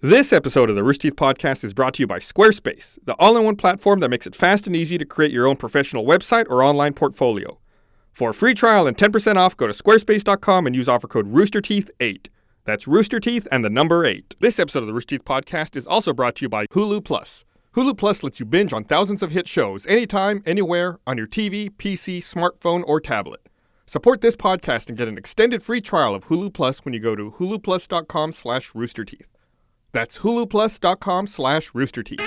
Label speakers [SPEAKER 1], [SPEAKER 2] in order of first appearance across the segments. [SPEAKER 1] This episode of the Rooster Teeth Podcast is brought to you by Squarespace, the all in one platform that makes it fast and easy to create your own professional website or online portfolio. For a free trial and 10% off, go to squarespace.com and use offer code roosterteeth8. That's roosterteeth and the number 8. This episode of the Rooster Teeth Podcast is also brought to you by Hulu Plus. Hulu Plus lets you binge on thousands of hit shows anytime, anywhere, on your TV, PC, smartphone, or tablet. Support this podcast and get an extended free trial of Hulu Plus when you go to huluplus.com slash roosterteeth. That's huluplus.com slash roosterteeth.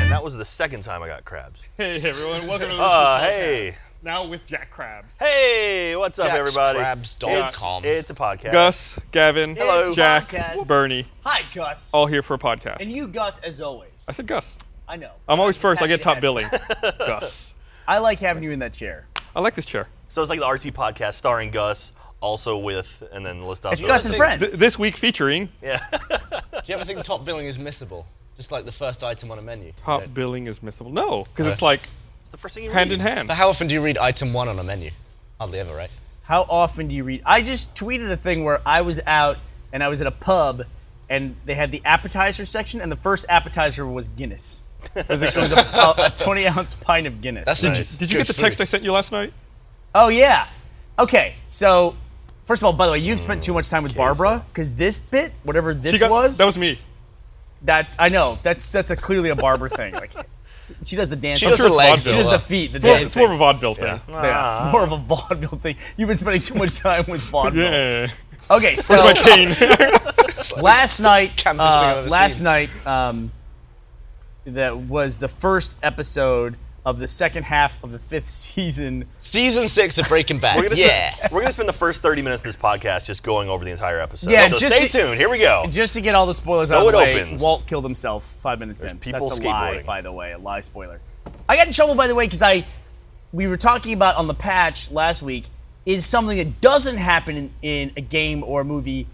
[SPEAKER 2] And that was the second time I got crabs.
[SPEAKER 1] Hey everyone, welcome to
[SPEAKER 2] Uh, hey.
[SPEAKER 1] Now with Jack Crabs.
[SPEAKER 2] Hey, what's up,
[SPEAKER 3] Jack's
[SPEAKER 2] everybody?
[SPEAKER 3] Crabs dot
[SPEAKER 2] It's,
[SPEAKER 3] com.
[SPEAKER 2] it's a podcast.
[SPEAKER 1] Gus, Gavin,
[SPEAKER 4] Hello.
[SPEAKER 1] Jack,
[SPEAKER 4] Podcast.
[SPEAKER 1] Bernie,
[SPEAKER 4] Hi, Gus.
[SPEAKER 1] all here for a podcast.
[SPEAKER 4] And you, Gus, as always.
[SPEAKER 1] I said Gus.
[SPEAKER 4] I know.
[SPEAKER 1] I'm always
[SPEAKER 4] just
[SPEAKER 1] first. I
[SPEAKER 4] happy
[SPEAKER 1] get
[SPEAKER 4] to
[SPEAKER 1] top
[SPEAKER 4] have
[SPEAKER 1] billing. Gus.
[SPEAKER 4] you. I like having you in that chair.
[SPEAKER 1] I like this chair.
[SPEAKER 2] So it's like the RT podcast starring Gus, also with, and then list off
[SPEAKER 4] It's
[SPEAKER 2] the
[SPEAKER 4] Gus
[SPEAKER 2] other
[SPEAKER 4] and
[SPEAKER 2] things.
[SPEAKER 4] Friends.
[SPEAKER 1] Th- this week featuring
[SPEAKER 2] Yeah.
[SPEAKER 3] Do you ever think top billing is missable? Just like the first item on a menu.
[SPEAKER 1] top
[SPEAKER 3] You know?
[SPEAKER 1] billing is missable. No, because it's
[SPEAKER 2] Uh,
[SPEAKER 3] Right.
[SPEAKER 1] like
[SPEAKER 2] it's the first thing you
[SPEAKER 1] hand
[SPEAKER 2] read.
[SPEAKER 1] in hand.
[SPEAKER 3] But how often do you read item one on a menu? Hardly ever, right?
[SPEAKER 4] How often do you read? I just tweeted a thing where I was out and I was at a pub and they had the appetizer section and the first appetizer was Guinness. It was, it was a, a, a 20 ounce pint of Guinness.
[SPEAKER 3] That's
[SPEAKER 2] Nice.
[SPEAKER 1] Did you get the text I sent you last night?
[SPEAKER 4] Oh yeah. Okay. So, first of all, by the way, you've spent too much time with Barbara because this bit, whatever
[SPEAKER 1] She
[SPEAKER 4] this
[SPEAKER 1] got-
[SPEAKER 4] was,
[SPEAKER 1] That was me.
[SPEAKER 4] That's I know. That's that's a clearly a Barbara thing. Like, she does the dance.
[SPEAKER 3] She does
[SPEAKER 1] sure
[SPEAKER 3] the
[SPEAKER 1] it's
[SPEAKER 3] legs.
[SPEAKER 4] She
[SPEAKER 1] vaudeville.
[SPEAKER 4] does the feet. The
[SPEAKER 1] It's more,
[SPEAKER 4] dance.
[SPEAKER 1] it's more of a Ah. vaudeville thing. Yeah.
[SPEAKER 4] Yeah, more of a vaudeville thing. You've been spending too much time with vaudeville. Okay, so
[SPEAKER 1] Where's my cane?
[SPEAKER 4] last night,
[SPEAKER 3] Campest thing I've
[SPEAKER 4] uh,
[SPEAKER 3] ever
[SPEAKER 4] last
[SPEAKER 3] seen.
[SPEAKER 4] night, um, that was the first episode of the second half of the fifth season.
[SPEAKER 3] Season six of Breaking
[SPEAKER 2] We're
[SPEAKER 3] Bad.
[SPEAKER 2] gonna
[SPEAKER 3] yeah.
[SPEAKER 2] Spend, we're going to spend the first 30 minutes of this podcast just going over the entire episode.
[SPEAKER 4] Yeah,
[SPEAKER 2] so
[SPEAKER 4] just
[SPEAKER 2] stay
[SPEAKER 4] to-
[SPEAKER 2] tuned. Here we go.
[SPEAKER 4] Just to get all the spoilers
[SPEAKER 2] So
[SPEAKER 4] out of the
[SPEAKER 2] it
[SPEAKER 4] way,
[SPEAKER 2] opens.
[SPEAKER 4] Walt killed himself five minutes in.
[SPEAKER 2] people
[SPEAKER 4] That's a lie,
[SPEAKER 2] skateboarding.
[SPEAKER 4] by the way, a lie spoiler. I got in trouble, by the way, because I we were talking about on the patch last week is something that doesn't happen in, in a game or a movie.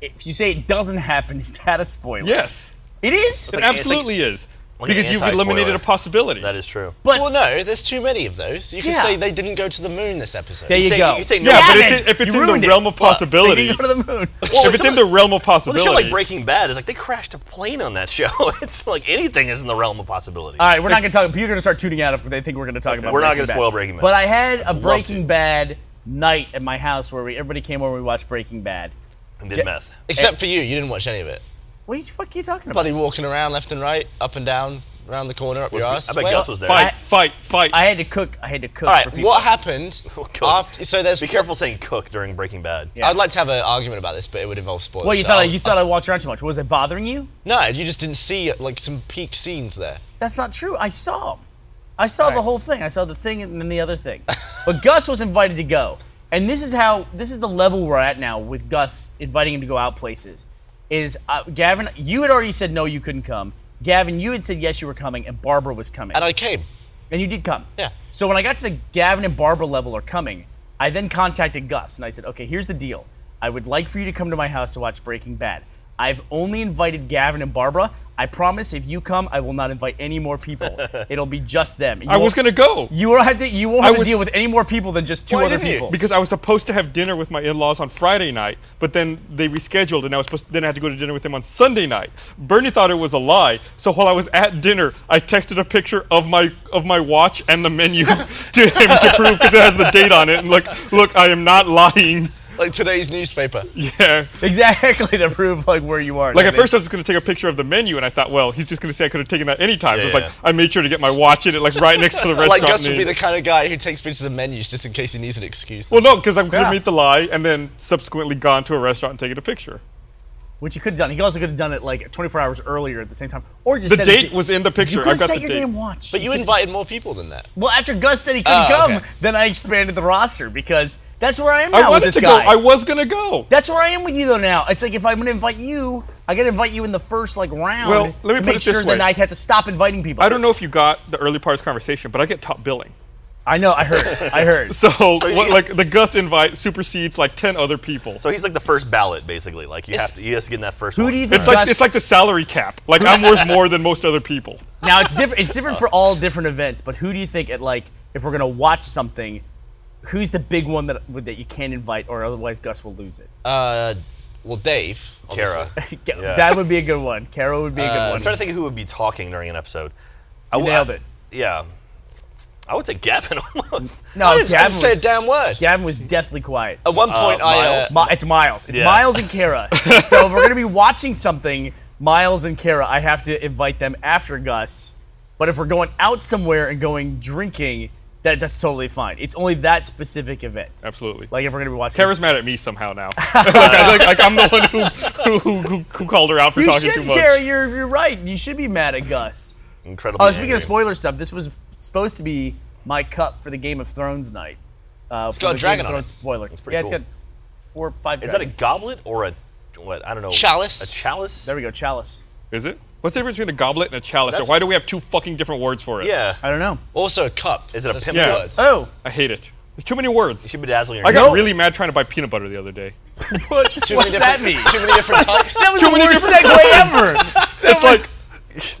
[SPEAKER 4] If you say it doesn't happen, is that a spoiler?
[SPEAKER 1] yes,
[SPEAKER 4] It is.
[SPEAKER 1] it
[SPEAKER 2] like- it's
[SPEAKER 1] absolutely is.
[SPEAKER 2] like an
[SPEAKER 1] because you've
[SPEAKER 2] anti-spoiler.
[SPEAKER 1] eliminated a possibility.
[SPEAKER 2] that is true.
[SPEAKER 4] But
[SPEAKER 3] Well, no, there's too many of those. You could
[SPEAKER 4] Yeah.
[SPEAKER 3] say they didn't go to the moon this episode.
[SPEAKER 4] there you,
[SPEAKER 2] say-
[SPEAKER 4] go.
[SPEAKER 2] you say no.
[SPEAKER 1] yeah, but
[SPEAKER 4] Gavin,
[SPEAKER 1] it's, if it's
[SPEAKER 4] you
[SPEAKER 1] in
[SPEAKER 4] ruined
[SPEAKER 1] the
[SPEAKER 4] it.
[SPEAKER 1] realm of
[SPEAKER 4] They
[SPEAKER 1] possibility,
[SPEAKER 4] didn't go to the moon.
[SPEAKER 1] if it's in the realm of
[SPEAKER 2] Well, the show
[SPEAKER 1] possibility,
[SPEAKER 2] like Breaking Bad is like they crashed a plane on that show. It's like anything is in the realm of possibility.
[SPEAKER 4] All right, we're not going to talk. People are going to start tuning out if they think we're going to talk about.
[SPEAKER 2] We're not
[SPEAKER 4] Breaking
[SPEAKER 2] gonna spoil Breaking Bad.
[SPEAKER 4] But I had a
[SPEAKER 2] love
[SPEAKER 4] Breaking
[SPEAKER 2] to.
[SPEAKER 4] Bad night at my house where we everybody came over and we watched Breaking Bad.
[SPEAKER 2] and did
[SPEAKER 4] Ja-
[SPEAKER 2] meth.
[SPEAKER 3] Except for you, you didn't watch any of it.
[SPEAKER 4] What the fuck are you talking about?
[SPEAKER 3] Buddy walking around left and right, up and down, around the corner, up your ass.
[SPEAKER 2] I bet
[SPEAKER 3] Well,
[SPEAKER 2] Gus was there.
[SPEAKER 1] fight,
[SPEAKER 4] I-
[SPEAKER 1] fight, fight.
[SPEAKER 4] I had to cook. I had to cook.
[SPEAKER 3] All right,
[SPEAKER 4] for people.
[SPEAKER 3] what happened
[SPEAKER 2] Cook.
[SPEAKER 3] after? So there's.
[SPEAKER 2] Be careful saying cook during Breaking Bad.
[SPEAKER 4] Yeah.
[SPEAKER 3] I'd like to have an argument about this, but it would involve spoilers.
[SPEAKER 4] Well, you
[SPEAKER 3] so
[SPEAKER 4] thought I,
[SPEAKER 3] I'll-
[SPEAKER 4] you thought I
[SPEAKER 3] I'll-
[SPEAKER 4] walked around too much. Was it bothering you?
[SPEAKER 3] No, you just didn't see like some peak scenes there.
[SPEAKER 4] That's not true. I saw him. I saw the
[SPEAKER 3] Right.
[SPEAKER 4] whole thing. I saw the thing and then the other thing. But Gus was invited to go, and this is how this is the level we're at now with Gus inviting him to go out places. Is uh, Gavin? You had already said no, you couldn't come. Gavin, you had said yes, you were coming, and Barbara was coming,
[SPEAKER 3] And I came.
[SPEAKER 4] and you did come.
[SPEAKER 3] Yeah.
[SPEAKER 4] So when I got to the Gavin and Barbara level are coming, I then contacted Gus and I said, okay, here's the deal. I would like for you to come to my house to watch Breaking Bad. I've only invited Gavin and Barbara. I promise if you come, I will not invite any more people. It'll be just them. You
[SPEAKER 1] I was
[SPEAKER 4] won't-
[SPEAKER 1] gonna go
[SPEAKER 4] You won't have to. You won't
[SPEAKER 1] I
[SPEAKER 4] have to
[SPEAKER 1] was-
[SPEAKER 4] deal with any more people than just two
[SPEAKER 3] Why
[SPEAKER 4] other
[SPEAKER 3] didn't you?
[SPEAKER 4] people.
[SPEAKER 1] because I was supposed to have dinner with my in-laws on Friday night, but then they rescheduled, and I was supposed then I had to go to dinner with them on Sunday night. Bernie thought it was a lie, so while I was at dinner, I texted a picture of my of my watch and the menu to him to prove because it has the date on it. And like, look, I am not lying.
[SPEAKER 3] Like today's newspaper.
[SPEAKER 1] Yeah.
[SPEAKER 4] exactly to prove like where you are.
[SPEAKER 1] Like at first, I was just gonna take a picture of the menu, and I thought, well, he's just gonna say I could have taken that anytime. so
[SPEAKER 2] Yeah,
[SPEAKER 1] it's
[SPEAKER 2] yeah.
[SPEAKER 1] like I made sure to get my watch in it, like right next to the restaurant.
[SPEAKER 3] Like Gus would be
[SPEAKER 1] name.
[SPEAKER 3] the kind of guy who takes pictures of menus just in case he needs an excuse.
[SPEAKER 1] Well, no, because I could have
[SPEAKER 4] Yeah.
[SPEAKER 1] made the lie and then subsequently gone to a restaurant and taken a picture.
[SPEAKER 4] which you could have done. He also could have done it like 24 hours earlier at the same time, or just
[SPEAKER 1] The
[SPEAKER 4] set a
[SPEAKER 1] date
[SPEAKER 4] da-
[SPEAKER 1] was in the picture.
[SPEAKER 4] You
[SPEAKER 1] I
[SPEAKER 4] could have
[SPEAKER 1] got
[SPEAKER 4] set
[SPEAKER 1] the
[SPEAKER 4] your
[SPEAKER 1] date.
[SPEAKER 4] damn watch.
[SPEAKER 3] but you invited more people than that.
[SPEAKER 4] Well, after Gus said he couldn't
[SPEAKER 3] Oh,
[SPEAKER 4] come,
[SPEAKER 3] okay.
[SPEAKER 4] then I expanded the roster because that's where I am
[SPEAKER 1] I
[SPEAKER 4] now with
[SPEAKER 1] wanted
[SPEAKER 4] this
[SPEAKER 1] to
[SPEAKER 4] guy.
[SPEAKER 1] go. I was gonna go.
[SPEAKER 4] that's where I am with you though now. It's like if I'm gonna invite you, I gotta invite you in the first like round
[SPEAKER 1] Well, let me
[SPEAKER 4] to
[SPEAKER 1] put
[SPEAKER 4] make
[SPEAKER 1] it this
[SPEAKER 4] sure
[SPEAKER 1] way.
[SPEAKER 4] that I have to stop inviting people.
[SPEAKER 1] I don't know if you got the early part of this conversation, but I get top billing.
[SPEAKER 4] I know. I heard. I heard.
[SPEAKER 1] So, what, like the Gus invite supersedes like ten other people.
[SPEAKER 2] So he's like the first ballot, basically. Like you
[SPEAKER 3] It's-
[SPEAKER 2] have to, you have to get in that first.
[SPEAKER 4] Who
[SPEAKER 2] one.
[SPEAKER 4] do you think
[SPEAKER 1] it's like
[SPEAKER 4] Gus-
[SPEAKER 1] it's like the salary cap. Like I'm worth more than most other people.
[SPEAKER 4] now it's different. It's different for all different events. But who do you think at like if we're gonna watch something, Who's the big one that that you can't invite, or otherwise Gus will lose it?
[SPEAKER 3] Uh, well, Dave. obviously.
[SPEAKER 2] Kara.
[SPEAKER 4] Yeah,
[SPEAKER 2] Yeah.
[SPEAKER 4] That would be a good one. Kara would be a good
[SPEAKER 2] Uh, I'm
[SPEAKER 4] one.
[SPEAKER 2] trying to think of who would be talking during an episode. I
[SPEAKER 4] You
[SPEAKER 2] w-
[SPEAKER 4] nailed it.
[SPEAKER 2] Yeah. I would say Gavin almost.
[SPEAKER 4] No,
[SPEAKER 3] I didn't I
[SPEAKER 4] Gavin
[SPEAKER 3] didn't say a
[SPEAKER 4] was,
[SPEAKER 3] damn word.
[SPEAKER 4] Gavin was deathly quiet.
[SPEAKER 3] At one point,
[SPEAKER 2] Uh,
[SPEAKER 3] I. Uh,
[SPEAKER 2] Miles?
[SPEAKER 4] Mi- it's Miles. It's
[SPEAKER 2] Yeah.
[SPEAKER 4] Miles and Kara. so if we're gonna be watching something, Miles and Kara, I have to invite them after Gus. But if we're going out somewhere and going drinking, that that's totally fine. It's only that specific event.
[SPEAKER 1] Absolutely.
[SPEAKER 4] Like if we're gonna be watching.
[SPEAKER 1] Kara's mad at me somehow now. like, I, like, like I'm the one who, who, who, who called her out for
[SPEAKER 4] you
[SPEAKER 1] talking
[SPEAKER 4] should,
[SPEAKER 1] too much.
[SPEAKER 4] Kara. You're you're right. You should be mad at Gus.
[SPEAKER 2] Incredibly.
[SPEAKER 4] Oh, speaking
[SPEAKER 2] angry.
[SPEAKER 4] of spoiler stuff, this was supposed to be my cup for the Game of Thrones night. Uh, it's
[SPEAKER 3] got a dragon
[SPEAKER 4] Game of
[SPEAKER 3] on it.
[SPEAKER 4] Thrones spoiler.
[SPEAKER 2] pretty
[SPEAKER 4] yeah, it's
[SPEAKER 2] cool.
[SPEAKER 4] got four, five.
[SPEAKER 2] Is that a
[SPEAKER 4] dragons.
[SPEAKER 2] goblet or a what? I don't know.
[SPEAKER 3] Chalice.
[SPEAKER 2] A chalice.
[SPEAKER 4] There we go, chalice.
[SPEAKER 1] Is it? What's the difference between a goblet and a chalice? Or
[SPEAKER 2] That's-
[SPEAKER 1] why do we have two fucking different words for it?
[SPEAKER 2] yeah.
[SPEAKER 4] I don't know.
[SPEAKER 3] also, a cup.
[SPEAKER 2] Is it a
[SPEAKER 3] That's
[SPEAKER 2] pimp
[SPEAKER 3] two
[SPEAKER 1] Yeah.
[SPEAKER 3] words.
[SPEAKER 4] Oh,
[SPEAKER 1] I hate it. There's too many words.
[SPEAKER 2] You should bedazzle your.
[SPEAKER 1] I got
[SPEAKER 4] No.
[SPEAKER 1] really mad trying to buy peanut butter the other day.
[SPEAKER 4] what,
[SPEAKER 3] Too
[SPEAKER 4] what
[SPEAKER 3] many
[SPEAKER 4] does that
[SPEAKER 3] different-
[SPEAKER 4] mean?
[SPEAKER 3] Too many different types.
[SPEAKER 4] That was
[SPEAKER 1] Too
[SPEAKER 4] the
[SPEAKER 1] many
[SPEAKER 4] worst
[SPEAKER 1] different-
[SPEAKER 4] segue ever.
[SPEAKER 1] It's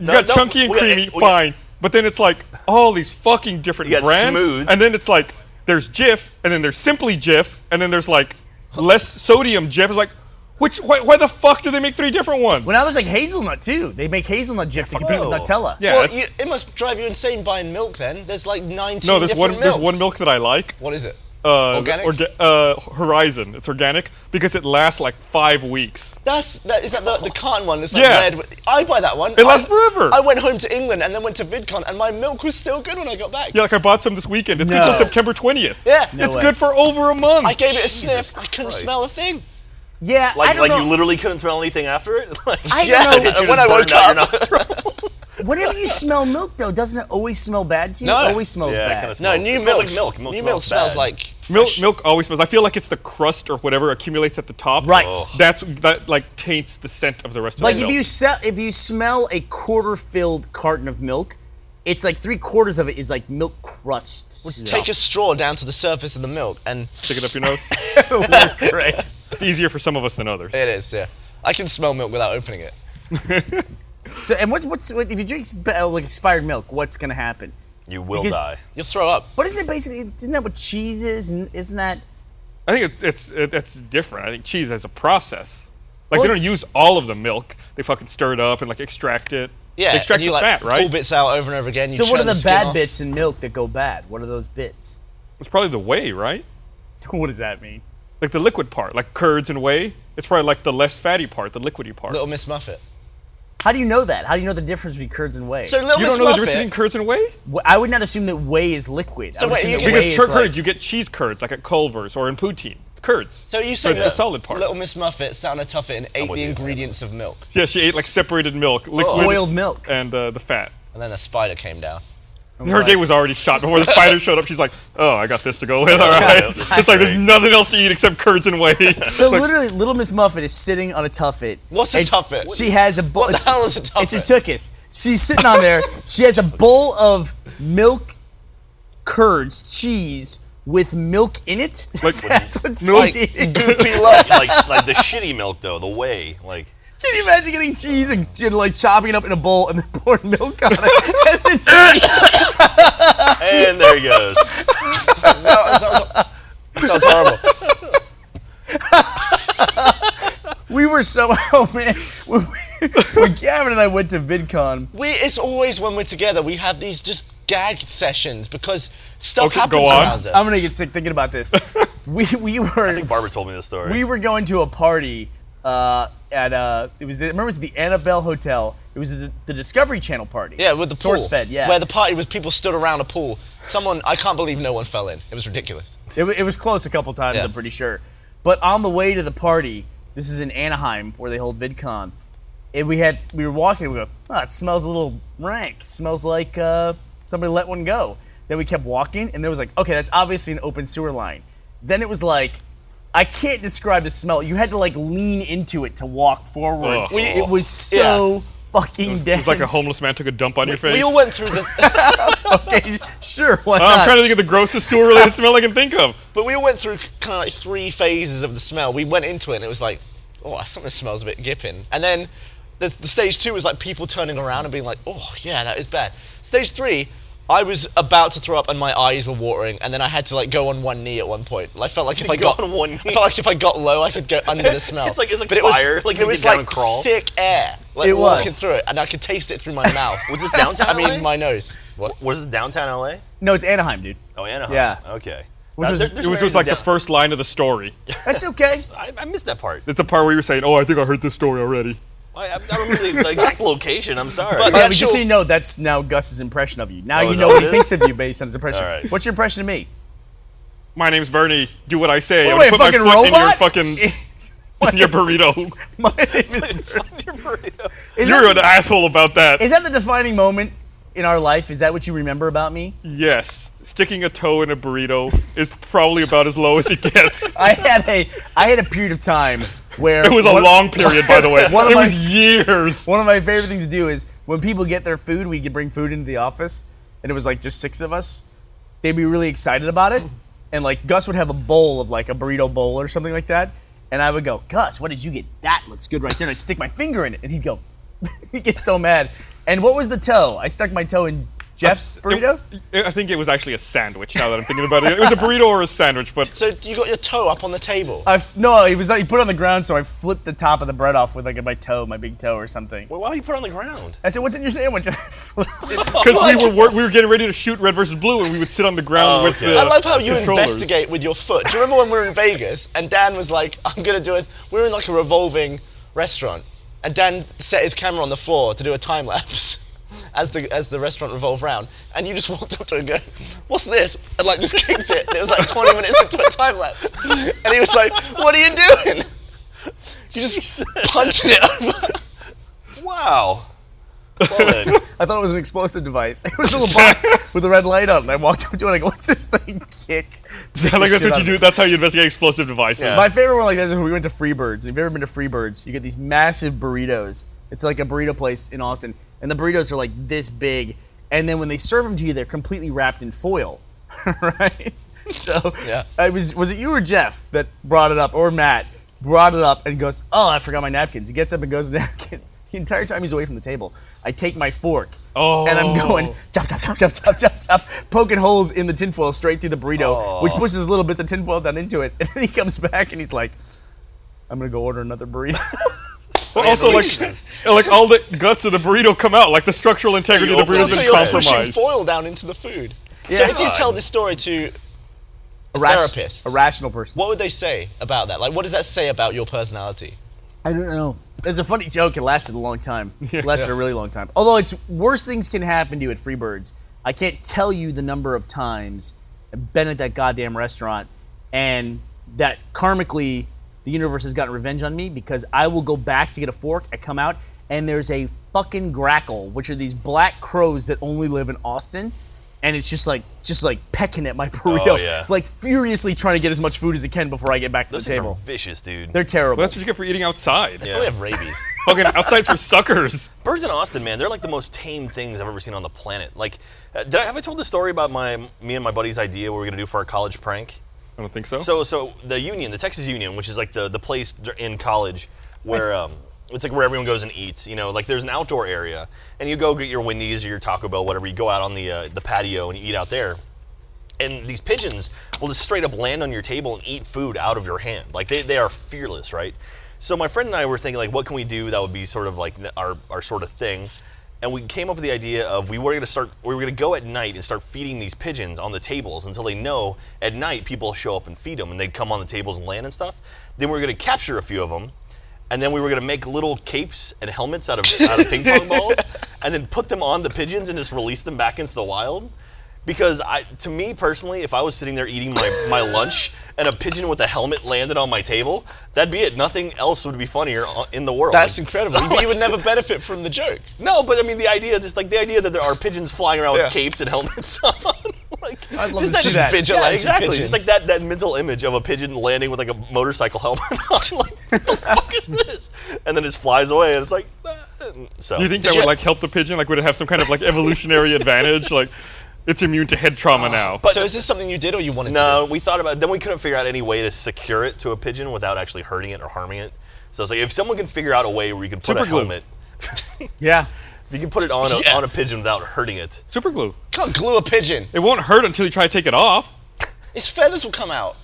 [SPEAKER 1] like you got
[SPEAKER 2] no,
[SPEAKER 1] chunky and
[SPEAKER 2] we got-
[SPEAKER 1] creamy,
[SPEAKER 2] we got-
[SPEAKER 1] fine. but then it's like all these fucking different
[SPEAKER 2] You got
[SPEAKER 1] brands,
[SPEAKER 2] smooth.
[SPEAKER 1] and then it's like there's Jif, and then there's simply Jif, and then there's like less sodium Jif. It's like, which why, why the fuck do they make three different ones?
[SPEAKER 4] Well, now there's like hazelnut too. They make hazelnut jif to compete with
[SPEAKER 2] Whoa.
[SPEAKER 4] Nutella.
[SPEAKER 1] Oh. yeah,
[SPEAKER 3] well,
[SPEAKER 1] that's-
[SPEAKER 3] you, it must drive you insane buying milk then. There's like 19
[SPEAKER 1] no, there's
[SPEAKER 3] different
[SPEAKER 1] one there's
[SPEAKER 3] milks.
[SPEAKER 1] one milk that I like.
[SPEAKER 3] What is it?
[SPEAKER 1] Uh,
[SPEAKER 3] Organic?
[SPEAKER 1] orga- uh, Horizon. It's organic because it lasts like five weeks.
[SPEAKER 3] That's that is that the, the carton one that's like
[SPEAKER 1] Yeah.
[SPEAKER 3] red. with- I buy that one.
[SPEAKER 1] It lasts
[SPEAKER 3] I-
[SPEAKER 1] forever.
[SPEAKER 3] I went home to England and then went to VidCon and my milk was still good when I got back.
[SPEAKER 1] Yeah, like I bought some this weekend. It's good
[SPEAKER 4] No.
[SPEAKER 1] till September 20th.
[SPEAKER 3] Yeah. No
[SPEAKER 1] it's
[SPEAKER 4] way.
[SPEAKER 1] good for over a month.
[SPEAKER 3] I gave it a
[SPEAKER 2] Jesus
[SPEAKER 3] sniff. I couldn't
[SPEAKER 2] Christ.
[SPEAKER 3] smell a thing.
[SPEAKER 4] Yeah, I
[SPEAKER 2] Like,
[SPEAKER 4] don't
[SPEAKER 2] like
[SPEAKER 4] know.
[SPEAKER 2] you literally couldn't smell anything after it. Like,
[SPEAKER 4] I
[SPEAKER 3] Yeah,
[SPEAKER 4] don't know.
[SPEAKER 2] Did you
[SPEAKER 3] when
[SPEAKER 2] just
[SPEAKER 3] I
[SPEAKER 2] burn
[SPEAKER 3] woke
[SPEAKER 2] out your
[SPEAKER 3] up.
[SPEAKER 2] nostril?
[SPEAKER 4] Whenever you smell milk, though, doesn't it always smell bad to you?
[SPEAKER 3] No.
[SPEAKER 4] It always smells
[SPEAKER 2] Yeah, it
[SPEAKER 4] bad.
[SPEAKER 2] kinda
[SPEAKER 3] No,
[SPEAKER 2] Smells-
[SPEAKER 3] new
[SPEAKER 2] it
[SPEAKER 3] milk.
[SPEAKER 2] smells like milk. Milk
[SPEAKER 3] new
[SPEAKER 2] smells
[SPEAKER 3] milk smells
[SPEAKER 2] bad.
[SPEAKER 3] like
[SPEAKER 1] Milk,
[SPEAKER 3] fresh-
[SPEAKER 1] milk always smells. I feel like it's the crust or whatever accumulates at the top.
[SPEAKER 4] Right.
[SPEAKER 3] Oh.
[SPEAKER 4] Ugh.
[SPEAKER 1] That's that like taints the scent of the rest of
[SPEAKER 4] like
[SPEAKER 1] the
[SPEAKER 4] if
[SPEAKER 1] milk.
[SPEAKER 4] you sell, if you smell a quarter-filled carton of milk, it's like three quarters of it is like milk crust.
[SPEAKER 3] Take a straw down to the surface of the milk and
[SPEAKER 1] stick it up your nose.
[SPEAKER 4] a right.
[SPEAKER 1] it's easier for some of us than others.
[SPEAKER 3] it is, yeah. I can smell milk without opening it.
[SPEAKER 4] So, and what's what's what, if you drink sp- uh, like expired milk? What's gonna happen?
[SPEAKER 2] you will
[SPEAKER 4] Because-
[SPEAKER 2] die.
[SPEAKER 3] You'll throw up.
[SPEAKER 4] But isn't it basically? Isn't that what cheese is? And Isn't that?
[SPEAKER 1] I think it's it's it, that's different. I think cheese has a process. Like
[SPEAKER 4] Well-
[SPEAKER 1] they don't use all of the milk. They fucking stir it up and like extract it.
[SPEAKER 3] Yeah,
[SPEAKER 1] They extract
[SPEAKER 3] and you
[SPEAKER 1] the
[SPEAKER 3] like
[SPEAKER 1] fat,
[SPEAKER 3] pull
[SPEAKER 1] right?
[SPEAKER 3] bits out over and over again. You
[SPEAKER 4] So what are
[SPEAKER 3] churn
[SPEAKER 4] the
[SPEAKER 3] skin
[SPEAKER 4] bad
[SPEAKER 3] off.
[SPEAKER 4] bits in milk that go bad? What are those bits?
[SPEAKER 1] It's probably the whey, right?
[SPEAKER 4] What does that mean?
[SPEAKER 1] Like the liquid part, like curds and whey. It's probably like the less fatty part, the liquidy part.
[SPEAKER 3] Little Miss Muffet.
[SPEAKER 4] How do you know that? How do you know the difference between curds and whey?
[SPEAKER 3] So Little
[SPEAKER 1] you
[SPEAKER 3] Miss
[SPEAKER 1] don't know the
[SPEAKER 3] Muffet.
[SPEAKER 1] difference between curds and whey?
[SPEAKER 4] Wh- I would not assume that whey is liquid. I
[SPEAKER 3] So
[SPEAKER 4] would
[SPEAKER 3] wait,
[SPEAKER 4] assume
[SPEAKER 3] you
[SPEAKER 4] that
[SPEAKER 3] can-
[SPEAKER 4] whey
[SPEAKER 1] Because
[SPEAKER 4] is
[SPEAKER 1] for
[SPEAKER 4] like-
[SPEAKER 1] curds, you get cheese curds, like at Culver's or in Poutine. Curds.
[SPEAKER 3] so you
[SPEAKER 1] so
[SPEAKER 3] say
[SPEAKER 1] it's the solid part.
[SPEAKER 3] Little Miss Muffet sat on a tuffet and ate
[SPEAKER 2] with
[SPEAKER 3] the
[SPEAKER 2] you.
[SPEAKER 3] ingredients of milk,
[SPEAKER 1] Yeah, she ate like separated milk, liquid,
[SPEAKER 4] spoiled milk.
[SPEAKER 1] and uh, the fat.
[SPEAKER 3] and then a spider came down.
[SPEAKER 1] Her day was already shot before the spider showed up. She's like, "Oh, I got this to go with. All right."
[SPEAKER 2] Yeah, this is
[SPEAKER 1] it's like there's
[SPEAKER 2] great.
[SPEAKER 1] nothing else to eat except curds and whey.
[SPEAKER 4] So literally, Little Miss Muffet is sitting on a tuffet.
[SPEAKER 3] What's a
[SPEAKER 4] and
[SPEAKER 3] tuffet?
[SPEAKER 4] She has a bowl.
[SPEAKER 3] What the hell is a
[SPEAKER 4] It's her
[SPEAKER 3] tuffet?
[SPEAKER 4] tuchus. She's sitting on there. She has a bowl of milk, curds, cheese with milk in it.
[SPEAKER 1] Like,
[SPEAKER 4] That's what she's
[SPEAKER 1] milk-
[SPEAKER 4] eating.
[SPEAKER 3] Goopy love.
[SPEAKER 2] like like the shitty milk though. The whey. Like
[SPEAKER 4] Can you imagine getting cheese and, and like chopping it up in a bowl and then pouring milk on it? and then just-
[SPEAKER 2] and there he goes.
[SPEAKER 3] that, sounds, that sounds horrible.
[SPEAKER 4] we were so oh man. When, we, when Gavin and I went to VidCon,
[SPEAKER 3] We, it's always when we're together, we have these just gag sessions because stuff
[SPEAKER 1] Okay,
[SPEAKER 3] happens
[SPEAKER 1] go on.
[SPEAKER 3] around us.
[SPEAKER 4] I'm gonna get sick thinking about this. We we
[SPEAKER 2] I
[SPEAKER 4] were
[SPEAKER 2] think Barbara told me this story.
[SPEAKER 4] we were going to a party uh, at uh it was the, remember it was the Annabelle Hotel. It was the, the Discovery Channel party.
[SPEAKER 3] yeah, with the pool.
[SPEAKER 4] source fed. Yeah,
[SPEAKER 3] Where the party was people stood around a pool. Someone, I can't believe no one fell in. It was ridiculous.
[SPEAKER 4] It, wa- it was close a couple times,
[SPEAKER 3] Yeah.
[SPEAKER 4] I'm pretty sure. But on the way to the party, this is in Anaheim where they hold VidCon. And we had we were walking. We go, oh, it smells a little rank. It smells like uh, somebody let one go. Then we kept walking, and there was like, okay, that's obviously an open sewer line. Then it was like, I can't describe the smell. You had to like lean into it to walk forward.
[SPEAKER 1] Ugh.
[SPEAKER 3] We-
[SPEAKER 4] it was so fucking dense.
[SPEAKER 1] it's like a homeless man took a dump on your face. Oh,
[SPEAKER 3] We all went through the,
[SPEAKER 4] okay, sure, why
[SPEAKER 1] I'm
[SPEAKER 4] not?
[SPEAKER 1] trying to think of the grossest sewer-related smell I can think of.
[SPEAKER 3] but we all went through kind of like three phases of the smell. We went into it and it was like, oh, something smells a bit gipping. And then the, the stage two was like people turning around and being like, oh yeah, that is bad. Stage three, I was about to throw up and my eyes were watering, and then I had to like go on one knee at one point. I felt like if I
[SPEAKER 2] go
[SPEAKER 3] got
[SPEAKER 2] on one knee.
[SPEAKER 3] I felt like if I got low, I could go under the smell.
[SPEAKER 2] It's like- it's like
[SPEAKER 3] but
[SPEAKER 2] fire,
[SPEAKER 3] It was,
[SPEAKER 2] like you
[SPEAKER 3] it was
[SPEAKER 2] get down
[SPEAKER 3] like
[SPEAKER 2] and crawl.
[SPEAKER 3] thick air, like
[SPEAKER 4] It was.
[SPEAKER 3] walking through it, and I could taste it through my mouth.
[SPEAKER 2] Was this downtown
[SPEAKER 3] I mean,
[SPEAKER 2] LA?
[SPEAKER 3] my nose. What?
[SPEAKER 2] Was this downtown LA?
[SPEAKER 4] No, it's Anaheim, dude.
[SPEAKER 2] Oh, Anaheim.
[SPEAKER 4] Yeah.
[SPEAKER 2] Okay.
[SPEAKER 4] Which was-
[SPEAKER 1] It was just like the first line of the story.
[SPEAKER 4] That's okay.
[SPEAKER 2] I, I missed that part.
[SPEAKER 1] It's the part where you were saying, "Oh, I think I heard this story already."
[SPEAKER 2] I, I don't remember the exact location. I'm sorry.
[SPEAKER 3] But-
[SPEAKER 4] All right,
[SPEAKER 3] Yeah,
[SPEAKER 4] but uh,
[SPEAKER 3] sure.
[SPEAKER 4] just so you know, that's now Gus's impression of you. Now
[SPEAKER 2] Oh,
[SPEAKER 4] you
[SPEAKER 2] is
[SPEAKER 4] know
[SPEAKER 2] that
[SPEAKER 4] what he
[SPEAKER 2] what it
[SPEAKER 4] thinks of you based on his impression.
[SPEAKER 2] All right.
[SPEAKER 4] What's your impression of me?
[SPEAKER 1] My name's Bernie. Do what I say.
[SPEAKER 4] What
[SPEAKER 1] I'm
[SPEAKER 4] am I, a
[SPEAKER 1] gonna put
[SPEAKER 4] fucking
[SPEAKER 1] my foot
[SPEAKER 4] robot?
[SPEAKER 1] In your fucking in your burrito.
[SPEAKER 4] My name is- is,
[SPEAKER 1] You're
[SPEAKER 4] that
[SPEAKER 1] an asshole about that.
[SPEAKER 4] the, is that the defining moment in our life? Is that what you remember about me?
[SPEAKER 1] yes, sticking a toe in a burrito is probably about as low as it gets. It
[SPEAKER 4] I had a I had a period of time where it
[SPEAKER 1] was a long period, by the way.
[SPEAKER 4] One of
[SPEAKER 1] it
[SPEAKER 4] my-
[SPEAKER 1] was years.
[SPEAKER 4] One of my favorite things to do is when people get their food, we could bring food into the office, and it was like just six of us. They'd be really excited about it, and like Gus would have a bowl of like a burrito bowl or something like that, and I would go, Gus, what did you get? That looks good right there. And I'd stick my finger in it, and he'd go, he'd get so mad. And what was the toe? I stuck my toe in Jeff's burrito.
[SPEAKER 1] It- I think it was actually a sandwich. Now that I'm thinking about it, it was a burrito or a sandwich, but
[SPEAKER 3] So you got your toe up on the table.
[SPEAKER 4] I f- no, he was like, he put it on the ground, so I flipped the top of the bread off with like my toe, my big toe or something.
[SPEAKER 2] Why would you put it on the ground?
[SPEAKER 4] I said, what's in your sandwich? And I flipped it.
[SPEAKER 1] because we were wor- we were getting ready to shoot red versus blue, and we would sit on the ground
[SPEAKER 2] Oh,
[SPEAKER 1] with
[SPEAKER 2] okay.
[SPEAKER 1] the
[SPEAKER 3] I love how you
[SPEAKER 1] controllers.
[SPEAKER 3] investigate with your foot. Do you remember when we were in Vegas and Dan was like, I'm gonna do it? We were in like a revolving restaurant, and Dan set his camera on the floor to do a time lapse as the as the restaurant revolved round, and you just walked up to it and go, What's this? And like just kicked it. And it was like 20 minutes into a time lapse. And he was like, What are you doing? You just punted it over.
[SPEAKER 2] Wow. Well then.
[SPEAKER 4] I thought it was an explosive device. It was a little box with a red light on it. And I walked up to it and I go, what's this thing? Kick.
[SPEAKER 1] I like that's what
[SPEAKER 4] Shit out
[SPEAKER 1] you
[SPEAKER 4] of it.
[SPEAKER 1] do. That's how you investigate explosive devices.
[SPEAKER 2] Yeah.
[SPEAKER 4] My favorite one like that is when we went to Freebirds. If you've ever been to Freebirds, you get these massive burritos. It's like a burrito place in Austin. And the burritos are like this big. And then when they serve them to you, they're completely wrapped in foil. right? So
[SPEAKER 3] Yeah.
[SPEAKER 4] I was was it you or Jeff that brought it up or Matt brought it up and goes, Oh, I forgot my napkins. He gets up and goes to the napkins. The entire time he's away from the table. I take my fork
[SPEAKER 1] Oh,
[SPEAKER 4] and I'm going chop chop chop chop chop chop chop poking holes in the tinfoil straight through the burrito, which pushes little bits of tinfoil down into it. And then he comes back and he's like, I'm gonna go order another burrito.
[SPEAKER 1] But also, like, like all the guts of the burrito come out. Like the structural integrity of the
[SPEAKER 2] You
[SPEAKER 1] burrito's
[SPEAKER 2] open
[SPEAKER 1] been
[SPEAKER 2] it,
[SPEAKER 3] you're pushing
[SPEAKER 1] compromised.
[SPEAKER 3] foil down into the food. So if you
[SPEAKER 2] God.
[SPEAKER 3] tell this story to a
[SPEAKER 4] Rash-
[SPEAKER 3] therapist,
[SPEAKER 4] A rational person.
[SPEAKER 3] What would they say about that? Like, what does that say about your personality?
[SPEAKER 4] I don't know. There's a funny joke. It lasted a long time. It lasted a really long time. Although it's worse things can happen to you at Freebirds. I can't tell you the number of times I've been at that goddamn restaurant and that karmically the universe has gotten revenge on me because I will go back to get a fork. I come out and there's a fucking grackle, which are these black crows that only live in Austin. And it's just like, just like pecking at my burrito,
[SPEAKER 2] Oh, yeah.
[SPEAKER 4] like furiously trying to get as much food as it can before I get back to
[SPEAKER 2] Those
[SPEAKER 4] the
[SPEAKER 2] things are
[SPEAKER 4] table.
[SPEAKER 2] vicious, dude.
[SPEAKER 4] They're terrible.
[SPEAKER 1] Well, that's what you get for eating outside.
[SPEAKER 2] Yeah.
[SPEAKER 3] Probably have rabies.
[SPEAKER 1] Fucking outside for suckers.
[SPEAKER 2] Birds in Austin, man, they're like the most tame things I've ever seen on the planet. Like, uh, did I have I told the story about my me and my buddy's idea what we are gonna do for our college prank?
[SPEAKER 1] I don't think so.
[SPEAKER 2] So, so the union, the Texas Union, which is like the the place dur- in college where um, it's like where everyone goes and eats. You know, like there's an outdoor area, and you go get your Wendy's or your Taco Bell, whatever. You go out on the uh, the patio and you eat out there. And these pigeons will just straight up land on your table and eat food out of your hand. Like they, they are fearless, right? So my friend and I were thinking like, what can we do that would be sort of like n- our our sort of thing. And we came up with the idea of we were going to start, we were going to go at night and start feeding these pigeons on the tables until they know at night people show up and feed them and they'd come on the tables and land and stuff. Then we were going to capture a few of them and then we were going to make little capes and helmets out of, out of ping pong balls and then put them on the pigeons and just release them back into the wild. Because I, to me personally, if I was sitting there eating my, my lunch and a pigeon with a helmet landed on my table, that'd be it. Nothing else would be funnier uh, in the world.
[SPEAKER 3] That's
[SPEAKER 2] Like,
[SPEAKER 3] incredible. You, you would never benefit from the joke.
[SPEAKER 2] no, but I mean the idea, just like the idea that there are pigeons flying around
[SPEAKER 3] Yeah.
[SPEAKER 2] with capes and helmets on. like,
[SPEAKER 4] I'd love
[SPEAKER 2] just
[SPEAKER 4] to see that.
[SPEAKER 3] Vigilante
[SPEAKER 2] Yeah, exactly.
[SPEAKER 3] pigeons.
[SPEAKER 2] Just like that, that mental image of a pigeon landing with like a motorcycle helmet on. like, what the fuck is this? And then it just flies away, and it's like, ah, and so.
[SPEAKER 1] Do you think that would
[SPEAKER 3] you-
[SPEAKER 1] like help the pigeon? Like, would it have some kind of like evolutionary advantage? Like, it's immune to head trauma now.
[SPEAKER 2] Uh, But-
[SPEAKER 3] So is this something you did or you wanted
[SPEAKER 2] No,
[SPEAKER 3] to?
[SPEAKER 2] we thought about. Then we couldn't figure out any way to secure it to a pigeon without actually hurting it or harming it. So it's like if someone can figure out a way where you can put
[SPEAKER 1] Super
[SPEAKER 2] a
[SPEAKER 1] glue.
[SPEAKER 2] helmet.
[SPEAKER 4] yeah.
[SPEAKER 2] If you can put it on a,
[SPEAKER 3] Yeah.
[SPEAKER 2] on a pigeon without hurting it.
[SPEAKER 1] Super glue.
[SPEAKER 3] Can't glue a pigeon.
[SPEAKER 1] It won't hurt until you try to take it off.
[SPEAKER 3] Its feathers will come out.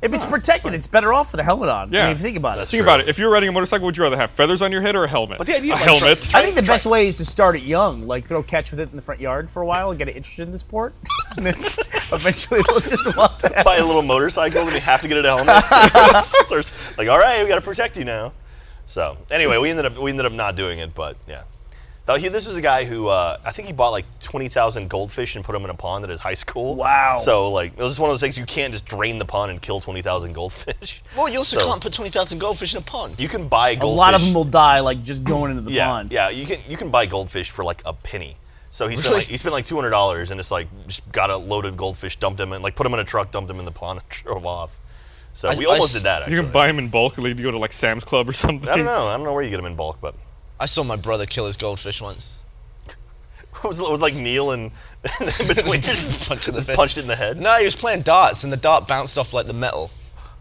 [SPEAKER 4] If it's protected, it's better off with a helmet on. I
[SPEAKER 1] Yeah.
[SPEAKER 4] mean, if you think about it.
[SPEAKER 1] Think
[SPEAKER 2] True.
[SPEAKER 1] about it. If you're riding a motorcycle, would you rather have feathers on your head or a helmet?
[SPEAKER 2] But the idea
[SPEAKER 1] a
[SPEAKER 2] of, like,
[SPEAKER 1] helmet.
[SPEAKER 2] try-
[SPEAKER 4] I think the best way is to start it young, like throw catch with it in the front yard for a while and get it interested in the sport. and then eventually they'll just want that.
[SPEAKER 2] Buy a little motorcycle and you have to get it a helmet. Starts- like, all right, we got to protect you now. So anyway, we ended up we ended up not doing it, but yeah. Now, he, this was a guy who uh, I think he bought like twenty thousand goldfish and put them in a pond at his high school.
[SPEAKER 4] Wow.
[SPEAKER 2] So like it was just one of those things you can't just drain the pond and kill twenty thousand goldfish.
[SPEAKER 3] Well, you also
[SPEAKER 2] So,
[SPEAKER 3] can't put 20,000 goldfish in a pond.
[SPEAKER 2] You can buy
[SPEAKER 4] A
[SPEAKER 2] goldfish.
[SPEAKER 4] lot of them will die, like just going into the
[SPEAKER 2] yeah,
[SPEAKER 4] pond.
[SPEAKER 2] Yeah, you can you can buy goldfish for like a penny. So he spent
[SPEAKER 3] Really?
[SPEAKER 2] like he spent like two hundred dollars and it's like just got a load of goldfish, dumped them in like put them in a truck, dumped them in the pond, and drove off. So
[SPEAKER 3] I-
[SPEAKER 2] we
[SPEAKER 3] I
[SPEAKER 2] almost
[SPEAKER 3] s-
[SPEAKER 2] did that. Actually.
[SPEAKER 1] you can buy them in bulk. Like you go to like Sam's Club or something.
[SPEAKER 2] I don't know. I don't know where you get them in bulk, but
[SPEAKER 3] I saw my brother kill his goldfish once.
[SPEAKER 2] it was, it was like Neil and in between just,
[SPEAKER 3] Punch in the
[SPEAKER 2] just
[SPEAKER 3] face.
[SPEAKER 2] punched it in the head.
[SPEAKER 3] No, he was playing darts, and the dart bounced off like the metal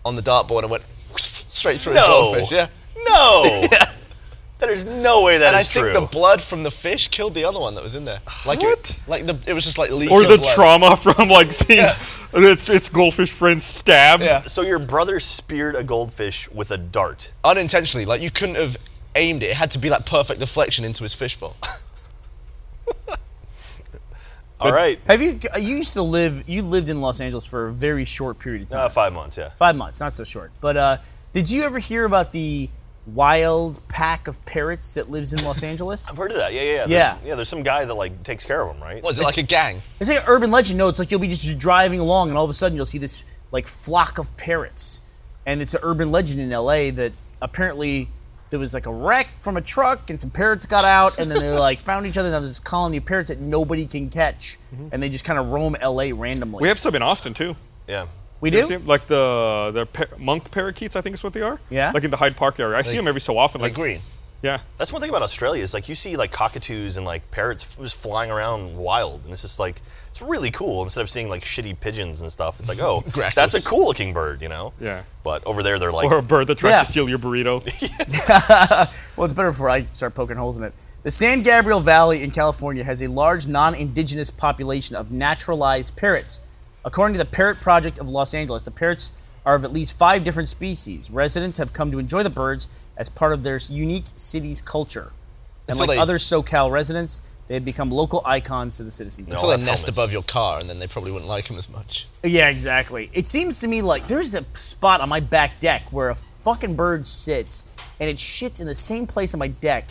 [SPEAKER 3] on the dartboard and went straight through his
[SPEAKER 2] No.
[SPEAKER 3] goldfish. Yeah.
[SPEAKER 2] No. There's no way that
[SPEAKER 3] and I
[SPEAKER 2] is
[SPEAKER 3] think
[SPEAKER 2] true.
[SPEAKER 3] the blood from the fish killed the other one that was in there. Like
[SPEAKER 1] What?
[SPEAKER 3] It, like the, it was just like leaking
[SPEAKER 1] Or the
[SPEAKER 3] blood.
[SPEAKER 1] trauma from like seeing
[SPEAKER 3] Yeah.
[SPEAKER 1] its its goldfish friend stabbed.
[SPEAKER 3] Yeah.
[SPEAKER 2] so your brother speared a goldfish with a dart.
[SPEAKER 3] Unintentionally, like you couldn't have aimed it. It had to be like perfect deflection into his fishbowl.
[SPEAKER 2] All right.
[SPEAKER 4] Have you? uh, You used to live. You lived in Los Angeles for a very short period of time.
[SPEAKER 2] Uh, five months, yeah.
[SPEAKER 4] Five months, not so short. But uh, did you ever hear about the wild pack of parrots that lives in Los Angeles?
[SPEAKER 2] I've heard of that. Yeah, yeah, yeah.
[SPEAKER 4] Yeah.
[SPEAKER 2] There- yeah, there's some guy that like takes care of them, right?
[SPEAKER 3] Was it like a gang?
[SPEAKER 4] It's like an urban legend. No, it's like you'll be just driving along, and all of a sudden you'll see this like flock of parrots, and it's an urban legend in LA that apparently there was like a wreck from a truck, and some parrots got out, and then they like found each other. Now there's this colony of parrots that nobody can catch, and they just kind of roam LA randomly.
[SPEAKER 1] Mm-hmm. We have some in Austin too.
[SPEAKER 2] Yeah.
[SPEAKER 4] We
[SPEAKER 1] You ever see
[SPEAKER 4] do.
[SPEAKER 1] 'em? Like the the par- monk parakeets, I think is what they are.
[SPEAKER 4] Yeah.
[SPEAKER 1] Like in the Hyde Park area, I see them every so often.
[SPEAKER 3] Like
[SPEAKER 1] Like
[SPEAKER 3] green?
[SPEAKER 1] yeah.
[SPEAKER 2] That's one thing about Australia is like you see like cockatoos and like parrots f- just flying around wild, and it's just like it's really cool. Instead of seeing like shitty pigeons and stuff, it's like oh,
[SPEAKER 3] Grackles.
[SPEAKER 2] that's a cool looking bird, you know?
[SPEAKER 1] Yeah.
[SPEAKER 2] But over there, they're like
[SPEAKER 1] Or a bird that tries
[SPEAKER 4] Yeah.
[SPEAKER 1] to steal your burrito.
[SPEAKER 4] Well, it's better before I start poking holes in it. The San Gabriel Valley in California has a large non indigenous population of naturalized parrots. According to the Parrot Project of Los Angeles, the parrots are of at least five different species. Residents have come to enjoy the birds as part of their unique city's culture. And
[SPEAKER 3] Until
[SPEAKER 4] like
[SPEAKER 3] they-
[SPEAKER 4] other SoCal residents, they have become local icons to the citizens.
[SPEAKER 2] No.
[SPEAKER 3] Fill a
[SPEAKER 2] have
[SPEAKER 3] nest
[SPEAKER 2] helmets.
[SPEAKER 3] above your car, and then they probably wouldn't like him as much.
[SPEAKER 4] Yeah, exactly. It seems to me like there's a spot on my back deck where a fucking bird sits and it shits in the same place on my deck,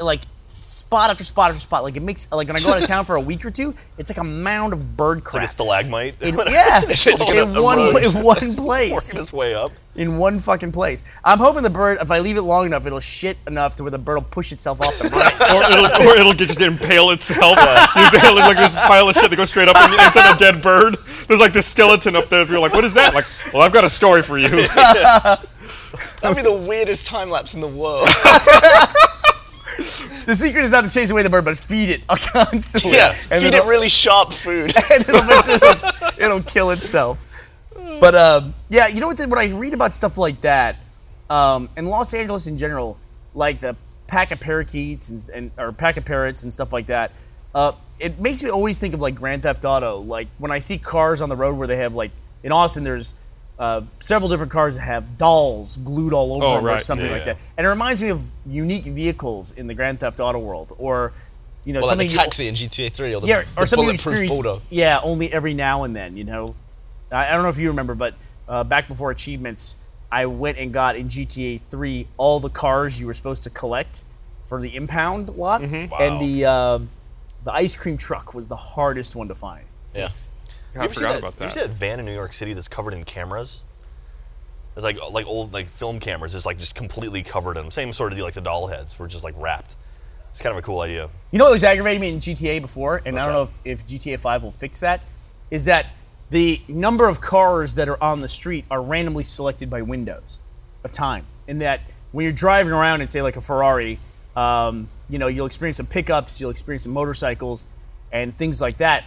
[SPEAKER 4] like spot after spot after spot. Like it makes like when I go out of town for a week or two, it's like a mound of bird crap.
[SPEAKER 2] like a stalagmite.
[SPEAKER 4] in, yeah,
[SPEAKER 2] Sticking
[SPEAKER 4] in
[SPEAKER 2] up a
[SPEAKER 4] one,
[SPEAKER 2] road.
[SPEAKER 4] pla- in one
[SPEAKER 2] working
[SPEAKER 4] place,
[SPEAKER 2] its way up.
[SPEAKER 4] in one fucking place. I'm hoping the bird, if I leave it long enough, it'll shit enough to where the bird will push itself off the branch.
[SPEAKER 1] or it'll, or it'll get, just impale itself. There's it looks like this pile of shit that goes straight up in- inside a dead bird. There's like this skeleton up there. You're like, what is that? Like, well, I've got a story for you.
[SPEAKER 3] That'd be the weirdest time lapse in the world.
[SPEAKER 4] the secret is not to chase away the bird, but feed it constantly.
[SPEAKER 3] yeah,
[SPEAKER 4] And
[SPEAKER 3] feed
[SPEAKER 4] it'll-
[SPEAKER 3] it really sharp food.
[SPEAKER 4] and it'll, eventually- it'll kill itself. But um, yeah, you know what? the- When I read about stuff like that, um, in Los Angeles in general, like the pack of parakeets and, and or pack of parrots and stuff like that, uh, it makes me always think of like Grand Theft Auto. Like when I see cars on the road where they have like in Austin, there's uh, several different cars that have dolls glued all over
[SPEAKER 1] Oh,
[SPEAKER 4] them or
[SPEAKER 1] right.
[SPEAKER 4] something
[SPEAKER 2] Yeah,
[SPEAKER 4] like
[SPEAKER 2] yeah.
[SPEAKER 4] that, and it reminds me of unique vehicles in the Grand Theft Auto world, or you know
[SPEAKER 3] Or like
[SPEAKER 4] something
[SPEAKER 3] the
[SPEAKER 4] you-
[SPEAKER 3] taxi in GTA 3 or the,
[SPEAKER 4] yeah, or
[SPEAKER 3] the
[SPEAKER 4] something you
[SPEAKER 3] bulletproof
[SPEAKER 4] experience.
[SPEAKER 3] bulldog.
[SPEAKER 4] Yeah, only every now and then. You know, I, I don't know if you remember, but uh, back before achievements, I went and got in GTA Three all the cars you were supposed to collect for the impound lot, and the um the ice cream truck was the hardest one to find.
[SPEAKER 3] Yeah.
[SPEAKER 1] I
[SPEAKER 2] you ever see
[SPEAKER 1] forgot about
[SPEAKER 2] You
[SPEAKER 1] that.
[SPEAKER 2] ever see that van in New York City that's covered in cameras? It's like like old like film cameras. It's like just completely covered in them. Same sort of deal like the doll heads were just like wrapped. It's kind of a cool idea.
[SPEAKER 4] You know what was aggravating me in GTA before, and
[SPEAKER 2] What's
[SPEAKER 4] I don't
[SPEAKER 2] that?
[SPEAKER 4] know if, if GTA 5 will fix that, is that the number of cars that are on the street are randomly selected by windows of time. In that, when you're driving around in, say, like a Ferrari, um, you know, you'll experience some pickups, you'll experience some motorcycles, and things like that.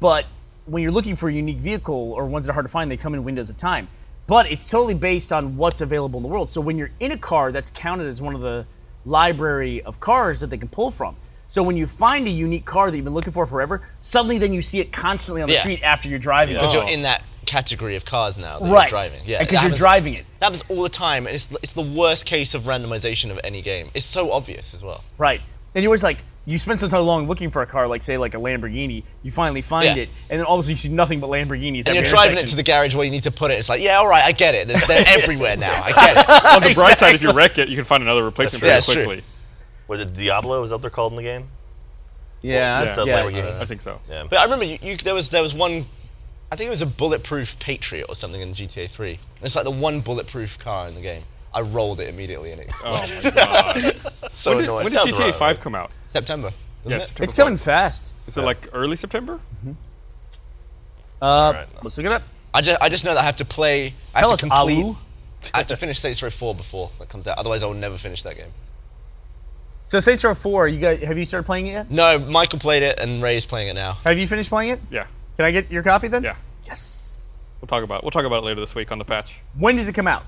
[SPEAKER 4] But when you're looking for a unique vehicle or ones that are hard to find, they come in windows of time. But it's totally based on what's available in the world. So when you're in a car, that's counted as one of the library of cars that they can pull from. So when you find a unique car that you've been looking for forever, suddenly then you see it constantly on the
[SPEAKER 3] Yeah.
[SPEAKER 4] street after you're driving.
[SPEAKER 3] because
[SPEAKER 4] it.
[SPEAKER 3] you're in that category of cars now that
[SPEAKER 4] Right.
[SPEAKER 3] you're driving. Yeah,
[SPEAKER 4] And 'cause you're
[SPEAKER 3] that happens-
[SPEAKER 4] driving it.
[SPEAKER 3] That happens all the time, and it's it's the worst case of randomization of any game. It's so obvious as well.
[SPEAKER 4] Right. And you're always like, you spend so time long looking for a car, like say like a Lamborghini. You finally find
[SPEAKER 3] Yeah.
[SPEAKER 4] it, and then all of a sudden you see nothing but Lamborghinis.
[SPEAKER 3] And you're driving it to the garage where you need to put it. It's like, yeah, all right, I get it. They're, they're everywhere now. I get it.
[SPEAKER 1] On the bright side, if you wreck it, you can find another replacement
[SPEAKER 3] true.
[SPEAKER 1] very
[SPEAKER 3] That's true.
[SPEAKER 1] quickly.
[SPEAKER 2] Was it Diablo? Is that what they're called in the game?
[SPEAKER 4] yeah,
[SPEAKER 1] That's
[SPEAKER 4] yeah.
[SPEAKER 1] the
[SPEAKER 2] Lamborghini.
[SPEAKER 1] Uh, I think so.
[SPEAKER 2] Yeah.
[SPEAKER 3] But I remember you, you, there was there was one. I think it was a bulletproof Patriot or something in GTA 3. It's like the one bulletproof car in the game. I rolled it immediately and it
[SPEAKER 1] Oh my god.
[SPEAKER 3] so annoying.
[SPEAKER 2] it
[SPEAKER 1] when did
[SPEAKER 2] sounds
[SPEAKER 1] GTA
[SPEAKER 2] right.
[SPEAKER 1] 5 come out?
[SPEAKER 3] September. Wasn't
[SPEAKER 1] Yes,
[SPEAKER 3] it?
[SPEAKER 4] It's coming fast.
[SPEAKER 1] Is it like early September?
[SPEAKER 4] Uh,
[SPEAKER 2] right.
[SPEAKER 4] Let's look it up.
[SPEAKER 3] I just I just know that I have to play. I
[SPEAKER 4] Tell
[SPEAKER 3] have to
[SPEAKER 4] us,
[SPEAKER 3] complete.
[SPEAKER 4] Alu.
[SPEAKER 3] I have to finish Saints Row 4 before that comes out. Otherwise, I will never finish that game.
[SPEAKER 4] So Saints Row 4, you guys, have you started playing it yet?
[SPEAKER 3] No, Michael played it and Ray's playing it now.
[SPEAKER 4] Have you finished playing it?
[SPEAKER 1] Yeah.
[SPEAKER 4] Can I get your copy then?
[SPEAKER 1] Yeah.
[SPEAKER 4] Yes.
[SPEAKER 1] We'll talk about it. we'll talk about it later this week on the patch.
[SPEAKER 4] When does it come out?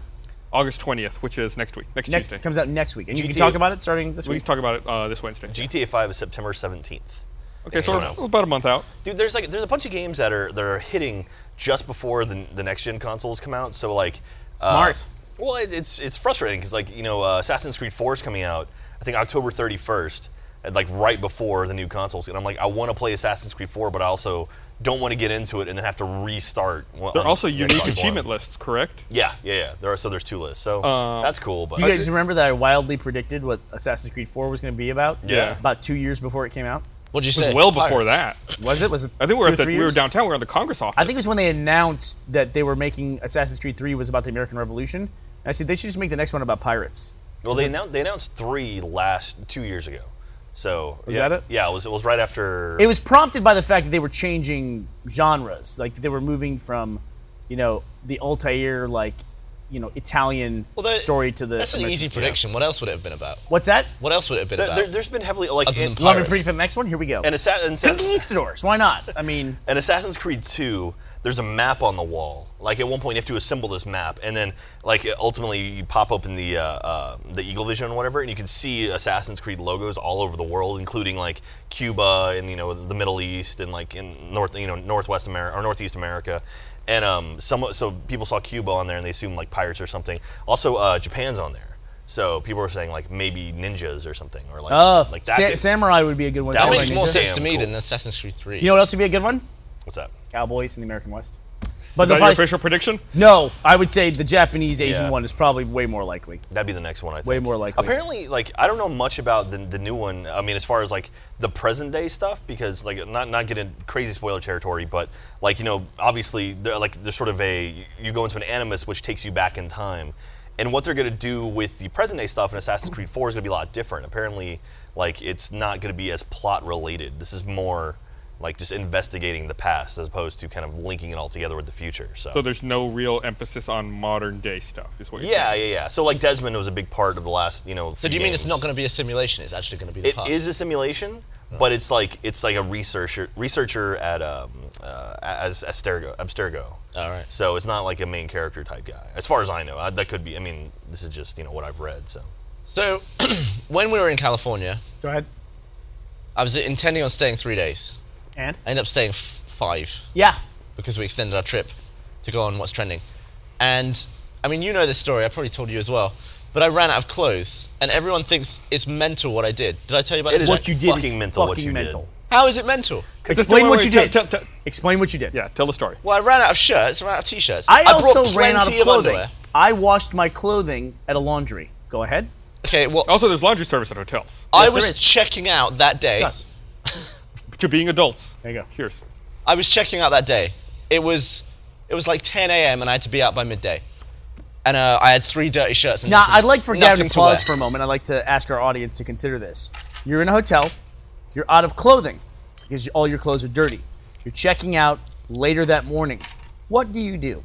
[SPEAKER 1] August 20th, which is next week, next,
[SPEAKER 4] Next
[SPEAKER 1] Tuesday.
[SPEAKER 4] comes out next week, and you can
[SPEAKER 2] GTA
[SPEAKER 4] talk about it starting this
[SPEAKER 1] we
[SPEAKER 4] week.
[SPEAKER 1] can talk about it uh, this Wednesday.
[SPEAKER 2] GTA 5 is September 17th.
[SPEAKER 1] Okay, so
[SPEAKER 2] I
[SPEAKER 1] we're
[SPEAKER 2] don't know.
[SPEAKER 1] about a month out.
[SPEAKER 2] Dude, there's like there's a bunch of games that are that are hitting just before the, the next gen consoles come out. So like, uh,
[SPEAKER 4] Smart.
[SPEAKER 2] well, it, it's it's frustrating because like you know uh, Assassin's Creed 4 is coming out. I think October 31st, and like right before the new consoles. And I'm like, I want to play Assassin's Creed 4, but I also don't want to get into it and then have to restart. wh-
[SPEAKER 1] There
[SPEAKER 2] on
[SPEAKER 1] are also
[SPEAKER 2] the
[SPEAKER 1] unique
[SPEAKER 2] Xbox One.
[SPEAKER 1] achievement lists, correct?
[SPEAKER 2] Yeah, yeah, yeah. There are so there's two lists. So
[SPEAKER 1] Um,
[SPEAKER 2] that's cool. But
[SPEAKER 4] you guys remember that I wildly predicted what Assassin's Creed 4 was going to be about?
[SPEAKER 2] Yeah.
[SPEAKER 4] About two years before it came out.
[SPEAKER 3] What did you
[SPEAKER 1] It
[SPEAKER 3] say?
[SPEAKER 1] was well before
[SPEAKER 3] Pirates.
[SPEAKER 1] that.
[SPEAKER 4] Was it? Was it?
[SPEAKER 1] I think we were
[SPEAKER 4] two or
[SPEAKER 1] at the,
[SPEAKER 4] three
[SPEAKER 1] we were
[SPEAKER 4] years?
[SPEAKER 1] downtown. We were in the Congress office.
[SPEAKER 4] I think it was when they announced that they were making Assassin's Creed 3 was about the American Revolution. And I said they should just make the next one about pirates.
[SPEAKER 2] Well, they announced they announced three last two years ago. So
[SPEAKER 4] Was
[SPEAKER 2] yeah,
[SPEAKER 4] that it?
[SPEAKER 2] Yeah, it was it was right after.
[SPEAKER 4] It was prompted by the fact that they were changing genres. Like they were moving from, you know, the Altair like, you know, Italian
[SPEAKER 3] Well, that-
[SPEAKER 4] story to the
[SPEAKER 3] That's an
[SPEAKER 4] American-
[SPEAKER 3] easy prediction. What else would it have been about?
[SPEAKER 4] What's that?
[SPEAKER 3] What else would it have been
[SPEAKER 2] there,
[SPEAKER 3] about?
[SPEAKER 2] there, has been heavily like
[SPEAKER 3] Other than
[SPEAKER 2] and-
[SPEAKER 4] Want me to
[SPEAKER 3] Pirates.
[SPEAKER 4] predict the next one? Here we go.
[SPEAKER 2] and, Assa- and,
[SPEAKER 4] Pick the
[SPEAKER 2] Assassin's,
[SPEAKER 4] Eastadors. Why not? I mean,
[SPEAKER 2] and Assassin's Creed 2, there's a map on the wall. Like at one point you have to assemble this map, and then like ultimately you pop up in the uh, uh, the Eagle Vision or whatever, and you can see Assassin's Creed logos all over the world, including like Cuba and you know the Middle East and like in North you know Northwest America or Northeast America. And um, some so people saw Cuba on there and they assumed like pirates or something. Also, uh, Japan's on there, so people were saying like maybe ninjas or something or like
[SPEAKER 4] uh,
[SPEAKER 2] like
[SPEAKER 4] Sa-
[SPEAKER 2] could-
[SPEAKER 4] Samurai would be a good one.
[SPEAKER 2] That
[SPEAKER 3] That
[SPEAKER 4] Samurai
[SPEAKER 3] makes more
[SPEAKER 4] Ninja.
[SPEAKER 3] sense
[SPEAKER 2] Damn
[SPEAKER 3] to me
[SPEAKER 2] cool.
[SPEAKER 3] than Assassin's Creed 3.
[SPEAKER 4] You know what else would be a good one?
[SPEAKER 2] What's that?
[SPEAKER 4] Cowboys in the American West. But
[SPEAKER 1] Is
[SPEAKER 4] they'll
[SPEAKER 1] that your
[SPEAKER 4] probably-
[SPEAKER 1] official prediction?
[SPEAKER 4] no, I would say the Japanese Asian
[SPEAKER 2] Yeah.
[SPEAKER 4] one is probably way more likely.
[SPEAKER 2] That'd be the next one, I think.
[SPEAKER 4] Way more likely.
[SPEAKER 2] Apparently, like I don't know much about the, the new one. I mean, as far as like the present day stuff, because like not not getting crazy spoiler territory, but like you know, obviously, they're like there's sort of a you go into an animus which takes you back in time, and what they're gonna do with the present day stuff in Assassin's Creed 4 is gonna be a lot different. Apparently, like it's not gonna be as plot related. This is more like just investigating the past as opposed to kind of linking it all together with the future.
[SPEAKER 1] So there's no real emphasis on modern day stuff, is what you're
[SPEAKER 2] Yeah, yeah, yeah. So like Desmond was a big part of the last, you know.
[SPEAKER 3] so do you mean it's not going to be a simulation? It's actually going to be the
[SPEAKER 2] It
[SPEAKER 3] past.
[SPEAKER 2] is a simulation, but it's like it's like a researcher researcher at um uh, as Abstergo Abstergo.
[SPEAKER 3] All right.
[SPEAKER 2] So it's not like a main character type guy, as far as I know. I, that could be. I mean, this is just you know what I've read. So
[SPEAKER 3] So when we were in California,
[SPEAKER 4] Go ahead.
[SPEAKER 3] I was intending on staying three days.
[SPEAKER 4] And
[SPEAKER 3] I ended up staying f- five.
[SPEAKER 4] yeah,
[SPEAKER 3] because we extended our trip to go on what's trending. And I mean, you know this story. I probably told you as well. But I ran out of clothes, and everyone thinks it's mental what I did. Did I tell you about
[SPEAKER 2] It is
[SPEAKER 3] this? one?
[SPEAKER 4] what you did
[SPEAKER 2] fucking
[SPEAKER 4] is
[SPEAKER 2] mental what
[SPEAKER 4] fucking
[SPEAKER 2] you did.
[SPEAKER 4] mental.
[SPEAKER 3] How is it mental?
[SPEAKER 1] saying. Just-
[SPEAKER 4] Explain
[SPEAKER 1] wait,
[SPEAKER 4] what
[SPEAKER 1] wait,
[SPEAKER 4] you
[SPEAKER 1] tell-
[SPEAKER 4] did.
[SPEAKER 1] tell- tell-
[SPEAKER 4] Explain what you did.
[SPEAKER 1] yeah, tell the story.
[SPEAKER 3] Well, I ran out of shirts. I ran out of t-shirts.
[SPEAKER 4] I,
[SPEAKER 3] brought
[SPEAKER 4] also ran out of
[SPEAKER 3] plenty
[SPEAKER 4] clothing.
[SPEAKER 3] underwear.
[SPEAKER 4] I washed my clothing at a laundry. Go ahead.
[SPEAKER 3] Okay, well,
[SPEAKER 1] Also, there's laundry service at hotels.
[SPEAKER 3] I
[SPEAKER 4] Oh, Yes, there
[SPEAKER 3] was
[SPEAKER 4] is.
[SPEAKER 3] checking out that day.
[SPEAKER 4] Gus.
[SPEAKER 1] To being adults.
[SPEAKER 4] There you go.
[SPEAKER 1] Cheers.
[SPEAKER 3] I was checking out that day. It was, it was like 10 a.m. and I had to be out by midday. And uh, I had three dirty shirts. And
[SPEAKER 4] Now,
[SPEAKER 3] nothing-
[SPEAKER 4] I'd like for Gavin
[SPEAKER 3] nothing
[SPEAKER 4] to
[SPEAKER 3] wear.
[SPEAKER 4] pause for a moment. I'd like to ask our audience to consider this. You're in a hotel. You're out of clothing because all your clothes are dirty. You're checking out later that morning. What do you do?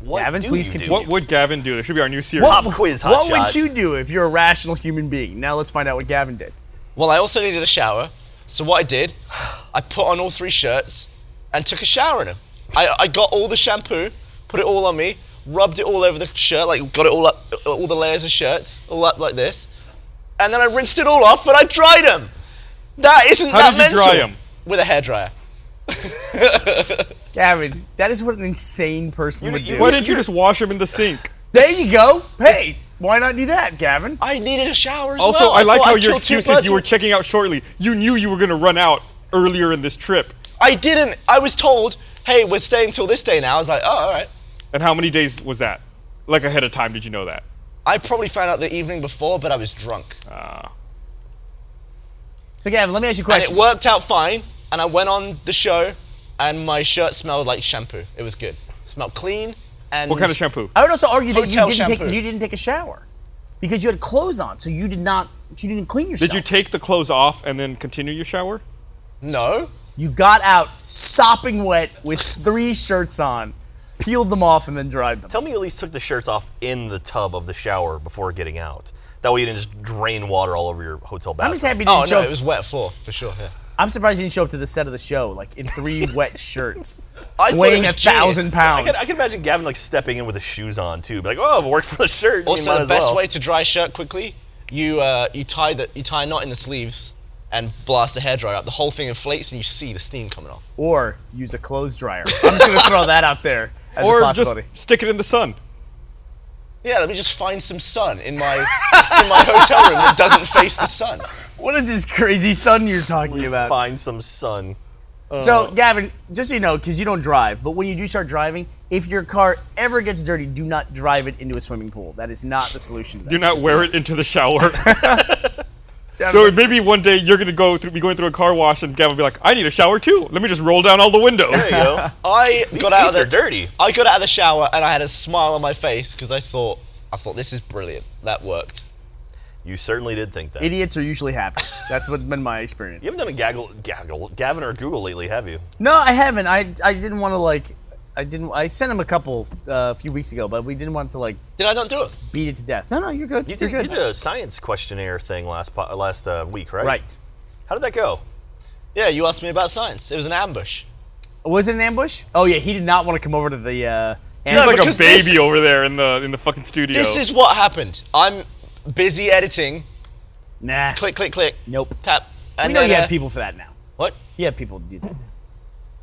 [SPEAKER 2] what
[SPEAKER 4] Gavin,
[SPEAKER 2] do
[SPEAKER 4] please
[SPEAKER 2] you
[SPEAKER 4] continue.
[SPEAKER 1] What would Gavin do? There should be our new series.
[SPEAKER 2] Pop quiz, hot
[SPEAKER 4] what would
[SPEAKER 2] shot.
[SPEAKER 4] you do if you're a rational human being? Now let's find out what Gavin did.
[SPEAKER 3] Well, I also needed a shower. So what I did, I put on all three shirts and took a shower in them. I, I got all the shampoo, put it all on me, rubbed it all over the shirt, like got it all up, all the layers of shirts, all up like this. And then I rinsed it all off, but I dried them. That isn't
[SPEAKER 1] How
[SPEAKER 3] that
[SPEAKER 1] did you dry
[SPEAKER 3] mental.
[SPEAKER 1] 'em?
[SPEAKER 3] With a hairdryer.
[SPEAKER 4] Gavin, that is what an insane person would do.
[SPEAKER 1] Why didn't you just wash them in the sink?
[SPEAKER 4] there you go. Hey, why not do that, Gavin?
[SPEAKER 3] I needed a shower as
[SPEAKER 1] Also,
[SPEAKER 3] well.
[SPEAKER 1] I like
[SPEAKER 3] thought
[SPEAKER 1] how
[SPEAKER 3] I'd
[SPEAKER 1] your
[SPEAKER 3] kill two
[SPEAKER 1] excuse
[SPEAKER 3] birds
[SPEAKER 1] is you were
[SPEAKER 3] with-
[SPEAKER 1] checking out shortly. You knew you were going to run out earlier in this trip.
[SPEAKER 3] I didn't. I was told, hey, we're staying till this day now. I was like, oh, all right.
[SPEAKER 1] And how many days was that? Like ahead of time, did you know that?
[SPEAKER 3] I probably found out the evening before, but I was drunk.
[SPEAKER 1] Ah,
[SPEAKER 4] So, Gavin, let me ask you a
[SPEAKER 3] and it
[SPEAKER 4] question.
[SPEAKER 3] worked out fine. And I went on the show, and my shirt smelled like shampoo. It was good. smelled clean. And
[SPEAKER 1] What kind of shampoo?
[SPEAKER 4] I would also argue that you
[SPEAKER 3] Hotel
[SPEAKER 4] didn't take
[SPEAKER 3] shampoo.
[SPEAKER 4] you didn't take a shower because you had clothes on, so you did not you didn't clean yourself.
[SPEAKER 1] Did you take the clothes off and then continue your shower?
[SPEAKER 3] No.
[SPEAKER 4] You got out sopping wet with three shirts on, peeled them off, and then dried them.
[SPEAKER 2] Tell me you at least took the shirts off in the tub of the shower before getting out. That way you didn't just drain water all over your hotel bathroom.
[SPEAKER 4] I'm just happy you
[SPEAKER 3] Oh
[SPEAKER 4] didn't
[SPEAKER 3] no,
[SPEAKER 4] show.
[SPEAKER 3] it was wet floor for sure. Yeah.
[SPEAKER 4] I'm surprised you didn't show up to the set of the show like in three wet shirts,
[SPEAKER 3] I thought it
[SPEAKER 4] weighing a
[SPEAKER 3] was genius.
[SPEAKER 4] thousand
[SPEAKER 2] Oh, I
[SPEAKER 4] pounds.
[SPEAKER 2] can, I can imagine Gavin like stepping in with his shoes on too, be like, "Oh, I've worked for the shirt." you
[SPEAKER 3] Also,
[SPEAKER 2] might
[SPEAKER 3] the
[SPEAKER 2] as
[SPEAKER 3] best
[SPEAKER 2] well.
[SPEAKER 3] way to dry a shirt quickly, you uh, you tie the you tie a knot in the sleeves, and blast a hairdryer up. The whole thing inflates, and you see the steam coming off.
[SPEAKER 4] or use a clothes dryer. I'm just gonna throw that out there as a
[SPEAKER 1] Or just
[SPEAKER 4] possibility.
[SPEAKER 1] stick it in the sun?
[SPEAKER 3] Yeah, let me just find some sun in my in my hotel room that doesn't face the sun.
[SPEAKER 4] What is this crazy sun you're talking about?
[SPEAKER 2] Find some sun.
[SPEAKER 4] So, Gavin, just so you know, because you don't drive, but when you do start driving, if your car ever gets dirty, do not drive it into a swimming pool. That is not the solution. to that.
[SPEAKER 1] Do not wear it into the shower.
[SPEAKER 4] Gavin,
[SPEAKER 1] so maybe one day you're going to go through, be going through a car wash and Gavin will be like, I need a shower too. Let me just roll down all the windows.
[SPEAKER 2] There you go.
[SPEAKER 3] I
[SPEAKER 2] These
[SPEAKER 3] got out of
[SPEAKER 2] seats
[SPEAKER 3] the,
[SPEAKER 2] are dirty.
[SPEAKER 3] I got out of the shower and I had a smile on my face because I thought I thought this is brilliant. That worked.
[SPEAKER 2] You certainly did think that.
[SPEAKER 4] idiots are usually happy. That's what been my experience.
[SPEAKER 2] You haven't done a gaggle, gaggle, Gavin or Google lately, have you?
[SPEAKER 4] No, I haven't. I, I didn't want to like. I didn't. I sent him a couple uh, a few weeks ago, but we didn't want to like
[SPEAKER 3] Did I not do it?
[SPEAKER 4] beat it to death. No, no, you're good.
[SPEAKER 2] You
[SPEAKER 4] You
[SPEAKER 2] did,
[SPEAKER 4] are
[SPEAKER 2] you
[SPEAKER 4] good.
[SPEAKER 2] did a science questionnaire thing last po- last uh, week, right?
[SPEAKER 4] right.
[SPEAKER 2] How did that go?
[SPEAKER 3] Yeah, you asked me about science. It was an ambush.
[SPEAKER 4] Was it an ambush? Oh yeah, he did not want to come over to the. Uh,
[SPEAKER 1] He's
[SPEAKER 4] ambush.
[SPEAKER 1] like a
[SPEAKER 3] because
[SPEAKER 1] baby
[SPEAKER 3] this-
[SPEAKER 1] over there in the in the fucking studio.
[SPEAKER 3] This is what happened. I'm busy editing.
[SPEAKER 4] nah.
[SPEAKER 3] Click, click, click.
[SPEAKER 4] Nope.
[SPEAKER 3] Tap. And
[SPEAKER 4] We know
[SPEAKER 3] then,
[SPEAKER 4] you
[SPEAKER 3] uh,
[SPEAKER 4] have people for that now.
[SPEAKER 3] What?
[SPEAKER 4] You have people to do that.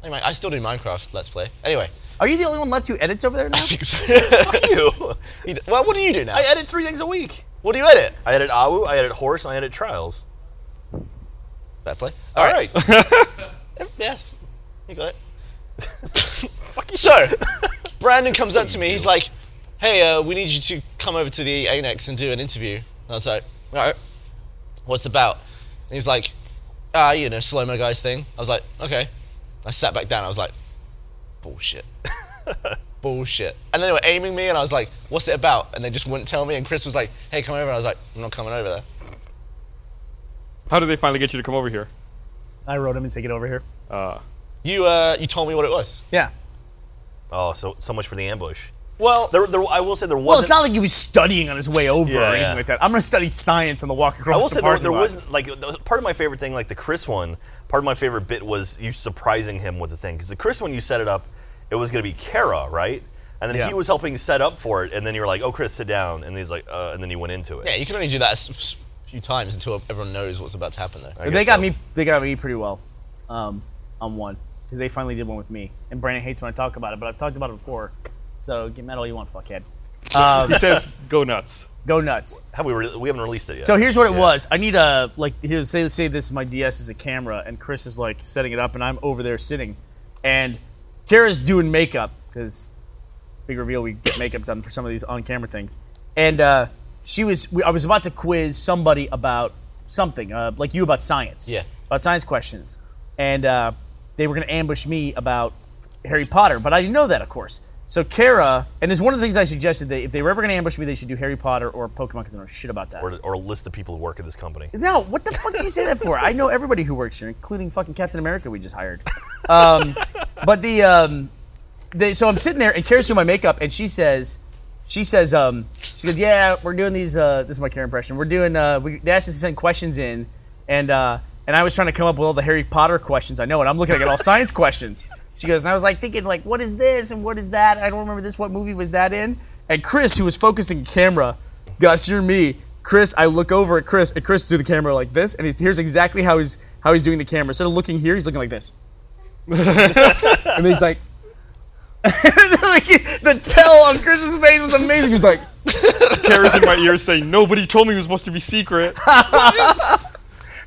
[SPEAKER 3] Hey, mate, I still do Minecraft Let's Play. Anyway.
[SPEAKER 4] Are you the only one left who edits over there now?
[SPEAKER 3] I think so.
[SPEAKER 2] Fuck you.
[SPEAKER 3] You d- well, what do you do now?
[SPEAKER 2] I edit three things a week.
[SPEAKER 3] What do you edit?
[SPEAKER 2] I edit Awu, I edit Horse, and I edit Trials.
[SPEAKER 3] Fair play.
[SPEAKER 2] All right.
[SPEAKER 3] Yeah, you got it.
[SPEAKER 2] Fuck you.
[SPEAKER 3] So, Brandon comes up to me. He's like, "Hey, uh, we need you to come over to the Anex and do an interview." And I was like, "All right, what's it about?" And he's like, "Ah, you know, slow mo guys thing." I was like, "Okay." I sat back down. I was like, "Bullshit." Bullshit. And then they were aiming me, and I was like, "What's it about?" And they just wouldn't tell me. And Chris was like, "Hey, come over." And I was like, "I'm not coming over there."
[SPEAKER 1] How did they finally get you to come over here?
[SPEAKER 4] I wrote him and take it over here.
[SPEAKER 3] You uh, you told me what it was.
[SPEAKER 4] Yeah.
[SPEAKER 2] Oh, so so much for the ambush.
[SPEAKER 3] Well,
[SPEAKER 2] There, there, I will say there
[SPEAKER 4] Well,
[SPEAKER 2] wasn't.
[SPEAKER 4] it's not like he was studying on his way over
[SPEAKER 2] Yeah,
[SPEAKER 4] or anything
[SPEAKER 2] yeah.
[SPEAKER 4] like that. I'm gonna study science on the walk across
[SPEAKER 2] I will
[SPEAKER 4] the
[SPEAKER 2] say there,
[SPEAKER 4] parking
[SPEAKER 2] there
[SPEAKER 4] lot.
[SPEAKER 2] was like th- part of my favorite thing, like the Chris one. Part of my favorite bit was you surprising him with the thing because the Chris one you set it up, it was going to be Kara, right? And then
[SPEAKER 4] Yeah.
[SPEAKER 2] he was helping set up for it, and then you were like, "Oh, Chris, sit down," and he's like, uh, and then he went into it.
[SPEAKER 3] yeah, you can only do that a s- s- few times until everyone knows what's about to happen, though.
[SPEAKER 2] I
[SPEAKER 4] they
[SPEAKER 2] guess
[SPEAKER 4] got
[SPEAKER 2] so.
[SPEAKER 4] me. They got me pretty well um, on one because they finally did one with me. And Brandon hates when I talk about it, but I've talked about it before. So get mad all you want, fuckhead. Um,
[SPEAKER 1] He says, "Go nuts."
[SPEAKER 4] go nuts.
[SPEAKER 2] Have we? Re- we haven't released it yet.
[SPEAKER 4] So here's what it
[SPEAKER 2] Yeah.
[SPEAKER 4] was. I need a like. Here, say say this is my DS is a camera, and Chris is like setting it up, and I'm over there sitting, and Kara's doing makeup because big reveal we get makeup done for some of these on camera things, and uh, she was we, I was about to quiz somebody about something uh, like you about science,
[SPEAKER 3] Yeah.
[SPEAKER 4] about science questions, and uh, they were gonna ambush me about Harry Potter, but I didn't know that of course. So Kara, and it's one of the things I suggested that if they were ever going to ambush me, they should do Harry Potter or Pokemon because I don't know shit about that.
[SPEAKER 2] or, or list the people who work at this company.
[SPEAKER 4] No, what the fuck do you say that for? I know everybody who works here, including fucking Captain America we just hired. Um, but the, um, the so I'm sitting there and Kara's doing my makeup and she says, she says, um, she goes, yeah, we're doing these. Uh, this is my Kara impression. We're doing. Uh, we, they asked us to send questions in, and uh, and I was trying to come up with all the Harry Potter questions I know, and I'm looking at all science questions. She goes, and I was like thinking like, what is this and what is that? I don't remember this. What movie was that in? And Chris, who was focusing camera, Gus, you're me. Chris, I look over at Chris, and Chris do the camera like this, and he, here's exactly how he's how he's doing the camera. Instead of looking here, he's looking like this, and he's like, like the tell on Chris's face was amazing. He's like,
[SPEAKER 1] Carrots in my ears saying, nobody told me it was supposed to be secret.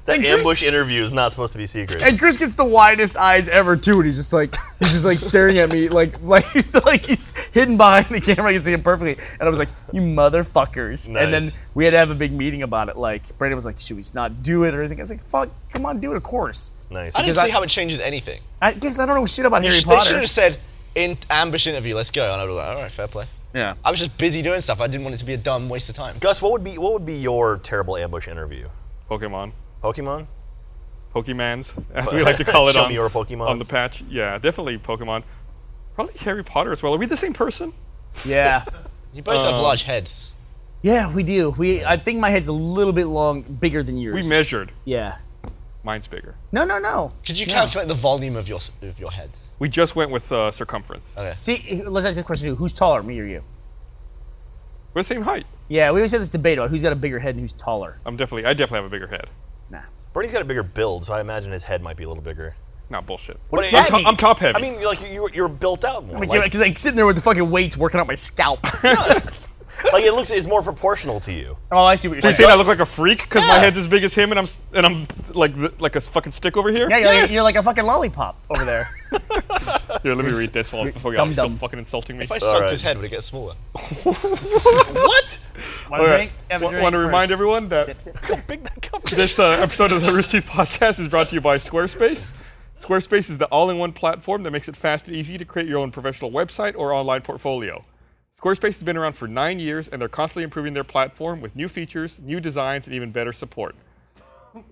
[SPEAKER 2] That
[SPEAKER 4] Chris-
[SPEAKER 2] ambush interview is not supposed to be secret.
[SPEAKER 4] and Chris gets the widest eyes ever too, and he's just like, he's just like staring at me, like like like he's hidden behind the camera. I can see him perfectly, and I was like, you motherfuckers. And then
[SPEAKER 2] Nice.
[SPEAKER 4] we had to have a big meeting about it. Like Brandon was like, should we not do it or anything? I was like, fuck, come on, do it, of course.
[SPEAKER 2] nice.
[SPEAKER 3] I didn't
[SPEAKER 4] Because
[SPEAKER 3] see
[SPEAKER 4] I-
[SPEAKER 3] how it changes anything.
[SPEAKER 4] I guess I don't know shit about
[SPEAKER 3] They
[SPEAKER 4] Harry
[SPEAKER 3] should have
[SPEAKER 4] Potter.
[SPEAKER 3] said, in ambush interview, let's go. And I'd be like, all right, fair play.
[SPEAKER 4] Yeah.
[SPEAKER 3] I was just busy doing stuff. I didn't want it to be a dumb waste of time.
[SPEAKER 2] Gus, what would be what would be your terrible ambush interview?
[SPEAKER 1] Pokemon.
[SPEAKER 2] Pokemon?
[SPEAKER 1] Pokemans, as we like to call it
[SPEAKER 2] Show
[SPEAKER 1] on,
[SPEAKER 2] me your Pokemons.
[SPEAKER 1] on the patch. Yeah, definitely Pokemon. Probably Harry Potter as well. Are we the same person?
[SPEAKER 4] Yeah.
[SPEAKER 3] You both
[SPEAKER 2] Oh.
[SPEAKER 3] have large heads.
[SPEAKER 4] Yeah, we do. We I think my head's a little bit long, bigger than yours.
[SPEAKER 1] We measured.
[SPEAKER 4] Yeah.
[SPEAKER 1] Mine's bigger.
[SPEAKER 4] No, no, no.
[SPEAKER 3] Could you calculate the volume of your s- of your head?
[SPEAKER 1] We just went with uh, circumference.
[SPEAKER 3] Okay.
[SPEAKER 4] See, let's ask this question too. Who's taller, me or you?
[SPEAKER 1] We're the same height.
[SPEAKER 4] Yeah, we always had this debate about who's got a bigger head and who's taller.
[SPEAKER 1] I'm definitely. I definitely have a bigger head.
[SPEAKER 4] Nah.
[SPEAKER 2] Bernie's got a bigger build, so I imagine his head might be a little bigger.
[SPEAKER 1] Not bullshit.
[SPEAKER 4] What does
[SPEAKER 1] I'm,
[SPEAKER 4] that
[SPEAKER 1] to-
[SPEAKER 4] mean?
[SPEAKER 1] I'm top heavy.
[SPEAKER 2] I mean, like you're, you're built out more.
[SPEAKER 4] Because
[SPEAKER 2] Like,
[SPEAKER 4] like sitting there with the fucking weights working out my scalp.
[SPEAKER 2] like it looks, it's more proportional to you.
[SPEAKER 4] oh, I see what
[SPEAKER 1] you
[SPEAKER 4] you're
[SPEAKER 1] saying
[SPEAKER 4] saying.
[SPEAKER 1] I look like a freak because my head's as big as him, and I'm s- and I'm like th- like a fucking stick over here.
[SPEAKER 4] Yeah, you're,
[SPEAKER 1] Yes!
[SPEAKER 4] like, you're like a fucking lollipop over there.
[SPEAKER 1] Here, let me read this while before y'all are still
[SPEAKER 4] Dum-dum.
[SPEAKER 1] fucking insulting me.
[SPEAKER 3] If I sucked
[SPEAKER 2] right.
[SPEAKER 3] his head, would it get smaller?
[SPEAKER 2] what?
[SPEAKER 4] Want
[SPEAKER 1] Want to remind everyone that
[SPEAKER 2] How big that cup is.
[SPEAKER 1] This uh, episode of the Rooster Teeth Podcast is brought to you by Squarespace. Squarespace is the all-in-one platform that makes it fast and easy to create your own professional website or online portfolio. Squarespace has been around for nine years, and they're constantly improving their platform with new features, new designs, and even better support.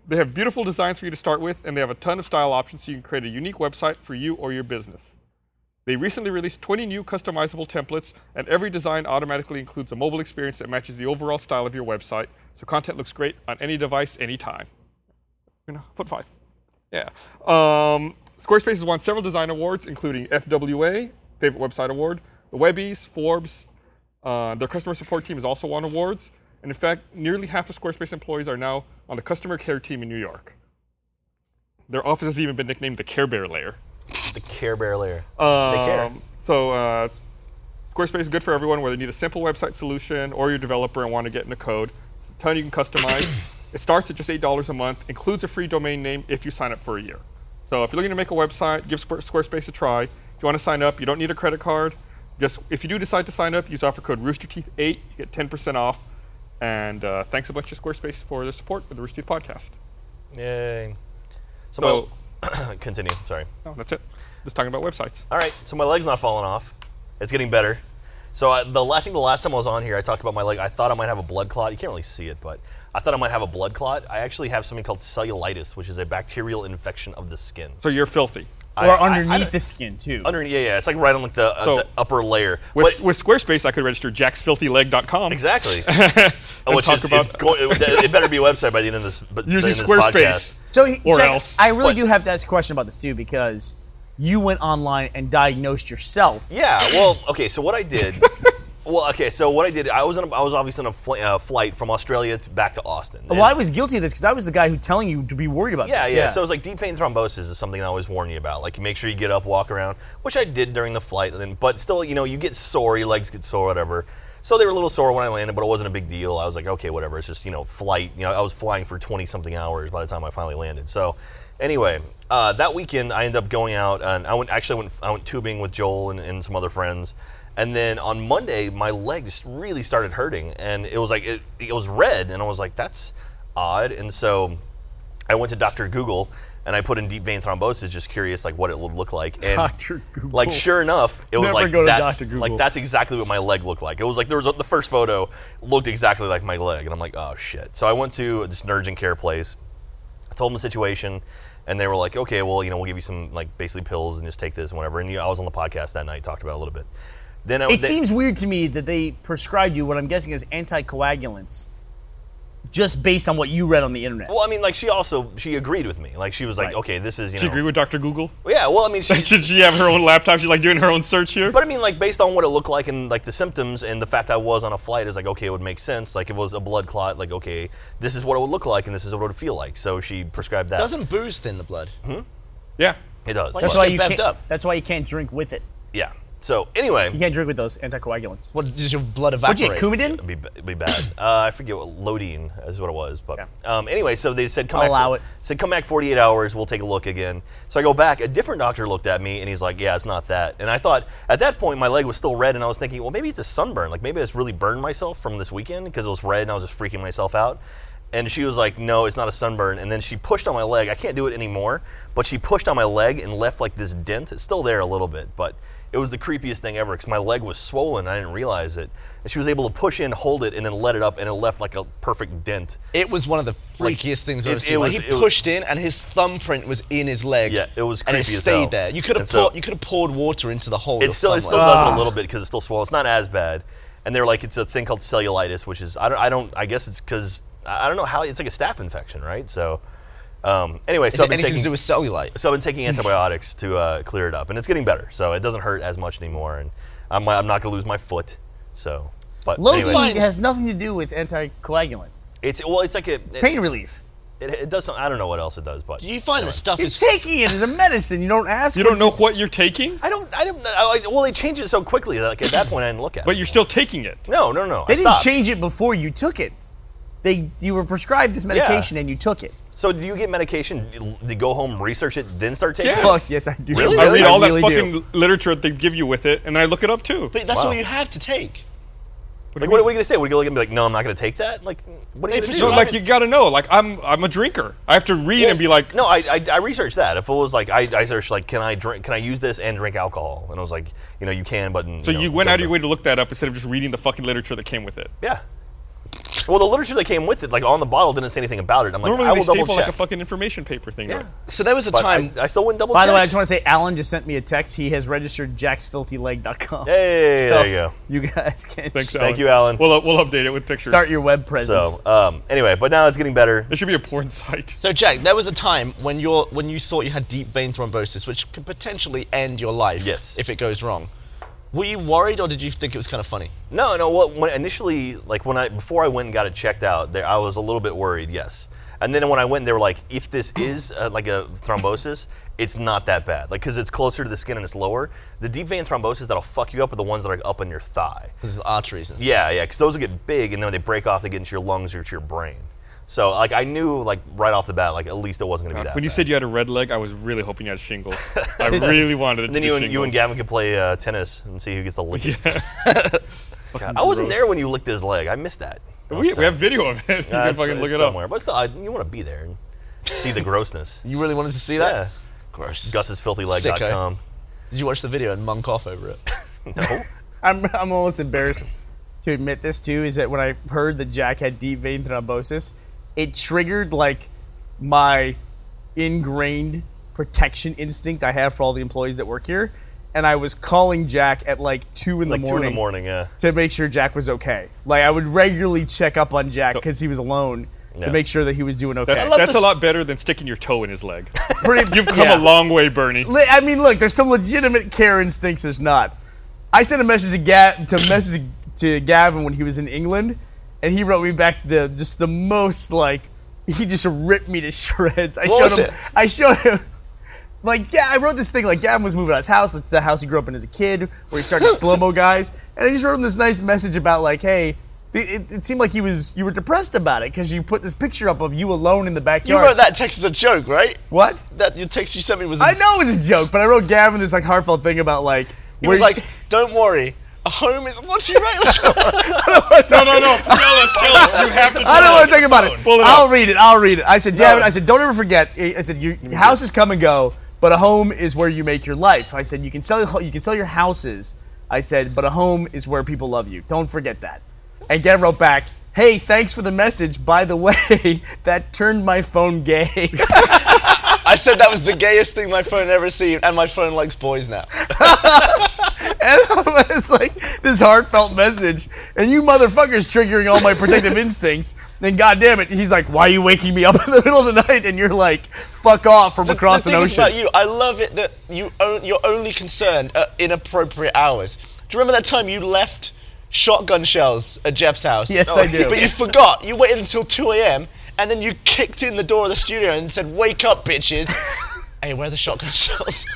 [SPEAKER 1] They have beautiful designs for you to start with, and they have a ton of style options so you can create a unique website for you or your business. They recently released 20 new customizable templates, and every design automatically includes a mobile experience that matches the overall style of your website, so content looks great on any device, anytime. You know, put five. Yeah. Um, Squarespace has won several design awards, including FWA, Favorite Website Award, the Webbies, Forbes. Uh, their customer support team has also won awards. And in fact, nearly half of Squarespace employees are now on the customer care team in New York. Their office has even been nicknamed the Care Bear Layer.
[SPEAKER 2] The Care Bear layer. they care.
[SPEAKER 1] Um, so uh, Squarespace is good for everyone, whether you need a simple website solution or you're a developer and want to get into code. There's a ton you can customize. it starts at just eight dollars a month, includes a free domain name if you sign up for a year. So if you're looking to make a website, give Square- Squarespace a try. If you want to sign up, you don't need a credit card. Just if you do decide to sign up, use offer code Roosterteeth8, you get 10% off. And uh, thanks a bunch to Squarespace for their support of the Rooster Teeth podcast.
[SPEAKER 2] Yay. So,
[SPEAKER 1] So-
[SPEAKER 2] my, continue. Sorry.
[SPEAKER 1] Oh, that's it. Just talking about websites.
[SPEAKER 2] All right. So my leg's not falling off. It's getting better. So I, the I think the last time I was on here, I talked about my leg. I thought I might have a blood clot. You can't really see it, but I thought I might have a blood clot. I actually have something called cellulitis, which is a bacterial infection of the skin.
[SPEAKER 1] So you're filthy.
[SPEAKER 2] I-
[SPEAKER 4] Or
[SPEAKER 2] I- I
[SPEAKER 4] underneath
[SPEAKER 2] don't-
[SPEAKER 4] the skin too.
[SPEAKER 2] Under, yeah, yeah, it's like right on like the, uh,
[SPEAKER 1] So-
[SPEAKER 2] the upper layer.
[SPEAKER 1] With,
[SPEAKER 2] But-
[SPEAKER 1] with Squarespace, I could register jacksfilthyleg.com.
[SPEAKER 2] exactly. Oh, Which
[SPEAKER 1] talk
[SPEAKER 2] is,
[SPEAKER 1] about-
[SPEAKER 2] is going, it, it better be a website by the end of this. But
[SPEAKER 1] Using
[SPEAKER 2] this podcast.
[SPEAKER 1] Squarespace.
[SPEAKER 4] So, he-
[SPEAKER 1] Or
[SPEAKER 4] Jack,
[SPEAKER 1] else.
[SPEAKER 4] I really
[SPEAKER 2] What?
[SPEAKER 4] do have to ask a question about this too because you went online and diagnosed yourself.
[SPEAKER 2] Yeah. Well, okay. So what I did. well, okay. So what I did, I was on a, I was obviously on a fl- uh, flight from Australia to, back to Austin.
[SPEAKER 4] Well, I was guilty of this because I was the guy who telling you to be worried about
[SPEAKER 2] Yeah,
[SPEAKER 4] this.
[SPEAKER 2] yeah. So it's like deep vein thrombosis is something I always warn you about. Like make sure you get up, walk around, which I did during the flight. And then, but still, you know, you get sore, your legs get sore, whatever. So they were a little sore when I landed, but it wasn't a big deal. I was like, okay, whatever. It's just you know, flight. You know, I was flying for twenty something hours by the time I finally landed. So, anyway, uh, that weekend I ended up going out and I went actually I went I went tubing with Joel and, and some other friends. And then on Monday, my leg just really started hurting, and it was like it, it was red, and I was like, that's odd. And so I went to Dr. Google and I put in deep vein thrombosis, just curious like what it would look like. And
[SPEAKER 4] Dr. Google.
[SPEAKER 2] Like sure enough, it was
[SPEAKER 4] Never
[SPEAKER 2] like
[SPEAKER 4] go to
[SPEAKER 2] that's
[SPEAKER 4] Dr. Google.
[SPEAKER 2] like that's exactly what my leg looked like. It was like there was a, the first photo looked exactly like my leg, and I'm like, oh shit. So I went to this urgent care place. I told them the situation, and they were like, okay, well, you know, we'll give you some like basically pills and just take this and whatever. And you, I was on the podcast that night, talked about it a little bit. Then I,
[SPEAKER 4] It
[SPEAKER 2] they-
[SPEAKER 4] seems weird to me that they prescribed you what I'm guessing is anticoagulants just based on what you read on the internet.
[SPEAKER 2] Well, I mean, like she also she agreed with me. Like she was like,
[SPEAKER 4] Right.
[SPEAKER 2] okay, this is you
[SPEAKER 1] Did you
[SPEAKER 2] know.
[SPEAKER 1] agree with Dr. Google?
[SPEAKER 2] yeah. Well, I mean, she,
[SPEAKER 1] Should she have her own laptop? She's like doing her own search here.
[SPEAKER 2] but I mean, like based on what it looked like and like the symptoms and the fact I was on a flight is like okay, it would make sense. Like if it was a blood clot, like okay, this is what it would look like and this is what it would feel like. So she prescribed that.
[SPEAKER 3] Doesn't booze thin the blood?
[SPEAKER 2] Hmm?
[SPEAKER 1] yeah.
[SPEAKER 2] it does?
[SPEAKER 3] Why
[SPEAKER 2] but-
[SPEAKER 4] that's why
[SPEAKER 3] get
[SPEAKER 4] you
[SPEAKER 3] bevved
[SPEAKER 4] can't.
[SPEAKER 3] up.
[SPEAKER 4] That's why you can't drink with it.
[SPEAKER 2] yeah. So anyway,
[SPEAKER 4] You can't drink with those anticoagulants.
[SPEAKER 3] What does your blood
[SPEAKER 4] What'd
[SPEAKER 3] evaporate?
[SPEAKER 4] you get, Coumadin?
[SPEAKER 2] It'd be, it'd be bad. Uh, I forget what loading is what it was, but um, anyway, so they said come
[SPEAKER 4] I'll
[SPEAKER 2] back.
[SPEAKER 4] allow it.
[SPEAKER 2] Said come back 48 hours. We'll take a look again. So I go back. A different doctor looked at me and he's like, yeah, it's not that. And I thought at that point my leg was still red and I was thinking, well, maybe it's a sunburn. Like maybe I just really burned myself from this weekend because it was red and I was just freaking myself out. And she was like, no, it's not a sunburn. And then she pushed on my leg. I can't do it anymore, but she pushed on my leg and left like this dent. It's still there a little bit, but it was the creepiest thing ever because my leg was swollen. I didn't realize it. And she was able to push in, hold it, and then let it up, and it left like a perfect dent.
[SPEAKER 3] It was one of the freakiest things I've
[SPEAKER 2] it-
[SPEAKER 3] ever seen.
[SPEAKER 2] it
[SPEAKER 3] Like,
[SPEAKER 2] was-
[SPEAKER 3] he
[SPEAKER 2] it was-
[SPEAKER 3] pushed in, and his thumbprint was in his leg.
[SPEAKER 2] Yeah, it was
[SPEAKER 3] and it
[SPEAKER 2] creepy as
[SPEAKER 3] stayed
[SPEAKER 2] hell.
[SPEAKER 3] there. You could have
[SPEAKER 2] And so-
[SPEAKER 3] poured, you could have poured water into the hole.
[SPEAKER 2] It still, it still
[SPEAKER 3] does.
[SPEAKER 2] does it a little bit because it's still swollen. It's not as bad. And they're like, it's a thing called cellulitis, which is I don't, I don't, I guess it's because I I don't know how it's like a staph infection, right? So, um, anyway,
[SPEAKER 3] Is
[SPEAKER 2] so I've
[SPEAKER 3] it
[SPEAKER 2] been
[SPEAKER 3] anything
[SPEAKER 2] taking
[SPEAKER 3] to do with cellulite?
[SPEAKER 2] so I've been taking antibiotics to uh, clear it up, and it's getting better. So it doesn't hurt as much anymore, and I'm, I'm not gonna lose my foot. So, but
[SPEAKER 4] Low
[SPEAKER 2] anyway,
[SPEAKER 4] D has nothing to do with anticoagulant.
[SPEAKER 2] it's well, it's like a, it,
[SPEAKER 4] Pain relief.
[SPEAKER 2] it, it does. Some, I don't know what else it does, but
[SPEAKER 3] Do you find the stuff
[SPEAKER 4] You're
[SPEAKER 3] is
[SPEAKER 4] taking it as a medicine. You don't ask.
[SPEAKER 1] You don't know what you're taking,
[SPEAKER 2] I don't. I don't. I, I- well, they changed it so quickly. Like at that point, I didn't look at
[SPEAKER 1] but
[SPEAKER 2] it.
[SPEAKER 1] you're still taking it.
[SPEAKER 2] no, no, no. I
[SPEAKER 4] They didn't
[SPEAKER 2] stopped.
[SPEAKER 4] change it before you took it. They you were prescribed this medication and you took it.
[SPEAKER 2] So do you get medication? To go home, research it, then start taking.
[SPEAKER 1] Yes.
[SPEAKER 2] it?
[SPEAKER 4] Fuck yes, I do.
[SPEAKER 2] Really?
[SPEAKER 1] I read all
[SPEAKER 4] really
[SPEAKER 1] that
[SPEAKER 4] do.
[SPEAKER 1] fucking literature that they give you with it, and I look it up too.
[SPEAKER 3] But that's
[SPEAKER 2] Wow.
[SPEAKER 3] all you have to take.
[SPEAKER 1] What do
[SPEAKER 2] Like,
[SPEAKER 1] you mean?
[SPEAKER 2] what, what are you gonna say? What are you gonna be like? No, I'm not gonna take that. Like, what are you
[SPEAKER 3] They
[SPEAKER 2] gonna do?
[SPEAKER 1] so
[SPEAKER 3] prescribe
[SPEAKER 1] like you gotta know. Like I'm I'm a drinker. I have to read and be like,
[SPEAKER 2] no, I, I, I researched that. If it was like I, I searched like, can I drink? Can I use this and drink alcohol? And I was like, you know, you can, but
[SPEAKER 1] So you went out of your way to look that up instead of just reading the fucking literature that came with it.
[SPEAKER 2] Yeah. Well, the literature that came with it, like on the bottle, didn't say anything about it. I'm like,
[SPEAKER 1] Normally
[SPEAKER 2] I
[SPEAKER 1] they
[SPEAKER 2] will double
[SPEAKER 1] staple like a
[SPEAKER 2] check.
[SPEAKER 1] fucking information paper thing.
[SPEAKER 2] yeah.
[SPEAKER 1] right?
[SPEAKER 3] So there was a
[SPEAKER 2] But
[SPEAKER 3] time.
[SPEAKER 2] I, I still wouldn't double
[SPEAKER 4] By
[SPEAKER 2] check.
[SPEAKER 4] the way, I just want to say Alan just sent me a text. He has registered jacksfiltyleg.com.
[SPEAKER 2] Hey,
[SPEAKER 4] So
[SPEAKER 2] there you go.
[SPEAKER 4] You guys can
[SPEAKER 1] Thanks,
[SPEAKER 2] Thank
[SPEAKER 1] Alan.
[SPEAKER 2] you, Alan.
[SPEAKER 1] We'll uh, we'll update it with pictures.
[SPEAKER 4] start your web presence.
[SPEAKER 2] So um, anyway, but now it's getting better.
[SPEAKER 1] It should be a porn site.
[SPEAKER 3] so Jack, there was a time when you when you thought you had deep vein thrombosis, which could potentially end your life.
[SPEAKER 2] Yes.
[SPEAKER 3] If it goes wrong, were you worried, or did you think it was kind of funny?
[SPEAKER 2] No, no. What when initially, like when I before I went and got it checked out, there I was a little bit worried. Yes, and then when I went, they were like, if this is uh, like a thrombosis, it's not that bad. Like because it's closer to the skin and it's lower. The deep vein thrombosis that'll fuck you up are the ones that are up in your thigh.
[SPEAKER 3] Because of the arteries. And
[SPEAKER 2] Yeah, yeah. Because those will get big, and then when they break off, they get into your lungs or to your brain. So like I knew like right off the bat, like at least it wasn't gonna be that.
[SPEAKER 1] When you
[SPEAKER 2] bad.
[SPEAKER 1] said you had a red leg, I was really hoping you had shingles. I really wanted it. to
[SPEAKER 2] And then
[SPEAKER 1] be
[SPEAKER 2] you and you
[SPEAKER 1] shingles.
[SPEAKER 2] and Gavin could play uh, tennis and see who gets the lick.
[SPEAKER 1] Fucking
[SPEAKER 2] I wasn't
[SPEAKER 1] gross.
[SPEAKER 2] there when you licked his leg. I missed that.
[SPEAKER 1] We, we have video of it. You
[SPEAKER 2] Uh,
[SPEAKER 1] can
[SPEAKER 2] it's-
[SPEAKER 1] fucking look
[SPEAKER 2] it's
[SPEAKER 1] it up.
[SPEAKER 2] somewhere. But still, I, you want to be there and see the grossness.
[SPEAKER 3] You really wanted to see that?
[SPEAKER 2] yeah.
[SPEAKER 3] Gross.
[SPEAKER 2] Gus'sFilthyLeg.com.
[SPEAKER 3] Did you watch the video and monk off over it?
[SPEAKER 2] No.
[SPEAKER 4] I'm, I'm almost embarrassed to admit this too. Is that when I heard that Jack had deep vein thrombosis, it triggered like my ingrained protection instinct I have for all the employees that work here, and I was calling Jack at like two in
[SPEAKER 2] like two
[SPEAKER 4] the
[SPEAKER 2] in
[SPEAKER 4] morning.
[SPEAKER 2] the morning. Yeah.
[SPEAKER 4] to make sure Jack was okay. Like I would regularly check up on Jack because he was alone
[SPEAKER 2] Yeah.
[SPEAKER 4] to make sure that he was doing okay.
[SPEAKER 1] That's,
[SPEAKER 3] love
[SPEAKER 1] that's a
[SPEAKER 3] this-
[SPEAKER 1] lot better than sticking your toe in his leg.
[SPEAKER 4] Pretty-
[SPEAKER 1] You've come
[SPEAKER 4] yeah.
[SPEAKER 1] a long way, Bernie.
[SPEAKER 4] Li- I mean, look, there's some legitimate care instincts. There's not. I sent a message to Gav to message to Gavin when he was in England, and he wrote me back the just the most like he just ripped me to shreds. I
[SPEAKER 3] What
[SPEAKER 4] showed
[SPEAKER 3] was
[SPEAKER 4] him.
[SPEAKER 3] it?
[SPEAKER 4] I showed him. Like yeah, I wrote this thing like Gavin was moving out of his house, it's the house he grew up in as a kid, where he started slow mo guys, and I just wrote him this nice message about like, hey, it, it seemed like he was you were depressed about it because you put this picture up of you alone in the
[SPEAKER 3] You
[SPEAKER 4] backyard.
[SPEAKER 3] wrote that text as a joke, right?
[SPEAKER 4] What?
[SPEAKER 3] That your text you sent me was. a-
[SPEAKER 4] I know it was a joke, but I wrote Gavin this like heartfelt thing about like
[SPEAKER 3] It was
[SPEAKER 4] where-
[SPEAKER 3] like, don't worry, a home is. What did you write? Let's go.
[SPEAKER 1] No, no, no. Tell us, tell us. You have to.
[SPEAKER 4] I don't
[SPEAKER 1] tell
[SPEAKER 4] want
[SPEAKER 1] us.
[SPEAKER 4] to talk about it.
[SPEAKER 1] Pull it
[SPEAKER 4] I'll
[SPEAKER 1] up.
[SPEAKER 4] read it. I'll read it. I said, Gavin. I said, don't ever forget. I I said, your houses come and go, but a home is where you make your life. I said, you can sell you can sell your houses. I said, but a home is where people love you. Don't forget that. And Gavin wrote back, hey, thanks for the message. By the way, that turned my phone gay.
[SPEAKER 3] I said that was the gayest thing my phone ever seen, and my phone likes boys now.
[SPEAKER 4] And it's like this heartfelt message, and you motherfuckers triggering all my protective instincts. Then, goddamn it, he's like, "Why are you waking me up in the middle of the night?" And you're like, "Fuck off from across
[SPEAKER 3] the
[SPEAKER 4] an
[SPEAKER 3] thing is
[SPEAKER 4] ocean."
[SPEAKER 3] about you, I love it that you own, you're only concerned at inappropriate hours. Do you remember that time you left shotgun shells at Jeff's house?
[SPEAKER 4] Yes, I do.
[SPEAKER 3] But you forgot. You waited until 2 a.m. and then you kicked in the door of the studio and said, "Wake up, bitches!" hey, where are the shotgun shells?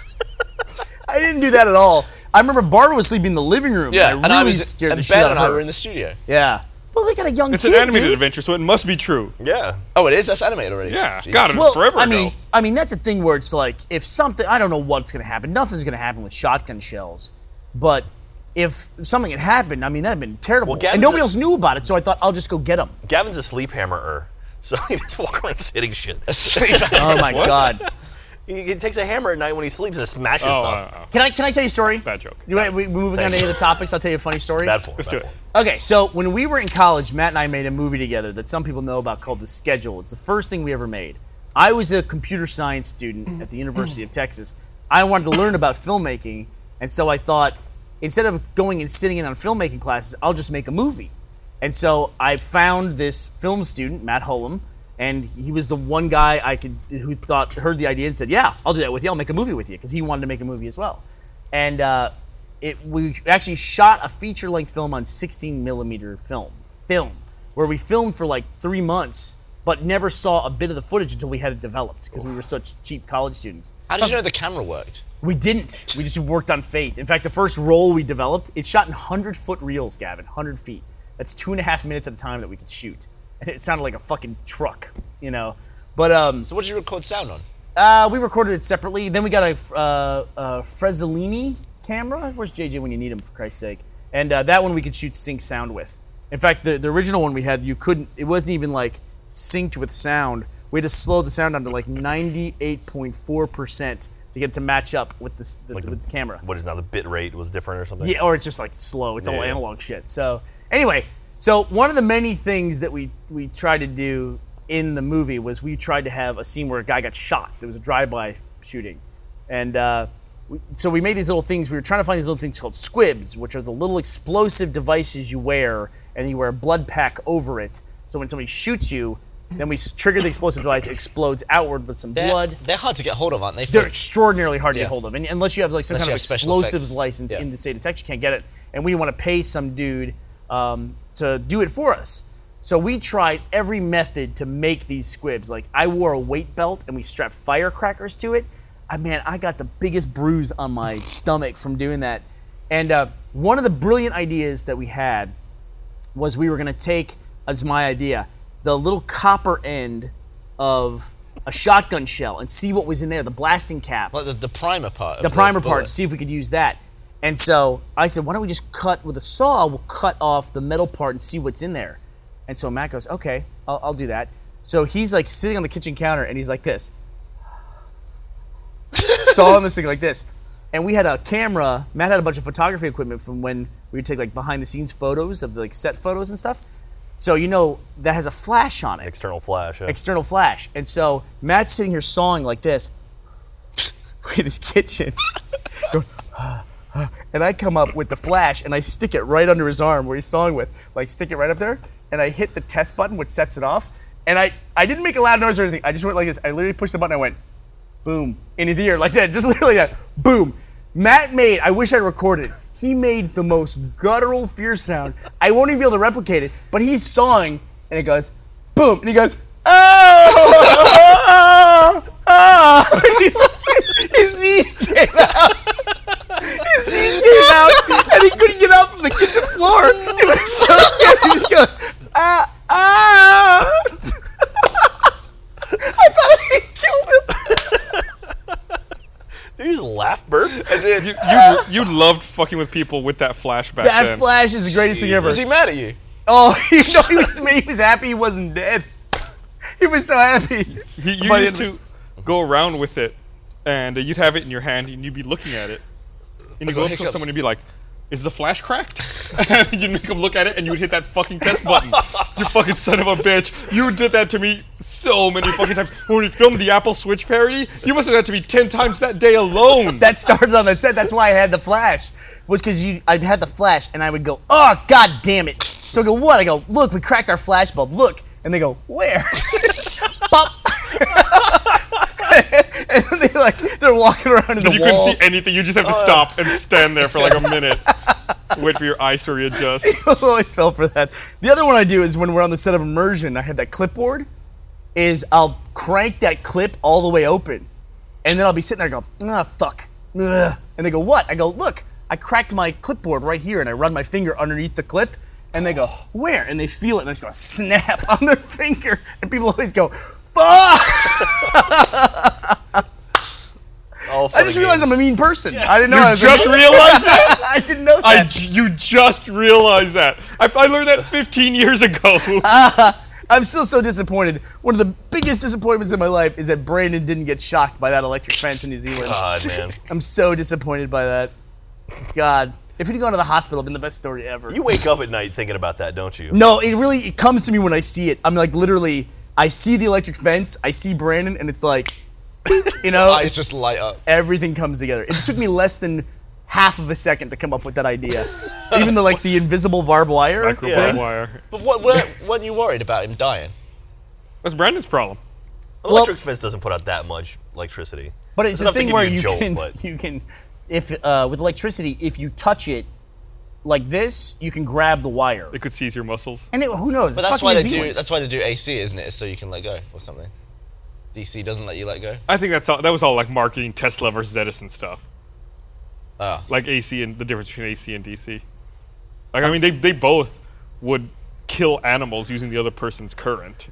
[SPEAKER 4] I didn't do that at all. I remember Barbara was sleeping in the living room. and I really scared
[SPEAKER 3] and
[SPEAKER 4] the
[SPEAKER 3] Ben
[SPEAKER 4] shit out of
[SPEAKER 3] and
[SPEAKER 4] her.
[SPEAKER 3] I were in the studio.
[SPEAKER 4] yeah. Well, they got a young
[SPEAKER 1] It's
[SPEAKER 4] kid,
[SPEAKER 1] an animated
[SPEAKER 4] dude.
[SPEAKER 1] adventure, so it must be true.
[SPEAKER 2] Yeah.
[SPEAKER 3] Oh, it is. That's animated already.
[SPEAKER 1] Yeah,
[SPEAKER 3] Jeez.
[SPEAKER 1] got it.
[SPEAKER 4] Well,
[SPEAKER 1] forever
[SPEAKER 4] I
[SPEAKER 1] ago.
[SPEAKER 4] mean, I mean that's a thing where it's like if something I don't know what's gonna happen. Nothing's gonna happen with shotgun shells, but if something had happened, I mean that'd have been terrible.
[SPEAKER 2] Well, Gavin's
[SPEAKER 4] and nobody
[SPEAKER 2] a-
[SPEAKER 4] else knew about it, so I thought I'll just go get them.
[SPEAKER 2] Gavin's a sleep hammerer, so he just walks around just hitting shit.
[SPEAKER 4] Oh my god!
[SPEAKER 2] He, he takes a hammer at night when he sleeps and smashes
[SPEAKER 1] Oh,
[SPEAKER 2] stuff.
[SPEAKER 1] uh, uh,
[SPEAKER 4] Can I can I tell you a story?
[SPEAKER 1] Bad joke.
[SPEAKER 4] You want we, we're moving on to any of the topics? I'll tell you a funny story.
[SPEAKER 2] Bad form.
[SPEAKER 1] Let's
[SPEAKER 2] bad
[SPEAKER 1] do it.
[SPEAKER 2] form.
[SPEAKER 4] Okay, so when we were in college, Matt and I made a movie together that some people know about called The Schedule. It's the first thing we ever made. I was a computer science student at the University of Texas. I wanted to learn about filmmaking, and so I thought instead of going and sitting in on filmmaking classes, I'll just make a movie. And so I found this film student, Matt Hullum, and he was the one guy I could who thought heard the idea and said, "Yeah, I'll do that with you. I'll make a movie with you," because he wanted to make a movie as well. And uh, it we actually shot a feature length film on 16 millimeter film film where we filmed for like three months, but never saw a bit of the footage until we had it developed because we were such cheap college students.
[SPEAKER 3] How did you know the camera worked?
[SPEAKER 4] We didn't. We just worked on faith. In fact, the first roll we developed, it shot in 100 foot reels, Gavin, 100 feet. That's two and a half minutes at a time that we could shoot. And it sounded like a fucking truck, you know? But um,
[SPEAKER 3] So what did you record sound on?
[SPEAKER 4] uh, we recorded it separately. Then we got a, uh, a Frezzolini camera. Where's JJ when you need him, for Christ's sake? And uh, that one we could shoot sync sound with. In fact, the, the original one we had, you couldn't, it wasn't even like synced with sound. We had to slow the sound down to like 98.4% to get it to match up with the, the,
[SPEAKER 2] Like the-
[SPEAKER 4] with the camera.
[SPEAKER 2] What is now the bit rate was different or something?
[SPEAKER 4] Yeah, or it's just like slow. It's all
[SPEAKER 2] Yeah.
[SPEAKER 4] analog shit. So anyway, so one of the many things that we we tried to do in the movie was we tried to have a scene where a guy got shot. There was a drive-by shooting, and uh, we, so we made these little things. We were trying to find these little things called squibs, which are the little explosive devices you wear, and you wear a blood pack over it. So when somebody shoots you, then we s- trigger the explosive device, it explodes outward with some
[SPEAKER 3] They're,
[SPEAKER 4] blood
[SPEAKER 3] They're hard to get hold of, aren't they?
[SPEAKER 4] they're extraordinarily hard to get
[SPEAKER 3] Yeah.
[SPEAKER 4] hold of, and unless you have like some
[SPEAKER 3] Unless
[SPEAKER 4] kind
[SPEAKER 3] you
[SPEAKER 4] of
[SPEAKER 3] have special
[SPEAKER 4] explosives
[SPEAKER 3] effects.
[SPEAKER 4] license
[SPEAKER 3] Yeah.
[SPEAKER 4] in the state of Texas, you can't get it. And we want to pay some dude um, to do it for us. So we tried every method to make these squibs. Like I wore a weight belt, and we strapped firecrackers to it. I man, I got the biggest bruise on my stomach from doing that. And uh, one of the brilliant ideas that we had was we were going to take as my idea the little copper end of a shotgun shell and see what was in there the blasting cap
[SPEAKER 3] like the, the primer part. of
[SPEAKER 4] the primer part
[SPEAKER 3] bullet.
[SPEAKER 4] to see if we could use that and so i said why don't we just cut with a saw we'll cut off the metal part and see what's in there and so matt goes okay i'll, I'll do that so he's like sitting on the kitchen counter and he's like this sawing this thing like this and we had a camera matt had a bunch of photography equipment from when we would take like behind the scenes photos of like set photos and stuff so you know that has a flash on it
[SPEAKER 2] External flash. Yeah.
[SPEAKER 4] external flash. And so Matt's sitting here sawing like this in his kitchen. going, and I come up with the flash and I stick it right under his arm where he's sawing with. Like stick it right up there and I hit the test button which sets it off. And I, I didn't make a loud noise or anything. I just went like this. I literally pushed the button and I went boom in his ear like that. Just literally that boom. Matt made, I wish I recorded. it. He made the most guttural fear sound. I won't even be able to replicate it, but he's sawing and it goes boom and he goes oh, oh, oh. And he looked- his knees came out. His knees came out, and he couldn't get up from the kitchen floor. It was so scary. He just goes, ah, ah. I thought he killed him.
[SPEAKER 2] Did you just laugh, burp?
[SPEAKER 1] You, you, you loved fucking with people with that flashback.
[SPEAKER 4] That
[SPEAKER 1] then.
[SPEAKER 4] flash is the greatest thing ever.
[SPEAKER 3] Was he mad at you?
[SPEAKER 4] oh, you know, he was, he was happy he wasn't dead. He was so happy.
[SPEAKER 1] He, you
[SPEAKER 4] By the
[SPEAKER 1] used
[SPEAKER 4] end
[SPEAKER 1] to go around with it, and uh, you'd have it in your hand, and you'd be looking at it, and you
[SPEAKER 3] got
[SPEAKER 1] go up to
[SPEAKER 3] hiccups.
[SPEAKER 1] someone and be like, Is the flash cracked? you'd make him look at it and you'd hit that fucking test button. you fucking son of a bitch. You did that to me so many fucking times. When we filmed the Apple Switch parody, you must have done that to me 10 times that day alone.
[SPEAKER 4] that started on that set. That's why I had the flash. Was because you I had the flash and I would go, oh god damn it. So I go, what? I go, look, we cracked our flash bulb. Look, and they go, where? Pop. and they like they're walking around in the
[SPEAKER 1] you couldn't
[SPEAKER 4] walls. Oh,
[SPEAKER 1] see anything. You just have to stop and stand there for like a minute. Wait for your eyes to readjust.
[SPEAKER 4] I always fell for that. The other one I do is when we're on the set of immersion. I have that clipboard. Is I'll crank that clip all the way open, and then I'll be sitting there going, ah, fuck, Ugh. and they go, what? I go, look, I cracked my clipboard right here, and I run my finger underneath the clip, and they go, where? And they feel it, and I just go, snap on their finger, and people always go, fuck.
[SPEAKER 2] All for
[SPEAKER 4] I
[SPEAKER 2] the
[SPEAKER 4] just realized
[SPEAKER 2] game.
[SPEAKER 4] I'm a mean person. I didn't know. I was
[SPEAKER 1] Just realize that?
[SPEAKER 4] I didn't know that.
[SPEAKER 1] I j- you just realized that. I, I learned that 15 years ago.
[SPEAKER 2] Um,
[SPEAKER 4] I'm still so disappointed. One of the biggest disappointments in my life is that Brandon didn't get shocked by that electric fence in New Zealand.
[SPEAKER 2] God, man.
[SPEAKER 4] I'm so disappointed by that. God, if he'd gone to the hospital, it'd been the best story ever.
[SPEAKER 2] You wake up at night thinking about that, don't you?
[SPEAKER 4] no, it really it comes to me when I see it. I'm like literally, I see the electric fence, I see Brandon, and it's like, you know,
[SPEAKER 3] Eyes just light up.
[SPEAKER 4] everything comes together. It took me less than half of a second to come up with that idea. Even the like the invisible barbed wire.
[SPEAKER 1] Micro barbed wire.
[SPEAKER 3] But what, were weren't you worried about him dying?
[SPEAKER 1] That's Brandon's problem.
[SPEAKER 2] Electric fence doesn't put out that much electricity.
[SPEAKER 4] But
[SPEAKER 2] It's
[SPEAKER 4] it's, the
[SPEAKER 2] enough to
[SPEAKER 4] thing
[SPEAKER 2] give
[SPEAKER 4] where
[SPEAKER 2] you a
[SPEAKER 4] you
[SPEAKER 2] jolt,
[SPEAKER 4] can
[SPEAKER 2] but-
[SPEAKER 4] you can if uh, with electricity, if you touch it like this, you can grab the wire.
[SPEAKER 1] It could seize your muscles.
[SPEAKER 4] And it, who knows?
[SPEAKER 3] But
[SPEAKER 4] it's
[SPEAKER 3] that's
[SPEAKER 4] fucking
[SPEAKER 3] why they
[SPEAKER 4] New
[SPEAKER 3] do.
[SPEAKER 4] Zealand.
[SPEAKER 3] That's why they do AC, isn't it? Is So you can let go or something. DC doesn't let you let go.
[SPEAKER 1] I think that's all, that was all like marketing Tesla versus Edison stuff.
[SPEAKER 3] Ah.
[SPEAKER 1] Like AC and the difference between AC and DC. Like I mean, they they both would kill animals using the other person's current,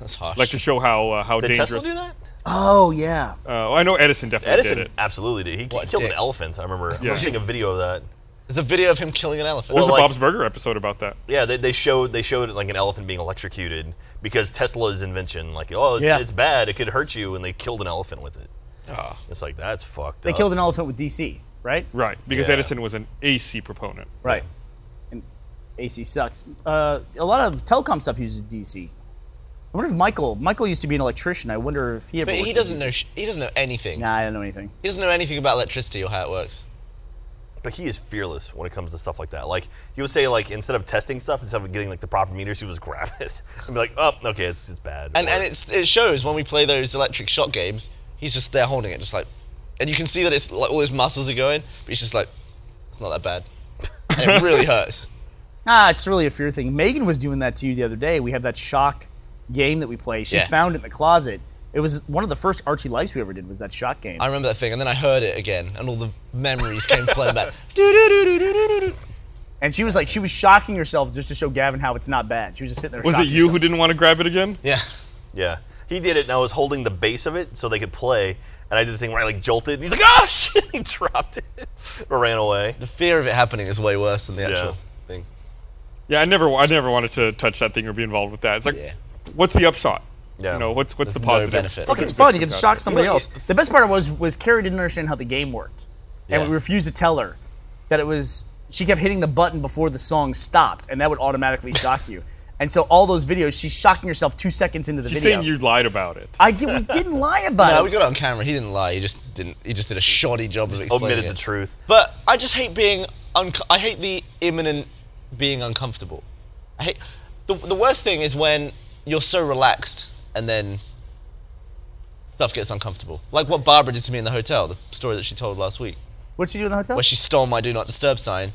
[SPEAKER 3] That's harsh.
[SPEAKER 1] like to show how uh, how
[SPEAKER 2] Did
[SPEAKER 1] dangerous.
[SPEAKER 2] Tesla do that?
[SPEAKER 4] Oh yeah.
[SPEAKER 3] Uh-huh.
[SPEAKER 1] Uh, I know Edison definitely
[SPEAKER 2] Edison
[SPEAKER 1] did it.
[SPEAKER 2] absolutely did. He, he
[SPEAKER 3] What a
[SPEAKER 2] killed an
[SPEAKER 3] dick.
[SPEAKER 2] elephant. I remember. I remember
[SPEAKER 1] Yeah.
[SPEAKER 2] seeing a video of that.
[SPEAKER 3] There's a video of him killing an elephant.
[SPEAKER 1] There's
[SPEAKER 2] Well,
[SPEAKER 1] a
[SPEAKER 2] like-
[SPEAKER 1] Bob's Burger episode about that.
[SPEAKER 2] Yeah, they, they showed they showed like an elephant being electrocuted because Tesla's invention, like, oh, it's,
[SPEAKER 4] Yeah.
[SPEAKER 2] it's bad, it could hurt you, and they killed an elephant with it.
[SPEAKER 3] Ah.
[SPEAKER 2] It's like that's fucked
[SPEAKER 4] They
[SPEAKER 2] up.
[SPEAKER 4] killed an elephant with DC, right?
[SPEAKER 1] Right, because
[SPEAKER 2] Yeah.
[SPEAKER 1] Edison was an AC proponent.
[SPEAKER 4] Right. And AC sucks. Uh, a lot of telecom stuff uses DC. I wonder if Michael Michael used to be an electrician. I wonder if he ever.
[SPEAKER 3] But he
[SPEAKER 4] worked with
[SPEAKER 3] doesn't
[SPEAKER 4] DC.
[SPEAKER 3] know. Sh- he doesn't know anything.
[SPEAKER 4] Nah, I don't know anything.
[SPEAKER 3] He doesn't know anything about electricity or how it works.
[SPEAKER 2] but he is fearless when it comes to stuff like that. Like he would say, like instead of testing stuff, instead of getting like the proper meters, he was grab it and be like, oh, okay, it's it's bad.
[SPEAKER 3] And
[SPEAKER 2] Or-
[SPEAKER 3] and it's, it shows when we play those electric shock games. He's just there holding it, just like, and you can see that it's like all his muscles are going, but he's just like, it's not that bad. And it really hurts.
[SPEAKER 4] Ah, it's really a fear thing. Megan was doing that to you the other day. We have that shock game that we play. She
[SPEAKER 3] Yeah.
[SPEAKER 4] found it in the closet. It was one of the first RT lives we ever did was that shock game.
[SPEAKER 3] I remember that thing, and then I heard it again, and all the memories came flooding back.
[SPEAKER 4] And she was like, she was shocking herself just to show Gavin how it's not bad. She was just sitting there.
[SPEAKER 1] Was it
[SPEAKER 4] shocking
[SPEAKER 1] you
[SPEAKER 4] herself.
[SPEAKER 1] who didn't want to grab it again?
[SPEAKER 3] Yeah.
[SPEAKER 2] yeah, he did it, and I was holding the base of it so they could play. And I did the thing where I like jolted, and he's like, oh shit, he dropped it or ran away.
[SPEAKER 3] The fear of it happening is way worse than the
[SPEAKER 2] Yeah.
[SPEAKER 3] actual thing.
[SPEAKER 1] Yeah, I never, I never wanted to touch that thing or be involved with that. It's like,
[SPEAKER 3] Yeah.
[SPEAKER 1] what's the upshot?
[SPEAKER 2] Yeah.
[SPEAKER 1] You know, what's what's
[SPEAKER 3] There's
[SPEAKER 1] the
[SPEAKER 3] no
[SPEAKER 1] positive?
[SPEAKER 3] benefit.
[SPEAKER 4] Look, it's fun.
[SPEAKER 1] good
[SPEAKER 4] You get to
[SPEAKER 1] for
[SPEAKER 4] shock somebody
[SPEAKER 2] You know,
[SPEAKER 4] else. The best part was was Carrie didn't understand how the game worked, and
[SPEAKER 3] Yeah.
[SPEAKER 4] we refused to tell her that it was. She kept hitting the button before the song stopped, and that would automatically shock you. And so all those videos, she's shocking herself two seconds into the
[SPEAKER 1] She's
[SPEAKER 4] video.
[SPEAKER 1] saying you lied about it.
[SPEAKER 4] I did, we didn't lie about
[SPEAKER 3] No,
[SPEAKER 4] it.
[SPEAKER 3] Uh, we got it on camera. He didn't lie. He just didn't. He just did a shoddy job of explaining
[SPEAKER 2] Omitted
[SPEAKER 3] it.
[SPEAKER 2] the truth.
[SPEAKER 3] But I just hate being. Unco- I hate the imminent being uncomfortable. I hate. The, the worst thing is when you're so relaxed and then stuff gets uncomfortable. Like what Barbara did to me in the hotel, the story that she told last week,
[SPEAKER 4] What'd she do in the hotel?
[SPEAKER 3] where she stole my do not disturb sign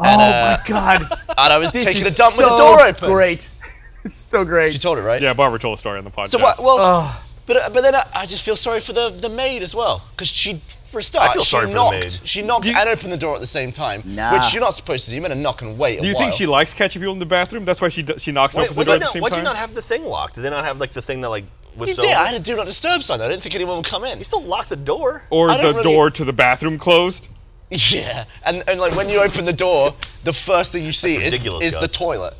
[SPEAKER 4] oh my god!
[SPEAKER 3] and Uh, I was
[SPEAKER 4] This
[SPEAKER 3] taking a
[SPEAKER 4] is
[SPEAKER 3] dump
[SPEAKER 4] so
[SPEAKER 3] with the door open.
[SPEAKER 4] Great. it's so
[SPEAKER 3] She
[SPEAKER 4] great.
[SPEAKER 3] told it, right?
[SPEAKER 1] Yeah, Barbara told a story on the podcast.
[SPEAKER 3] So what? Well,
[SPEAKER 4] Ugh.
[SPEAKER 3] but but then I, I just feel sorry for the, the maid as well because she for a start
[SPEAKER 2] I feel
[SPEAKER 3] she
[SPEAKER 2] sorry for the
[SPEAKER 3] knocked
[SPEAKER 2] maid.
[SPEAKER 3] she knocked
[SPEAKER 1] you-
[SPEAKER 3] and opened the door at the same time,
[SPEAKER 4] Nah.
[SPEAKER 3] which you're not supposed to. do. You're meant to knock and wait. A
[SPEAKER 1] Do you
[SPEAKER 3] while.
[SPEAKER 1] think she likes catching people in the bathroom? That's why she d- she knocks
[SPEAKER 2] Wait,
[SPEAKER 1] opposite
[SPEAKER 2] why'd
[SPEAKER 1] door
[SPEAKER 2] you
[SPEAKER 1] at the
[SPEAKER 2] not,
[SPEAKER 1] same
[SPEAKER 2] why'd you
[SPEAKER 1] time.
[SPEAKER 2] not have the thing locked? Did they not have like the thing that like
[SPEAKER 3] You
[SPEAKER 2] whips
[SPEAKER 3] did. I
[SPEAKER 2] over?
[SPEAKER 3] had a do not disturb sign. I didn't think anyone would come in.
[SPEAKER 2] You still locked the door.
[SPEAKER 1] or
[SPEAKER 3] I
[SPEAKER 1] the
[SPEAKER 3] don't really-
[SPEAKER 1] door to the bathroom closed.
[SPEAKER 3] Yeah, and and like when you open the door, the first thing you see is
[SPEAKER 2] ridiculous,
[SPEAKER 3] is the
[SPEAKER 2] Gus.
[SPEAKER 3] toilet.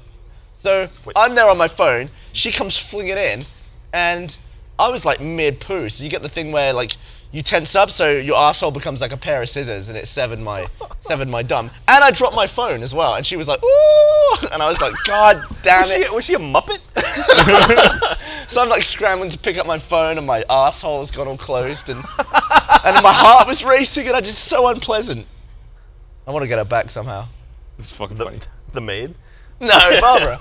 [SPEAKER 3] So
[SPEAKER 2] Wait.
[SPEAKER 3] I'm there on my phone. She comes flinging in, and I was like mid poo. So you get the thing where like You tense up, so your asshole becomes like a pair of scissors, and it severed my severed my dumb. And I dropped my phone as well, and she was like, "Ooh!" And I was like, "God damn
[SPEAKER 2] Was she,
[SPEAKER 3] it!"
[SPEAKER 2] was she a Muppet?
[SPEAKER 3] So I'm like scrambling to pick up my phone, and my asshole has gone all closed, and and my heart was racing, and I just so unpleasant. I want to get her back somehow.
[SPEAKER 1] It's fucking funny.
[SPEAKER 2] the, the maid?
[SPEAKER 3] No, Barbara.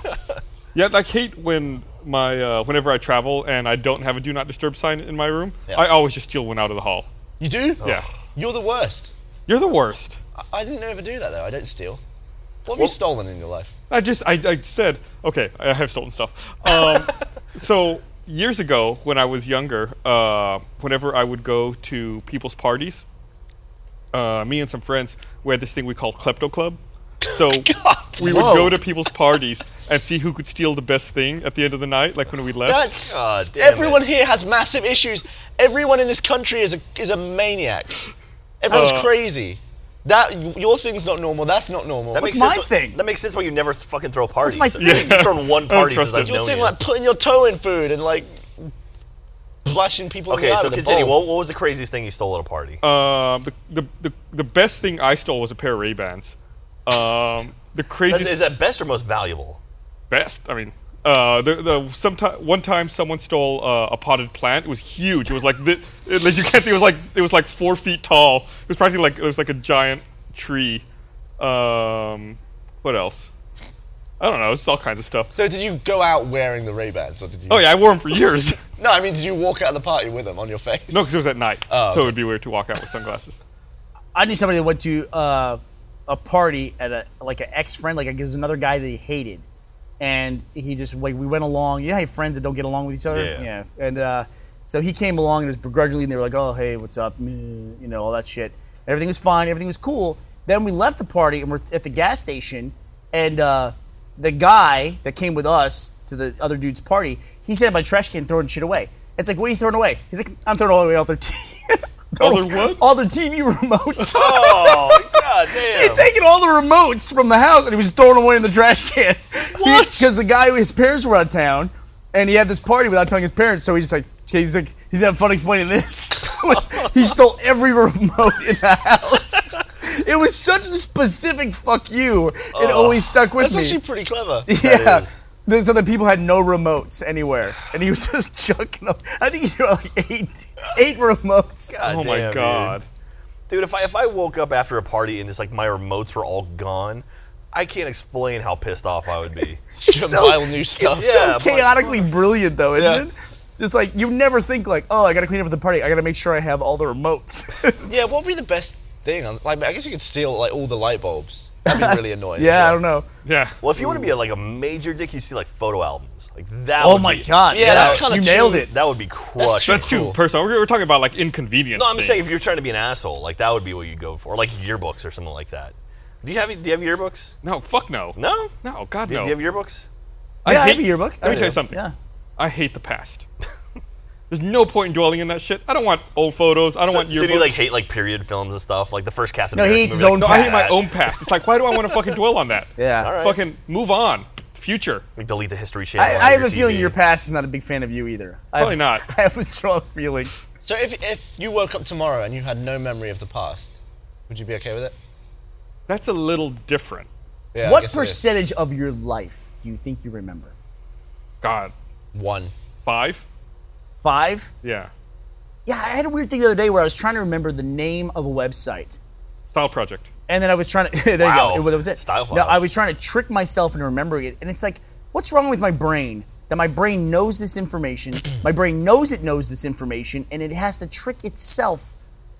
[SPEAKER 1] Yeah, I hate when my uh, whenever I travel and I don't have a do not disturb sign in my room.
[SPEAKER 3] Yeah.
[SPEAKER 1] I always just steal one out of the hall.
[SPEAKER 3] You do?
[SPEAKER 1] Yeah.
[SPEAKER 3] You're the worst.
[SPEAKER 1] You're the worst.
[SPEAKER 3] I, I didn't ever do that though. I don't steal. What have you stolen in your life?
[SPEAKER 1] I just I, I said okay. I have stolen stuff. Um, so years ago, when I was younger, uh, whenever I would go to people's parties, uh, me and some friends we had this thing we called klepto club. So we would
[SPEAKER 4] Whoa.
[SPEAKER 1] go to people's parties and see who could steal the best thing at the end of the night, like when we left.
[SPEAKER 3] That's
[SPEAKER 2] God damn it.
[SPEAKER 3] everyone here has massive issues. Everyone in this country is a is a maniac. Everyone's
[SPEAKER 1] Uh,
[SPEAKER 3] crazy. That your thing's not normal. That's not normal.
[SPEAKER 2] That
[SPEAKER 3] What's
[SPEAKER 2] makes
[SPEAKER 4] my
[SPEAKER 2] sense.
[SPEAKER 4] thing?
[SPEAKER 2] That makes sense why you never th- fucking throw parties.
[SPEAKER 4] my thing?
[SPEAKER 2] You've thrown one party
[SPEAKER 1] trust
[SPEAKER 2] since I've
[SPEAKER 1] it.
[SPEAKER 3] your
[SPEAKER 2] known
[SPEAKER 3] thing
[SPEAKER 2] you.
[SPEAKER 3] like putting your toe in food and like blushing people. in the
[SPEAKER 2] Okay,
[SPEAKER 3] eye
[SPEAKER 2] so
[SPEAKER 3] with a
[SPEAKER 2] continue.
[SPEAKER 3] bowl.
[SPEAKER 2] What, what was the craziest thing you stole at a party?
[SPEAKER 1] Um, the, the, the, the best thing I stole was a pair of Ray Bans. Um, the
[SPEAKER 2] That's,
[SPEAKER 1] craziest,
[SPEAKER 2] is that best or most valuable?
[SPEAKER 1] best. I mean, uh, the, the sometime one time someone stole uh, a potted plant. It was huge. It was like thi- it, like you can't see. It was like it was like four feet tall. It was practically like it was like a giant tree. Um, what else? I don't know. It's all kinds of stuff.
[SPEAKER 3] So did you go out wearing the Ray Bans or did you?
[SPEAKER 1] Oh yeah, I wore them for years.
[SPEAKER 3] No, I mean, did you walk out of the party with them on your face?
[SPEAKER 1] no, because it was at night,
[SPEAKER 3] Oh,
[SPEAKER 1] so it would be weird to walk out with sunglasses.
[SPEAKER 4] I knew somebody that went to uh, a party at a like an ex friend, like there's another guy that he hated, and he just like we went along. You know, how you have friends that don't get along with each other.
[SPEAKER 2] Yeah.
[SPEAKER 4] And uh, so he came along and was begrudgingly, and they were like, "Oh, hey, what's up?" Mm, You know, all that shit. Everything was fine. Everything was cool. Then we left the party and we're at the gas station, and uh, the guy that came with us to the other dude's party, he said my trash can throwing shit away. It's like, what are you throwing away? He's like, I'm throwing away all their tea.
[SPEAKER 1] All their what?
[SPEAKER 4] All their TV remotes.
[SPEAKER 2] Oh, god damn.
[SPEAKER 4] He'd taken all the remotes from the house and he was throwing them away in the trash can.
[SPEAKER 3] What?
[SPEAKER 4] Because the guy, his parents were out of town, and he had this party without telling his parents. So he's just like, he's like, he's having fun explaining this. he stole every remote in the house. it was such a specific "fuck you." It always stuck with
[SPEAKER 3] That's
[SPEAKER 4] me.
[SPEAKER 3] actually pretty clever.
[SPEAKER 4] yeah.
[SPEAKER 2] is.
[SPEAKER 4] There's- So the people had no remotes anywhere, and he was just chucking them. I think he threw out like eight, eight remotes.
[SPEAKER 2] God
[SPEAKER 1] oh
[SPEAKER 2] Ah, damn,
[SPEAKER 1] my
[SPEAKER 2] dude.
[SPEAKER 1] god.
[SPEAKER 2] Dude, if I if I woke up after a party and just like my remotes were all gone, I can't explain how pissed off I would be.
[SPEAKER 3] Compile new stuff.
[SPEAKER 2] it's so Yeah, but-
[SPEAKER 4] chaotically brilliant though, isn't
[SPEAKER 3] Yeah.
[SPEAKER 4] it? Just like you never think like, oh, I gotta clean up the party. I gotta make sure I have all the remotes.
[SPEAKER 3] Yeah, what would be the best thing? Um, Like, I guess you could steal like all the light bulbs. That'd be really annoying.
[SPEAKER 4] yeah, I don't know.
[SPEAKER 1] Yeah.
[SPEAKER 2] well, if you want to be a, like a major dick, you see like photo albums. Like that
[SPEAKER 4] Oh
[SPEAKER 2] would
[SPEAKER 4] my
[SPEAKER 2] be-
[SPEAKER 4] god.
[SPEAKER 3] Yeah, that's kinda
[SPEAKER 4] you
[SPEAKER 3] too-
[SPEAKER 4] nailed it.
[SPEAKER 2] That would be crushed.
[SPEAKER 3] true.
[SPEAKER 1] That's too
[SPEAKER 3] Cool.
[SPEAKER 1] personal. We're, we're talking about like inconvenience.
[SPEAKER 2] No, I'm
[SPEAKER 1] things.
[SPEAKER 2] saying if you're trying to be an asshole, like that would be what you'd go for, like yearbooks or something like that. Do you have do you have yearbooks?
[SPEAKER 1] no, fuck no,
[SPEAKER 2] No.
[SPEAKER 1] no, God
[SPEAKER 2] Do,
[SPEAKER 1] no.
[SPEAKER 2] do you have yearbooks?
[SPEAKER 4] yeah, I
[SPEAKER 1] hate-
[SPEAKER 4] have a yearbook.
[SPEAKER 1] Let
[SPEAKER 4] I
[SPEAKER 1] me tell you
[SPEAKER 4] do.
[SPEAKER 1] something.
[SPEAKER 4] Yeah.
[SPEAKER 1] I hate the past. There's no point in dwelling in that shit. I don't want old photos. I don't
[SPEAKER 2] So,
[SPEAKER 1] want
[SPEAKER 2] so
[SPEAKER 1] yearbooks.
[SPEAKER 2] do you like hate like period films and stuff, like the first Captain
[SPEAKER 4] No, he
[SPEAKER 2] America
[SPEAKER 4] hates his
[SPEAKER 2] movie,
[SPEAKER 4] own
[SPEAKER 1] no,
[SPEAKER 2] like,
[SPEAKER 1] I hate my
[SPEAKER 4] past.
[SPEAKER 1] own past. It's like, why do I want to fucking dwell on that?
[SPEAKER 4] Yeah.
[SPEAKER 2] All right.
[SPEAKER 1] Fucking move on. Future.
[SPEAKER 2] like, delete the history channel.
[SPEAKER 4] I,
[SPEAKER 2] on
[SPEAKER 4] I have
[SPEAKER 2] your
[SPEAKER 4] a feeling
[SPEAKER 2] TV.
[SPEAKER 4] your past is not a big fan of you either. I have-
[SPEAKER 1] Probably not.
[SPEAKER 4] I have a strong feeling.
[SPEAKER 3] So if, if you woke up tomorrow and you had no memory of the past, would you be okay with it?
[SPEAKER 1] That's a little different.
[SPEAKER 3] Yeah, I
[SPEAKER 4] what
[SPEAKER 3] guess it is.
[SPEAKER 4] percentage of your life do you think you remember?
[SPEAKER 1] God,
[SPEAKER 3] One.
[SPEAKER 1] five?
[SPEAKER 4] Five?
[SPEAKER 1] Yeah.
[SPEAKER 4] Yeah, I had a weird thing the other day where I was trying to remember the name of a website.
[SPEAKER 1] Style project.
[SPEAKER 4] And then I was trying to. there
[SPEAKER 2] Wow.
[SPEAKER 4] you go. It, that was it.
[SPEAKER 2] Style file.
[SPEAKER 4] No, I was trying to trick myself into remembering it, and it's like, what's wrong with my brain? That my brain knows this information. my brain knows it knows this information, and it has to trick itself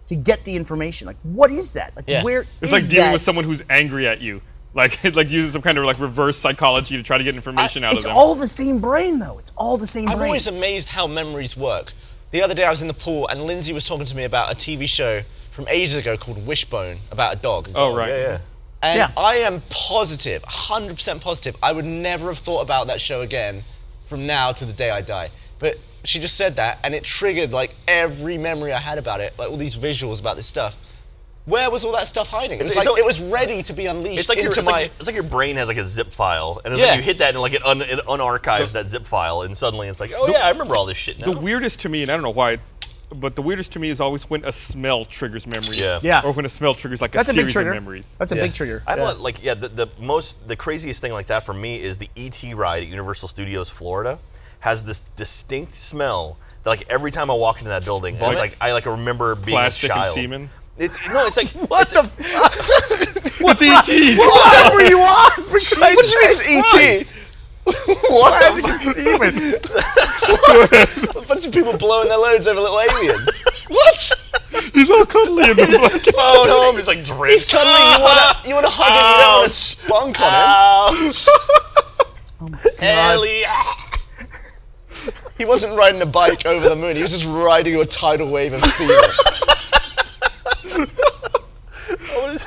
[SPEAKER 4] to get the information. Like, what is that? Like,
[SPEAKER 3] Yeah.
[SPEAKER 4] where
[SPEAKER 1] It's
[SPEAKER 4] is
[SPEAKER 1] like dealing
[SPEAKER 4] that?
[SPEAKER 1] with someone who's angry at you. Like, it like using some kind of like reverse psychology to try to get information out
[SPEAKER 4] It's
[SPEAKER 1] of them.
[SPEAKER 4] all the same brain, though. It's all the same
[SPEAKER 3] I'm
[SPEAKER 4] brain.
[SPEAKER 3] always amazed how memories work. The other day I was in the pool and Lindsay was talking to me about a TV show from ages ago called Wishbone about a dog.
[SPEAKER 1] oh, right.
[SPEAKER 2] Yeah, yeah.
[SPEAKER 3] And
[SPEAKER 4] Yeah.
[SPEAKER 3] I am positive, 100% positive, I would never have thought about that show again from now to the day I die. But she just said that, and it triggered like every memory I had about it, like all these visuals about this stuff. Where was all that stuff hiding? It was,
[SPEAKER 2] It's-
[SPEAKER 3] like,
[SPEAKER 2] it's
[SPEAKER 3] it was ready to be unleashed
[SPEAKER 2] It's like, your,
[SPEAKER 3] into
[SPEAKER 2] it's,
[SPEAKER 3] my.
[SPEAKER 2] like, it's like your brain has like a zip file, and it's
[SPEAKER 3] Yeah.
[SPEAKER 2] like you hit that and like it, un, it unarchives that zip file, and suddenly it's like, oh yeah, I remember all this shit now.
[SPEAKER 1] The weirdest to me, and I don't know why but the weirdest to me is always when a smell triggers memories.
[SPEAKER 2] Yeah.
[SPEAKER 4] Yeah.
[SPEAKER 1] Or when a smell triggers like
[SPEAKER 4] That's
[SPEAKER 1] a
[SPEAKER 4] a big
[SPEAKER 1] series of
[SPEAKER 4] trigger.
[SPEAKER 1] memories.
[SPEAKER 4] That's a
[SPEAKER 2] Yeah.
[SPEAKER 4] big trigger.
[SPEAKER 2] I've
[SPEAKER 4] Yeah.
[SPEAKER 2] let- like yeah, the, the most the craziest thing like that for me is the ET ride at Universal Studios Florida has this distinct smell that like every time I walk into that building, and it's like I like remember being
[SPEAKER 1] Plastic
[SPEAKER 2] a
[SPEAKER 1] and
[SPEAKER 2] child.
[SPEAKER 1] semen?
[SPEAKER 2] It's no, it's like
[SPEAKER 4] What the? fuck?
[SPEAKER 1] What's ET?
[SPEAKER 4] What were you on? For
[SPEAKER 3] What do
[SPEAKER 4] Christ's
[SPEAKER 3] you mean it's ET? what?
[SPEAKER 4] sake, Steven?
[SPEAKER 3] A bunch of people blowing their loads over little aliens. what?
[SPEAKER 1] He's all cuddly in the blanket.
[SPEAKER 2] phone home. He's like drenched.
[SPEAKER 3] He's cuddling. You wanna, you wanna hug him. You don't wanna spunk on him.
[SPEAKER 2] Ouch.
[SPEAKER 4] Oh
[SPEAKER 2] Ellie. ah.
[SPEAKER 3] He wasn't riding a bike over the moon. He was just riding a tidal wave of semen.
[SPEAKER 2] What is?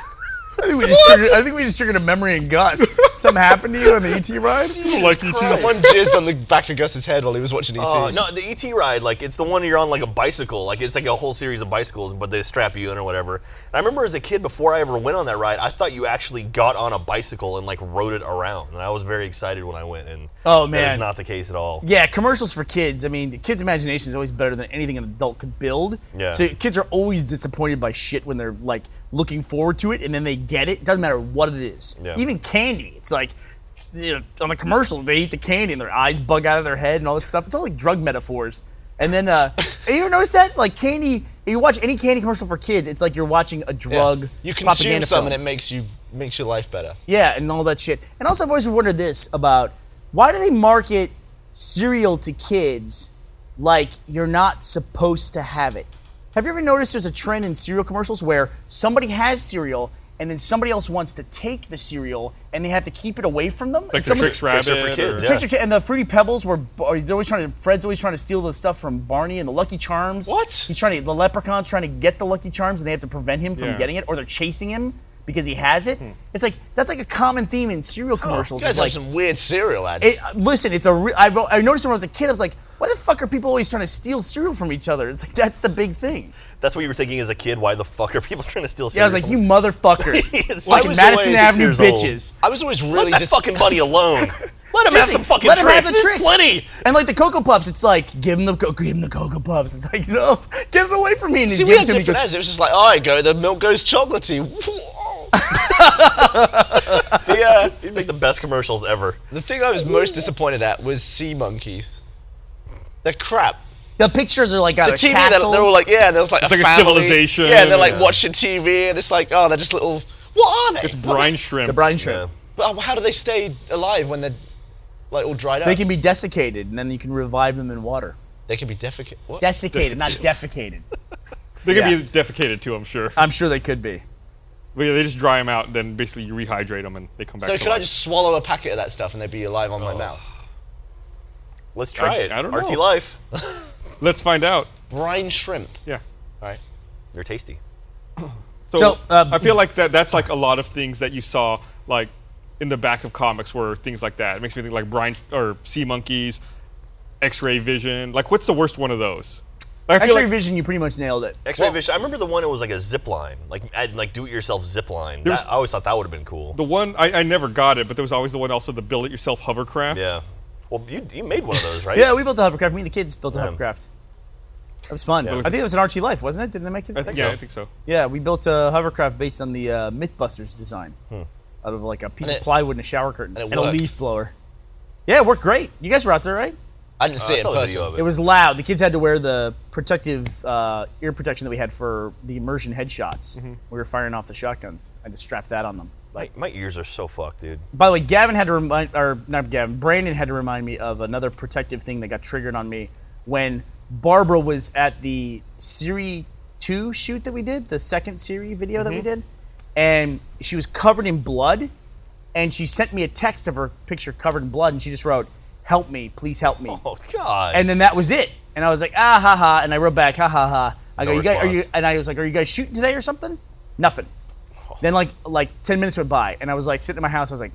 [SPEAKER 4] I think we just triggered. I think we just triggered a memory in Gus. Something happened to you on the ET ride?
[SPEAKER 1] like ET.
[SPEAKER 3] Someone jizzed on the back of Gus's head while he was watching E ET.
[SPEAKER 2] Oh, no, the ET ride, like it's the one you're on like a bicycle, like it's like a whole series of bicycles, but they strap you in or whatever. And I remember as a kid, before I ever went on that ride, I thought you actually got on a bicycle and like rode it around, and I was very excited when I went. And
[SPEAKER 4] Oh,
[SPEAKER 2] that
[SPEAKER 4] man.
[SPEAKER 2] is not the case at all.
[SPEAKER 4] Yeah, commercials for kids. I mean, kids' imagination is always better than anything an adult could build.
[SPEAKER 2] Yeah.
[SPEAKER 4] So kids are always disappointed by shit when they're like looking forward to it and then they get it. It doesn't matter what it is.
[SPEAKER 2] Yeah.
[SPEAKER 4] Even candy. It's like you know, on the commercial, they eat the candy and their eyes bug out of their head and all that stuff. It's all like drug metaphors. And then uh you ever notice that? Like candy if you watch any candy commercial for kids, it's like you're watching a drug
[SPEAKER 3] You consume
[SPEAKER 4] propaganda
[SPEAKER 3] some
[SPEAKER 4] film.
[SPEAKER 3] and it makes you makes your life better.
[SPEAKER 4] Yeah, and all that shit. And also, I've always wondered this about why do they market cereal to kids like you're not supposed to have it? Have you ever noticed there's a trend in cereal commercials where somebody has cereal and then somebody else wants to take the cereal and they have to keep it away from them?
[SPEAKER 1] Like
[SPEAKER 4] And
[SPEAKER 1] the
[SPEAKER 4] somebody-
[SPEAKER 1] Tricks
[SPEAKER 2] Tricks
[SPEAKER 1] Rabbit.
[SPEAKER 2] are for kids,
[SPEAKER 1] or-
[SPEAKER 2] yeah.
[SPEAKER 4] Tricks are ki- and the Fruity Pebbles were or they're always trying to Fred's always trying to steal the stuff from Barney and the Lucky Charms.
[SPEAKER 3] What?
[SPEAKER 4] He's trying to the leprechaun's trying to get the Lucky Charms and they have to prevent him from
[SPEAKER 1] Yeah.
[SPEAKER 4] getting it or they're chasing him because he has it. It's like that's like a common theme in cereal commercials.
[SPEAKER 3] You guys
[SPEAKER 4] It's
[SPEAKER 3] have
[SPEAKER 4] like
[SPEAKER 3] some weird cereal ads.
[SPEAKER 4] it, listen, it's a re- I, wrote, I noticed when I was a kid I was like why the fuck are people always trying to steal cereal from each other? It's like that's the big thing.
[SPEAKER 2] That's what you were thinking as a kid. Why the fuck are people trying to steal?
[SPEAKER 4] Yeah, I was like, you motherfuckers,
[SPEAKER 2] Yes. I
[SPEAKER 4] fucking
[SPEAKER 2] was
[SPEAKER 4] Madison
[SPEAKER 2] always
[SPEAKER 4] Avenue
[SPEAKER 2] six years old.
[SPEAKER 4] bitches.
[SPEAKER 3] I was always really
[SPEAKER 2] let that
[SPEAKER 3] dis-
[SPEAKER 2] fucking buddy alone. Let him have
[SPEAKER 4] Seriously,
[SPEAKER 2] some fucking
[SPEAKER 4] let him
[SPEAKER 2] tricks.
[SPEAKER 4] have the
[SPEAKER 2] There's
[SPEAKER 4] tricks.
[SPEAKER 2] Plenty.
[SPEAKER 4] And like the Cocoa Puffs, it's like give him the co- give him the Cocoa Puffs. It's like no, get it away from me. And
[SPEAKER 3] See,
[SPEAKER 4] you
[SPEAKER 3] we
[SPEAKER 4] give it
[SPEAKER 3] had
[SPEAKER 4] to me.
[SPEAKER 3] different
[SPEAKER 4] Because,
[SPEAKER 3] ads. It was just like, oh, I go, the milk goes chocolatey. Whoa. the, uh,
[SPEAKER 2] You'd make the best commercials ever.
[SPEAKER 3] the thing I was most disappointed at was sea monkeys. They're crap.
[SPEAKER 4] the pictures are like out
[SPEAKER 3] The
[SPEAKER 4] of
[SPEAKER 3] TV,
[SPEAKER 4] castle.
[SPEAKER 3] they're, they're all like, yeah, and there's like a
[SPEAKER 1] like a
[SPEAKER 3] family.
[SPEAKER 1] civilization,
[SPEAKER 3] Yeah, and they're like
[SPEAKER 1] yeah.
[SPEAKER 3] watching TV, and it's like, oh, they're just little. What are they?
[SPEAKER 1] It's brine shrimp.
[SPEAKER 4] the brine shrimp.
[SPEAKER 3] Well, How do they stay alive when they're like all dried out?
[SPEAKER 4] They can be desiccated, and then you can revive them in water.
[SPEAKER 3] They can be defecate. What?
[SPEAKER 4] Desiccated, not defecated.
[SPEAKER 1] They can
[SPEAKER 4] Yeah.
[SPEAKER 1] be defecated too, I'm sure.
[SPEAKER 4] I'm sure they could be.
[SPEAKER 1] But yeah, they just dry them out, then basically you rehydrate them and they come back.
[SPEAKER 3] so
[SPEAKER 1] to
[SPEAKER 3] could I
[SPEAKER 1] life.
[SPEAKER 3] just swallow a packet of that stuff and they'd be alive on my mouth?
[SPEAKER 2] Let's try
[SPEAKER 1] I-
[SPEAKER 2] it.
[SPEAKER 1] I don't
[SPEAKER 2] RT
[SPEAKER 1] know.
[SPEAKER 2] Life.
[SPEAKER 1] Let's find out.
[SPEAKER 3] Brine shrimp.
[SPEAKER 1] Yeah.
[SPEAKER 3] All right.
[SPEAKER 2] They're tasty.
[SPEAKER 1] So,
[SPEAKER 4] So, uh,
[SPEAKER 1] I feel like that that's like a lot of things that you saw like in the back of comics were things like that. It makes me think like brine or sea monkeys, X-ray vision. Like what's the worst one of those? Like, I feel
[SPEAKER 4] Actually,
[SPEAKER 1] like
[SPEAKER 4] Vision, you pretty much nailed it.
[SPEAKER 2] X-ray vision. I remember the one that was like a zip line, like add, like do-it-yourself zip line. That, I always thought that would have been cool.
[SPEAKER 1] the one I, I never got it, but there was always the one also the build it yourself hovercraft.
[SPEAKER 2] yeah. Well, you, you made one of those, right? Uh,
[SPEAKER 4] Yeah, we built the hovercraft. Me and the kids built the hovercraft. That was fun. I think it was an Archie Life, wasn't it? Didn't they make it?
[SPEAKER 1] I think yeah,
[SPEAKER 2] so.
[SPEAKER 1] I think so.
[SPEAKER 4] Yeah, we built a hovercraft based on the uh, MythBusters design, out of like a piece
[SPEAKER 3] Hmm. And
[SPEAKER 4] of
[SPEAKER 3] it-
[SPEAKER 4] plywood and a shower curtain
[SPEAKER 3] and it
[SPEAKER 4] a
[SPEAKER 3] worked.
[SPEAKER 4] leaf blower. Yeah, it worked great. You guys were out there, right?
[SPEAKER 3] I didn't
[SPEAKER 2] Oh, I
[SPEAKER 3] see it in
[SPEAKER 2] saw the video
[SPEAKER 3] person.
[SPEAKER 2] of
[SPEAKER 4] It was loud. The kids had to wear the protective uh, ear protection that we had for the immersion headshots.
[SPEAKER 3] Mm-hmm.
[SPEAKER 4] We were firing off the shotguns. I had to strap that on them.
[SPEAKER 2] My, my ears are so fucked, dude.
[SPEAKER 4] By the way, Gavin had to remind, or not Gavin, Brandon had to remind me of another protective thing that got triggered on me when Barbara was at the Siri 2 shoot that we did, the second Siri video that we did, and she was covered in blood, and she sent me a text of her picture covered in blood, and she just wrote, Help me, please help me.
[SPEAKER 2] Oh God.
[SPEAKER 4] And then that was it. And I was like, ah, ha, ha. And I wrote back, ha, ha, ha. I
[SPEAKER 2] No
[SPEAKER 4] go, you guys, are you?
[SPEAKER 2] response.
[SPEAKER 4] And I was like, are you guys shooting today or something? Nothing.
[SPEAKER 2] Oh.
[SPEAKER 4] Then like like ten minutes went by, and I was like sitting in my house. I was like,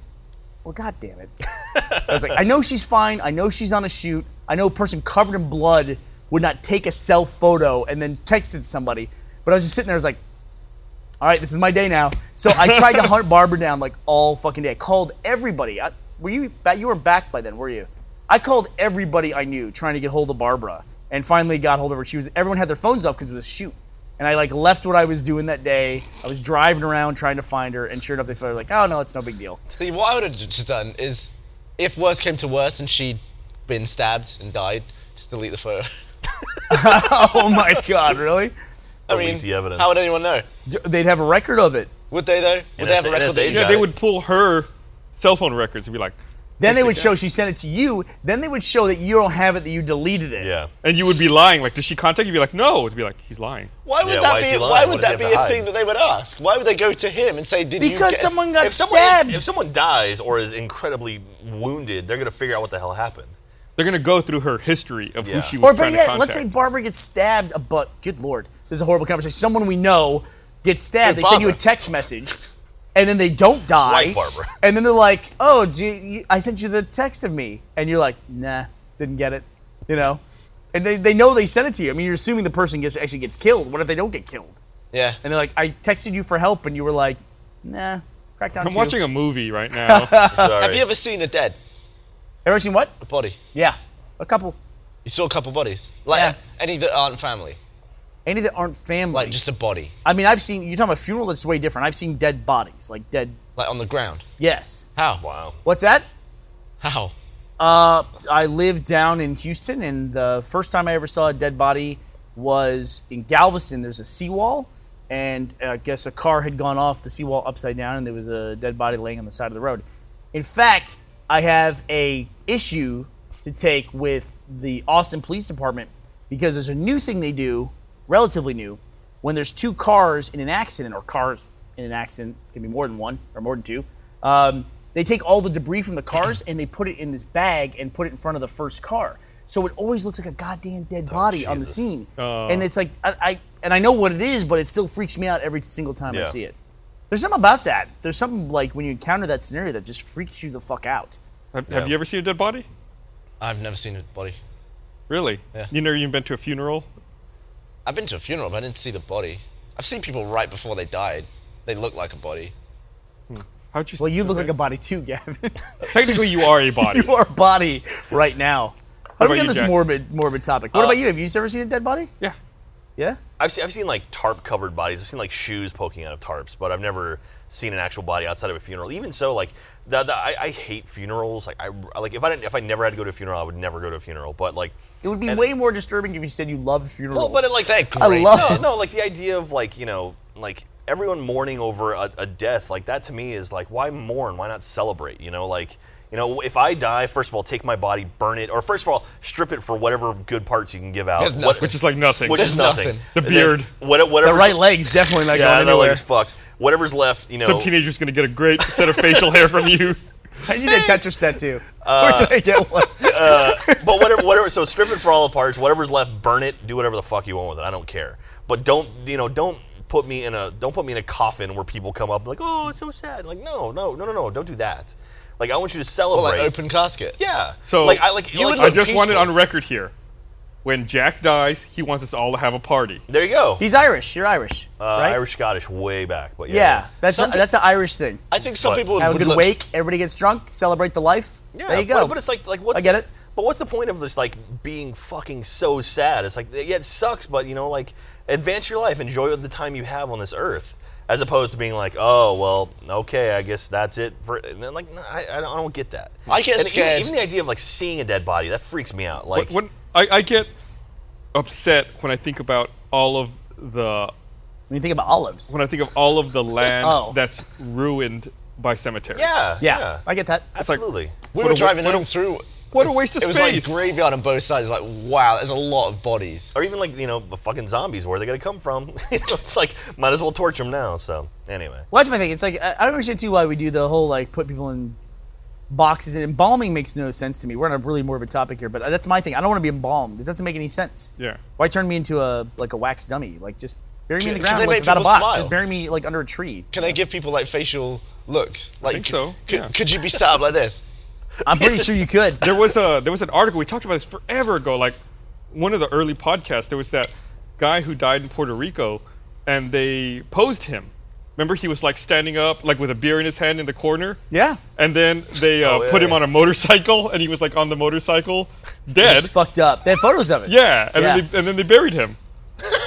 [SPEAKER 4] well, god damn it. I was like, I know she's fine. I know she's on a shoot. I know a person covered in blood would not take a self photo and then texted somebody. But I was just sitting there. I was like, all right, this is my day now. So I tried to hunt Barbara down like all fucking day. I called everybody. I, were you back? You weren't back by then, were you? I called everybody I knew trying to get hold of Barbara, and finally got hold of her. She was everyone had their phones off because it was a shoot. And I like left what I was doing that day. I was driving around trying to find her, and sure enough, they were like, "Oh no, it's no big deal."
[SPEAKER 3] See, what I would have just done is, if worse came to worse and she'd been stabbed and died, just delete the photo.
[SPEAKER 4] oh my god, really?
[SPEAKER 3] I
[SPEAKER 2] Delete
[SPEAKER 3] mean,
[SPEAKER 2] the evidence.
[SPEAKER 3] how would anyone know?
[SPEAKER 4] They'd have a record of it.
[SPEAKER 3] Would they though? Would they have a
[SPEAKER 2] NSA
[SPEAKER 3] record? that you
[SPEAKER 2] guy.
[SPEAKER 1] Yeah,
[SPEAKER 3] got
[SPEAKER 1] they
[SPEAKER 3] it?
[SPEAKER 1] would pull her cell phone records and be like,
[SPEAKER 4] Then they would show she sent it to you. Then they would show that you don't have it, that you deleted it.
[SPEAKER 2] Yeah.
[SPEAKER 1] and you would be lying. Like, did she contact you? You'd be like, no. It'd be like, he's lying.
[SPEAKER 3] Why would
[SPEAKER 2] Yeah,
[SPEAKER 3] that
[SPEAKER 2] why is he
[SPEAKER 3] be?
[SPEAKER 2] lying?
[SPEAKER 3] Why
[SPEAKER 2] What
[SPEAKER 3] would
[SPEAKER 2] does he
[SPEAKER 3] that be
[SPEAKER 2] have to
[SPEAKER 3] a
[SPEAKER 2] hide?
[SPEAKER 3] thing that they would ask? Why would they go to him and say, "Did you?"
[SPEAKER 4] Because
[SPEAKER 3] get-"
[SPEAKER 4] someone got
[SPEAKER 3] if someone- if-
[SPEAKER 4] stabbed.
[SPEAKER 2] If someone dies or is incredibly wounded, they're gonna figure out what the hell happened.
[SPEAKER 1] They're gonna go through her history of
[SPEAKER 2] Yeah.
[SPEAKER 1] who she was
[SPEAKER 4] Or
[SPEAKER 1] trying
[SPEAKER 4] but
[SPEAKER 1] to
[SPEAKER 4] yeah,
[SPEAKER 1] contact.
[SPEAKER 4] let's say Barbara gets stabbed. A butt. Good lord, this is a horrible conversation. Someone we know gets stabbed.
[SPEAKER 2] Hey,
[SPEAKER 4] they send you a
[SPEAKER 2] Barbara.
[SPEAKER 4] text message, and then they don't die.
[SPEAKER 2] White Barbara.
[SPEAKER 4] And then they're like, "Oh, do you, you, I sent you the text of me," and you're like, "Nah, didn't get it," you know. And they, they know they sent it to you. I mean, you're assuming the person gets actually gets killed. What if they don't get killed?
[SPEAKER 3] yeah.
[SPEAKER 4] And they're like, "I texted you for help," and you were like, "Nah, crackdown."
[SPEAKER 1] I'm watching a movie right now.
[SPEAKER 2] Sorry.
[SPEAKER 3] Have you ever seen a dead
[SPEAKER 4] Ever seen what?
[SPEAKER 3] body?
[SPEAKER 4] Yeah, a couple.
[SPEAKER 3] You saw a couple bodies, like
[SPEAKER 4] Yeah.
[SPEAKER 3] any that aren't family,
[SPEAKER 4] Any that aren't family.
[SPEAKER 3] like just a body,
[SPEAKER 4] I mean, I've seen. You're talking about a funeral. That's way different. I've seen dead bodies, like dead.
[SPEAKER 3] like on the ground.
[SPEAKER 4] Yes.
[SPEAKER 3] How?
[SPEAKER 2] Wow.
[SPEAKER 4] What's that?
[SPEAKER 3] How?
[SPEAKER 4] Uh, I lived down in Houston, and the first time I ever saw a dead body was in Galveston. There's a seawall, and I guess a car had gone off the seawall upside down, and there was a dead body laying on the side of the road. In fact, I have a issue to take with the Austin Police Department because there's a new thing they do, relatively new, when there's two cars in an accident, or cars in an accident can be more than one or more than two. Um, they take all the debris from the cars and they put it in this bag and put it in front of the first car. So it always looks like a goddamn dead body on the
[SPEAKER 2] Jesus.
[SPEAKER 4] scene,
[SPEAKER 2] Oh.
[SPEAKER 4] and it's like I, I and I know what it is, but it still freaks me out every single time I
[SPEAKER 2] Yeah.
[SPEAKER 4] see it. There's something about that. There's something like when you encounter that scenario that just freaks you the fuck out.
[SPEAKER 1] have, have
[SPEAKER 2] Yeah.
[SPEAKER 1] you ever seen a dead body?
[SPEAKER 3] I've never seen a body.
[SPEAKER 1] Really?
[SPEAKER 3] Yeah.
[SPEAKER 1] You never even been to a funeral?
[SPEAKER 3] I've been to a funeral, but I didn't see the body. I've seen people right before they died. They look like a body.
[SPEAKER 1] How'd you?
[SPEAKER 4] Well,
[SPEAKER 1] see
[SPEAKER 4] you
[SPEAKER 1] that,
[SPEAKER 4] look
[SPEAKER 1] right?
[SPEAKER 4] like a body too, Gavin.
[SPEAKER 1] Technically, you are a body.
[SPEAKER 4] you are a body right now. How do
[SPEAKER 1] about
[SPEAKER 4] we get on
[SPEAKER 1] you,
[SPEAKER 4] this
[SPEAKER 1] Jack?
[SPEAKER 4] morbid, morbid topic? What
[SPEAKER 2] Uh,
[SPEAKER 4] about you? Have you ever seen a dead body?
[SPEAKER 1] yeah.
[SPEAKER 4] Yeah.
[SPEAKER 2] I've seen, I've seen like tarp covered bodies. I've seen like shoes poking out of tarps, but I've never seen an actual body outside of a funeral. Even so, like the, the, I, I hate funerals. Like I like if I didn't if I never had to go to a funeral, I would never go to a funeral. But like
[SPEAKER 4] It would be
[SPEAKER 2] And-
[SPEAKER 4] way more disturbing if you said you loved funerals.
[SPEAKER 2] Well, but it, like that,
[SPEAKER 4] I love
[SPEAKER 2] no,
[SPEAKER 4] it.
[SPEAKER 2] no, like the idea of like you know, like everyone mourning over a, a death, like that to me is like, why mourn? Why not celebrate? You know, like you know, if I die, first of all, take my body, burn it, or first of all, strip it for whatever good parts you can give out,
[SPEAKER 3] There's
[SPEAKER 2] what-
[SPEAKER 3] nothing.
[SPEAKER 1] Which is like nothing.
[SPEAKER 2] which is
[SPEAKER 3] There's
[SPEAKER 2] nothing.
[SPEAKER 3] nothing.
[SPEAKER 1] The
[SPEAKER 2] And then
[SPEAKER 1] beard.
[SPEAKER 2] what,
[SPEAKER 4] the
[SPEAKER 2] whatever,
[SPEAKER 4] right leg's definitely not
[SPEAKER 2] yeah,
[SPEAKER 4] going
[SPEAKER 2] that
[SPEAKER 4] anywhere.
[SPEAKER 2] leg's fucked. Whatever's left, you know.
[SPEAKER 1] Some teenager's gonna get a great set of facial hair from you.
[SPEAKER 4] I need a Tetris tattoo. Where
[SPEAKER 2] Uh,
[SPEAKER 4] did I get one?
[SPEAKER 2] but whatever, whatever. So strip it for all the parts. Whatever's left, burn it. Do whatever the fuck you want with it. I don't care. But don't you know? Don't put me in a don't put me in a coffin where people come up like, oh, it's so sad. Like, no, no, no, no, no. Don't do that. Like, I want you to
[SPEAKER 3] Or
[SPEAKER 2] celebrate.
[SPEAKER 3] like open casket.
[SPEAKER 2] yeah.
[SPEAKER 1] So
[SPEAKER 2] like, I like.
[SPEAKER 3] You
[SPEAKER 2] like-
[SPEAKER 3] would
[SPEAKER 1] I
[SPEAKER 3] look
[SPEAKER 1] just want it
[SPEAKER 3] peaceful.
[SPEAKER 1] on record here. When Jack dies, he wants us all to have a party.
[SPEAKER 2] there you go.
[SPEAKER 4] He's Irish. You're Irish,
[SPEAKER 2] uh,
[SPEAKER 4] right?
[SPEAKER 2] Irish Scottish way back, but yeah.
[SPEAKER 4] Yeah, that's a,
[SPEAKER 3] Something-
[SPEAKER 4] that's an Irish thing.
[SPEAKER 3] I think some
[SPEAKER 2] But-
[SPEAKER 3] people would,
[SPEAKER 4] Have a
[SPEAKER 3] would
[SPEAKER 4] good
[SPEAKER 3] look-
[SPEAKER 4] wake. Everybody gets drunk. Celebrate the life.
[SPEAKER 2] Yeah,
[SPEAKER 4] there you go.
[SPEAKER 2] But, but it's like like what's
[SPEAKER 4] I get
[SPEAKER 2] the-
[SPEAKER 4] it.
[SPEAKER 2] But what's the point of this like being fucking so sad? It's like yeah, it sucks, but you know like advance your life, enjoy the time you have on this earth, as opposed to being like oh well okay I guess that's it for and then like no, I, I don't- I don't get that.
[SPEAKER 3] I get
[SPEAKER 2] And even-
[SPEAKER 3] scared.
[SPEAKER 2] Even, the idea of like seeing a dead body that freaks me out. Like
[SPEAKER 1] But when I, I get upset when I think about all of the
[SPEAKER 4] when you think about olives.
[SPEAKER 1] when I think of all of the land
[SPEAKER 4] Oh.
[SPEAKER 1] that's ruined by cemeteries.
[SPEAKER 2] yeah
[SPEAKER 4] yeah, I get that.
[SPEAKER 1] like-
[SPEAKER 2] absolutely.
[SPEAKER 3] We
[SPEAKER 1] What
[SPEAKER 3] were
[SPEAKER 1] a-
[SPEAKER 3] driving
[SPEAKER 1] what a-
[SPEAKER 3] home through.
[SPEAKER 1] what a waste of
[SPEAKER 3] it was
[SPEAKER 1] space.
[SPEAKER 3] like graveyard on both sides. Like wow, there's a lot of bodies.
[SPEAKER 2] or even like you know the fucking zombies, where are they gonna come from? You know, it's like might as well torch them now. So anyway,
[SPEAKER 4] Well, that's my thing. It's like I I don't understand too why we do the whole like put people in boxes and embalming makes no sense to me. We're on a really morbid topic here, but that's my thing. I don't want to be embalmed. It doesn't make any sense.
[SPEAKER 1] Yeah.
[SPEAKER 4] Why turn me into a like a wax dummy? Like just bury me in the
[SPEAKER 3] Can- can
[SPEAKER 4] ground
[SPEAKER 3] they
[SPEAKER 4] like,
[SPEAKER 3] make
[SPEAKER 4] without a
[SPEAKER 3] people
[SPEAKER 4] box.
[SPEAKER 3] smile?
[SPEAKER 4] Just bury me like under a tree.
[SPEAKER 3] Can they give people like facial looks? Like
[SPEAKER 1] think
[SPEAKER 3] c-
[SPEAKER 1] so,
[SPEAKER 3] Could,
[SPEAKER 1] yeah.
[SPEAKER 3] could you be sat up like this?
[SPEAKER 4] I'm pretty sure you could.
[SPEAKER 1] there was a there was an article we talked about this forever ago like one of the early podcasts there was that guy who died in puerto rico and they posed him Remember, he was like standing up, like with a beer in his hand in the corner.
[SPEAKER 4] Yeah.
[SPEAKER 1] And then they uh,
[SPEAKER 3] Oh, yeah,
[SPEAKER 1] put him
[SPEAKER 3] yeah.
[SPEAKER 1] on a motorcycle, and he was like on the motorcycle, dead.
[SPEAKER 4] It's fucked up. They have photos of it.
[SPEAKER 1] Yeah, and
[SPEAKER 4] Yeah.
[SPEAKER 1] then they, and then they buried him.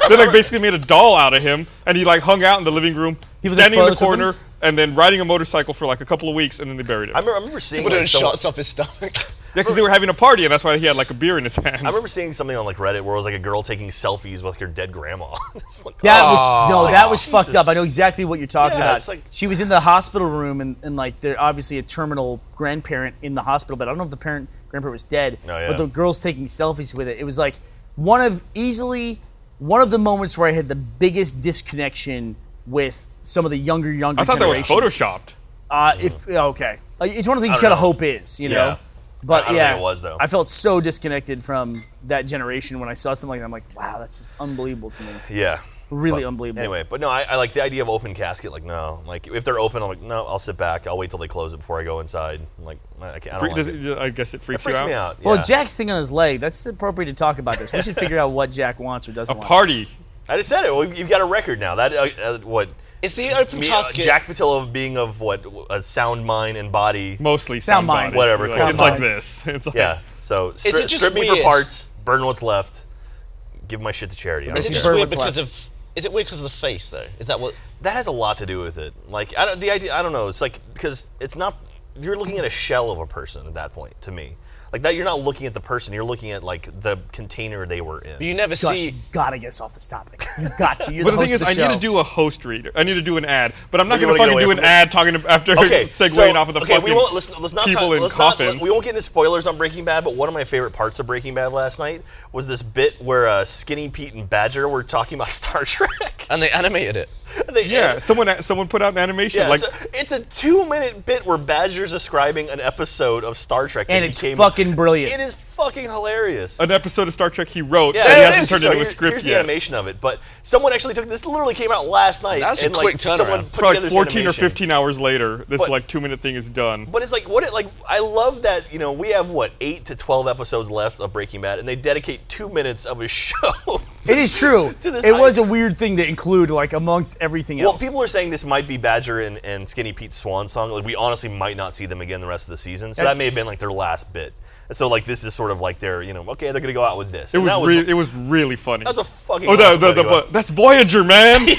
[SPEAKER 1] they like basically made a doll out of him, and he like hung out in the living room,
[SPEAKER 4] was, like,
[SPEAKER 1] standing in the
[SPEAKER 4] photos of him?
[SPEAKER 1] corner, and then riding a motorcycle for like a couple of weeks, and then they buried him.
[SPEAKER 2] I
[SPEAKER 1] Yeah,
[SPEAKER 2] remember, I remember seeing
[SPEAKER 3] We're doing
[SPEAKER 2] like, someone-
[SPEAKER 3] shots off his stomach.
[SPEAKER 1] because they were having a party, and that's why he had like a beer in his hand.
[SPEAKER 2] I remember seeing something on like Reddit where it was like a girl taking selfies with like her dead grandma. It's like,
[SPEAKER 4] That
[SPEAKER 2] oh,
[SPEAKER 4] was no, that was fucked
[SPEAKER 2] Jesus.
[SPEAKER 4] up. I know exactly what you're talking
[SPEAKER 2] Yeah,
[SPEAKER 4] about.
[SPEAKER 2] it's like-
[SPEAKER 4] she was in the hospital room, and, and like they're obviously a terminal grandparent in the hospital, but I don't know if the parent grandparent was dead.
[SPEAKER 2] Oh, yeah.
[SPEAKER 4] But the girl's taking selfies with it. It was like one of easily one of the moments where I had the biggest disconnection with some of the younger younger.
[SPEAKER 1] I thought that was
[SPEAKER 4] generations.
[SPEAKER 1] photoshopped.
[SPEAKER 4] Uh, if yeah, okay, Uh, it's one of the things
[SPEAKER 2] don't
[SPEAKER 4] you gotta
[SPEAKER 2] know.
[SPEAKER 4] hope is you know.
[SPEAKER 2] Yeah.
[SPEAKER 4] But
[SPEAKER 2] I- I don't
[SPEAKER 4] yeah,
[SPEAKER 2] think it was, though.
[SPEAKER 4] I felt so disconnected from that generation when I saw something like that. I'm like, wow, that's just unbelievable to me.
[SPEAKER 2] Yeah.
[SPEAKER 4] Really
[SPEAKER 2] But
[SPEAKER 4] unbelievable.
[SPEAKER 2] Anyway, but no, I, I like the idea of open casket. Like, no, like if they're open, I'm like, no, I'll sit back. I'll wait till they close it before I go inside. I'm like, I, can't, I
[SPEAKER 1] Freak-
[SPEAKER 2] don't
[SPEAKER 1] does
[SPEAKER 2] like it.
[SPEAKER 1] it- I guess it
[SPEAKER 2] It
[SPEAKER 1] freaks,
[SPEAKER 2] freaks
[SPEAKER 1] you
[SPEAKER 2] me out.
[SPEAKER 4] Well,
[SPEAKER 2] yeah.
[SPEAKER 4] Jack's thing on his leg. That's appropriate to talk about this. We should figure out what Jack wants or doesn't
[SPEAKER 1] A
[SPEAKER 4] want.
[SPEAKER 1] party.
[SPEAKER 2] I just said it. Well, you've got a record now. That uh, uh, what
[SPEAKER 3] Is the open
[SPEAKER 2] me, uh,
[SPEAKER 3] casket?
[SPEAKER 2] Jack Patillo being of what a sound mind and body.
[SPEAKER 1] Mostly
[SPEAKER 4] Sound
[SPEAKER 1] somebody.
[SPEAKER 4] mind.
[SPEAKER 2] Whatever,
[SPEAKER 1] Like,
[SPEAKER 2] sound
[SPEAKER 1] it's like
[SPEAKER 4] mind.
[SPEAKER 1] this. It's like,
[SPEAKER 2] Yeah. So stri-
[SPEAKER 3] it just
[SPEAKER 2] strip me for
[SPEAKER 3] weird?
[SPEAKER 2] parts, burn what's left, give my shit to charity. I don't
[SPEAKER 3] is it
[SPEAKER 2] care.
[SPEAKER 3] just
[SPEAKER 4] Bird
[SPEAKER 3] weird
[SPEAKER 4] with
[SPEAKER 3] because
[SPEAKER 4] left.
[SPEAKER 3] of? Is it weird because of the face though? Is that what?
[SPEAKER 2] that has a lot to do with it. Like I don't, the idea, I don't know. It's like because it's not you're looking at a shell of a person at that point to me. Like that, you're not looking at the person. You're looking at like the container they were in.
[SPEAKER 3] You never
[SPEAKER 4] Gus,
[SPEAKER 3] see.
[SPEAKER 4] you gotta get us off this topic. You got to. You're
[SPEAKER 1] But
[SPEAKER 4] the,
[SPEAKER 1] the thing is,
[SPEAKER 4] host of the
[SPEAKER 1] I
[SPEAKER 4] show.
[SPEAKER 1] need to do a host reader. I need to do an ad, but I'm not
[SPEAKER 2] You
[SPEAKER 1] going to
[SPEAKER 2] wanna get
[SPEAKER 1] fucking do
[SPEAKER 2] away
[SPEAKER 1] an
[SPEAKER 2] from it?
[SPEAKER 1] ad talking to, after
[SPEAKER 2] okay,
[SPEAKER 1] segueing
[SPEAKER 2] so,
[SPEAKER 1] off of the
[SPEAKER 2] okay,
[SPEAKER 1] fucking
[SPEAKER 2] we won't, let's, let's not
[SPEAKER 1] people
[SPEAKER 2] talk,
[SPEAKER 1] in
[SPEAKER 2] let's not-
[SPEAKER 1] coffins.
[SPEAKER 2] we won't get into spoilers on Breaking Bad, but one of my favorite parts of Breaking Bad last night was this bit where uh, Skinny Pete and Badger were talking about Star Trek.
[SPEAKER 3] And they animated it.
[SPEAKER 2] They-
[SPEAKER 1] Uh, yeah, someone someone put out an animation
[SPEAKER 2] Yeah,
[SPEAKER 1] like
[SPEAKER 2] so it's a two-minute bit where Badger's describing an episode of Star Trek, that
[SPEAKER 4] and
[SPEAKER 2] he
[SPEAKER 4] it's
[SPEAKER 2] came-
[SPEAKER 4] fucking brilliant.
[SPEAKER 2] It is fucking hilarious.
[SPEAKER 1] an episode of Star Trek he wrote
[SPEAKER 2] Yeah,
[SPEAKER 1] that he
[SPEAKER 2] it
[SPEAKER 1] hasn't
[SPEAKER 2] is.
[SPEAKER 1] turned
[SPEAKER 2] So
[SPEAKER 1] into a
[SPEAKER 2] here-
[SPEAKER 1] script
[SPEAKER 2] here's the
[SPEAKER 1] yet.
[SPEAKER 2] animation of it, but someone actually took this. Literally came out last night.
[SPEAKER 3] That's a
[SPEAKER 2] and,
[SPEAKER 3] quick
[SPEAKER 2] like, someone
[SPEAKER 3] turnaround.
[SPEAKER 2] put
[SPEAKER 1] Probably
[SPEAKER 2] together
[SPEAKER 1] like
[SPEAKER 2] this
[SPEAKER 1] 14 or
[SPEAKER 2] animation.
[SPEAKER 1] 15 hours later, this
[SPEAKER 2] But-
[SPEAKER 1] like two minute thing is done.
[SPEAKER 2] But it's like what it like I love that, you know, we have what, eight to twelve episodes left of Breaking Bad and they dedicate two minutes of a show.
[SPEAKER 4] It is true.
[SPEAKER 2] To this
[SPEAKER 4] it
[SPEAKER 2] I-
[SPEAKER 4] was a weird thing to include, like amongst everything
[SPEAKER 2] well,
[SPEAKER 4] else.
[SPEAKER 2] people are saying this might be Badger and, and Skinny Pete's swan song. Like we honestly might not see them again the rest of the season. So that may have been like their last bit. So like this is sort of like their, you know, okay, they're gonna go out with this.
[SPEAKER 1] it
[SPEAKER 2] And
[SPEAKER 1] was,
[SPEAKER 2] that
[SPEAKER 1] re- it was really funny.
[SPEAKER 2] that was a fucking
[SPEAKER 1] oh the,
[SPEAKER 2] awesome
[SPEAKER 1] the,
[SPEAKER 2] way to
[SPEAKER 1] the,
[SPEAKER 2] go out.
[SPEAKER 1] bu- that's Voyager man.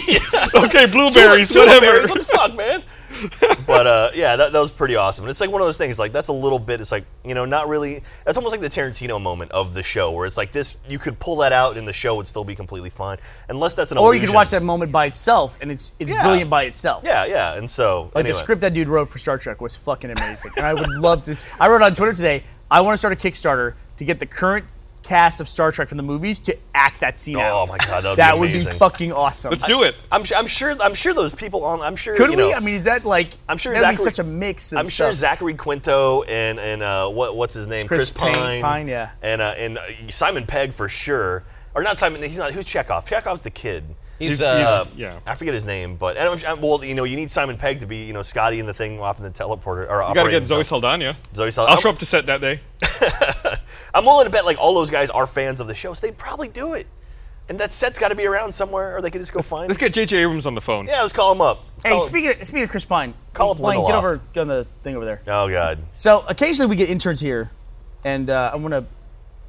[SPEAKER 1] Okay, blueberries,
[SPEAKER 2] Tuna- tuna berries,
[SPEAKER 1] whatever.
[SPEAKER 2] What the fuck, man? but uh, yeah, that, that was pretty awesome. And it's like one of those things. Like that's a little bit. It's like you know, not really. That's almost like the Tarantino moment of the show, where it's like this. You could pull that out, and the show would still be completely fine, unless that's an.
[SPEAKER 4] or you could
[SPEAKER 2] illusion.
[SPEAKER 4] watch that moment by itself, and it's it's
[SPEAKER 2] Yeah.
[SPEAKER 4] brilliant by itself.
[SPEAKER 2] Yeah, yeah. And so
[SPEAKER 4] Like
[SPEAKER 2] anyway.
[SPEAKER 4] the script that dude wrote for Star Trek was fucking amazing. and I would love to. I wrote on Twitter today. I want to start a Kickstarter to get the current cast of Star Trek from the movies to act that scene
[SPEAKER 2] Oh
[SPEAKER 4] out.
[SPEAKER 2] my god, that would
[SPEAKER 4] That
[SPEAKER 2] be
[SPEAKER 4] would be
[SPEAKER 2] amazing.
[SPEAKER 4] fucking awesome.
[SPEAKER 1] Let's do it.
[SPEAKER 2] I'm, su- I'm sure. I'm sure those people on. I'm sure.
[SPEAKER 4] Could
[SPEAKER 2] you
[SPEAKER 4] we?
[SPEAKER 2] know,
[SPEAKER 4] I mean, is that like?
[SPEAKER 2] I'm sure
[SPEAKER 4] that'd be
[SPEAKER 2] Zachary-
[SPEAKER 4] such a mix. Of
[SPEAKER 2] I'm sure
[SPEAKER 4] stuff.
[SPEAKER 2] Zachary Quinto and and uh, what what's his name?
[SPEAKER 4] Chris
[SPEAKER 2] Chris,
[SPEAKER 4] Pine-
[SPEAKER 2] Pine.
[SPEAKER 4] Pine, yeah.
[SPEAKER 2] And uh, and uh, Simon Pegg for sure. Or not Simon. He's not. Who's Chekhov? Chekhov's the kid.
[SPEAKER 3] He's,
[SPEAKER 1] He's-
[SPEAKER 3] uh,
[SPEAKER 1] he's- yeah.
[SPEAKER 2] I forget his name, but and I'm, I'm- well, you know, you need Simon Pegg to be, you know, Scotty in the thing up in the teleporter. Or
[SPEAKER 1] You gotta get Zoe Saldana.
[SPEAKER 2] Zoe Saldana.
[SPEAKER 1] I'll show up to set that day.
[SPEAKER 2] I'm willing to bet like all those guys are fans of the show, so they'd probably do it. And that set's got to be around somewhere, or they could just go find.
[SPEAKER 1] Let's
[SPEAKER 2] it.
[SPEAKER 1] get JJ Abrams on the phone.
[SPEAKER 2] yeah, let's call him up.
[SPEAKER 4] Hey,
[SPEAKER 2] Call-
[SPEAKER 4] speaking of, speaking of Chris Pine,
[SPEAKER 2] Call up
[SPEAKER 4] Blaine, get
[SPEAKER 2] Lindelof.
[SPEAKER 4] over get on the thing over there.
[SPEAKER 2] Oh God.
[SPEAKER 4] So occasionally we get interns here, and uh, I'm gonna.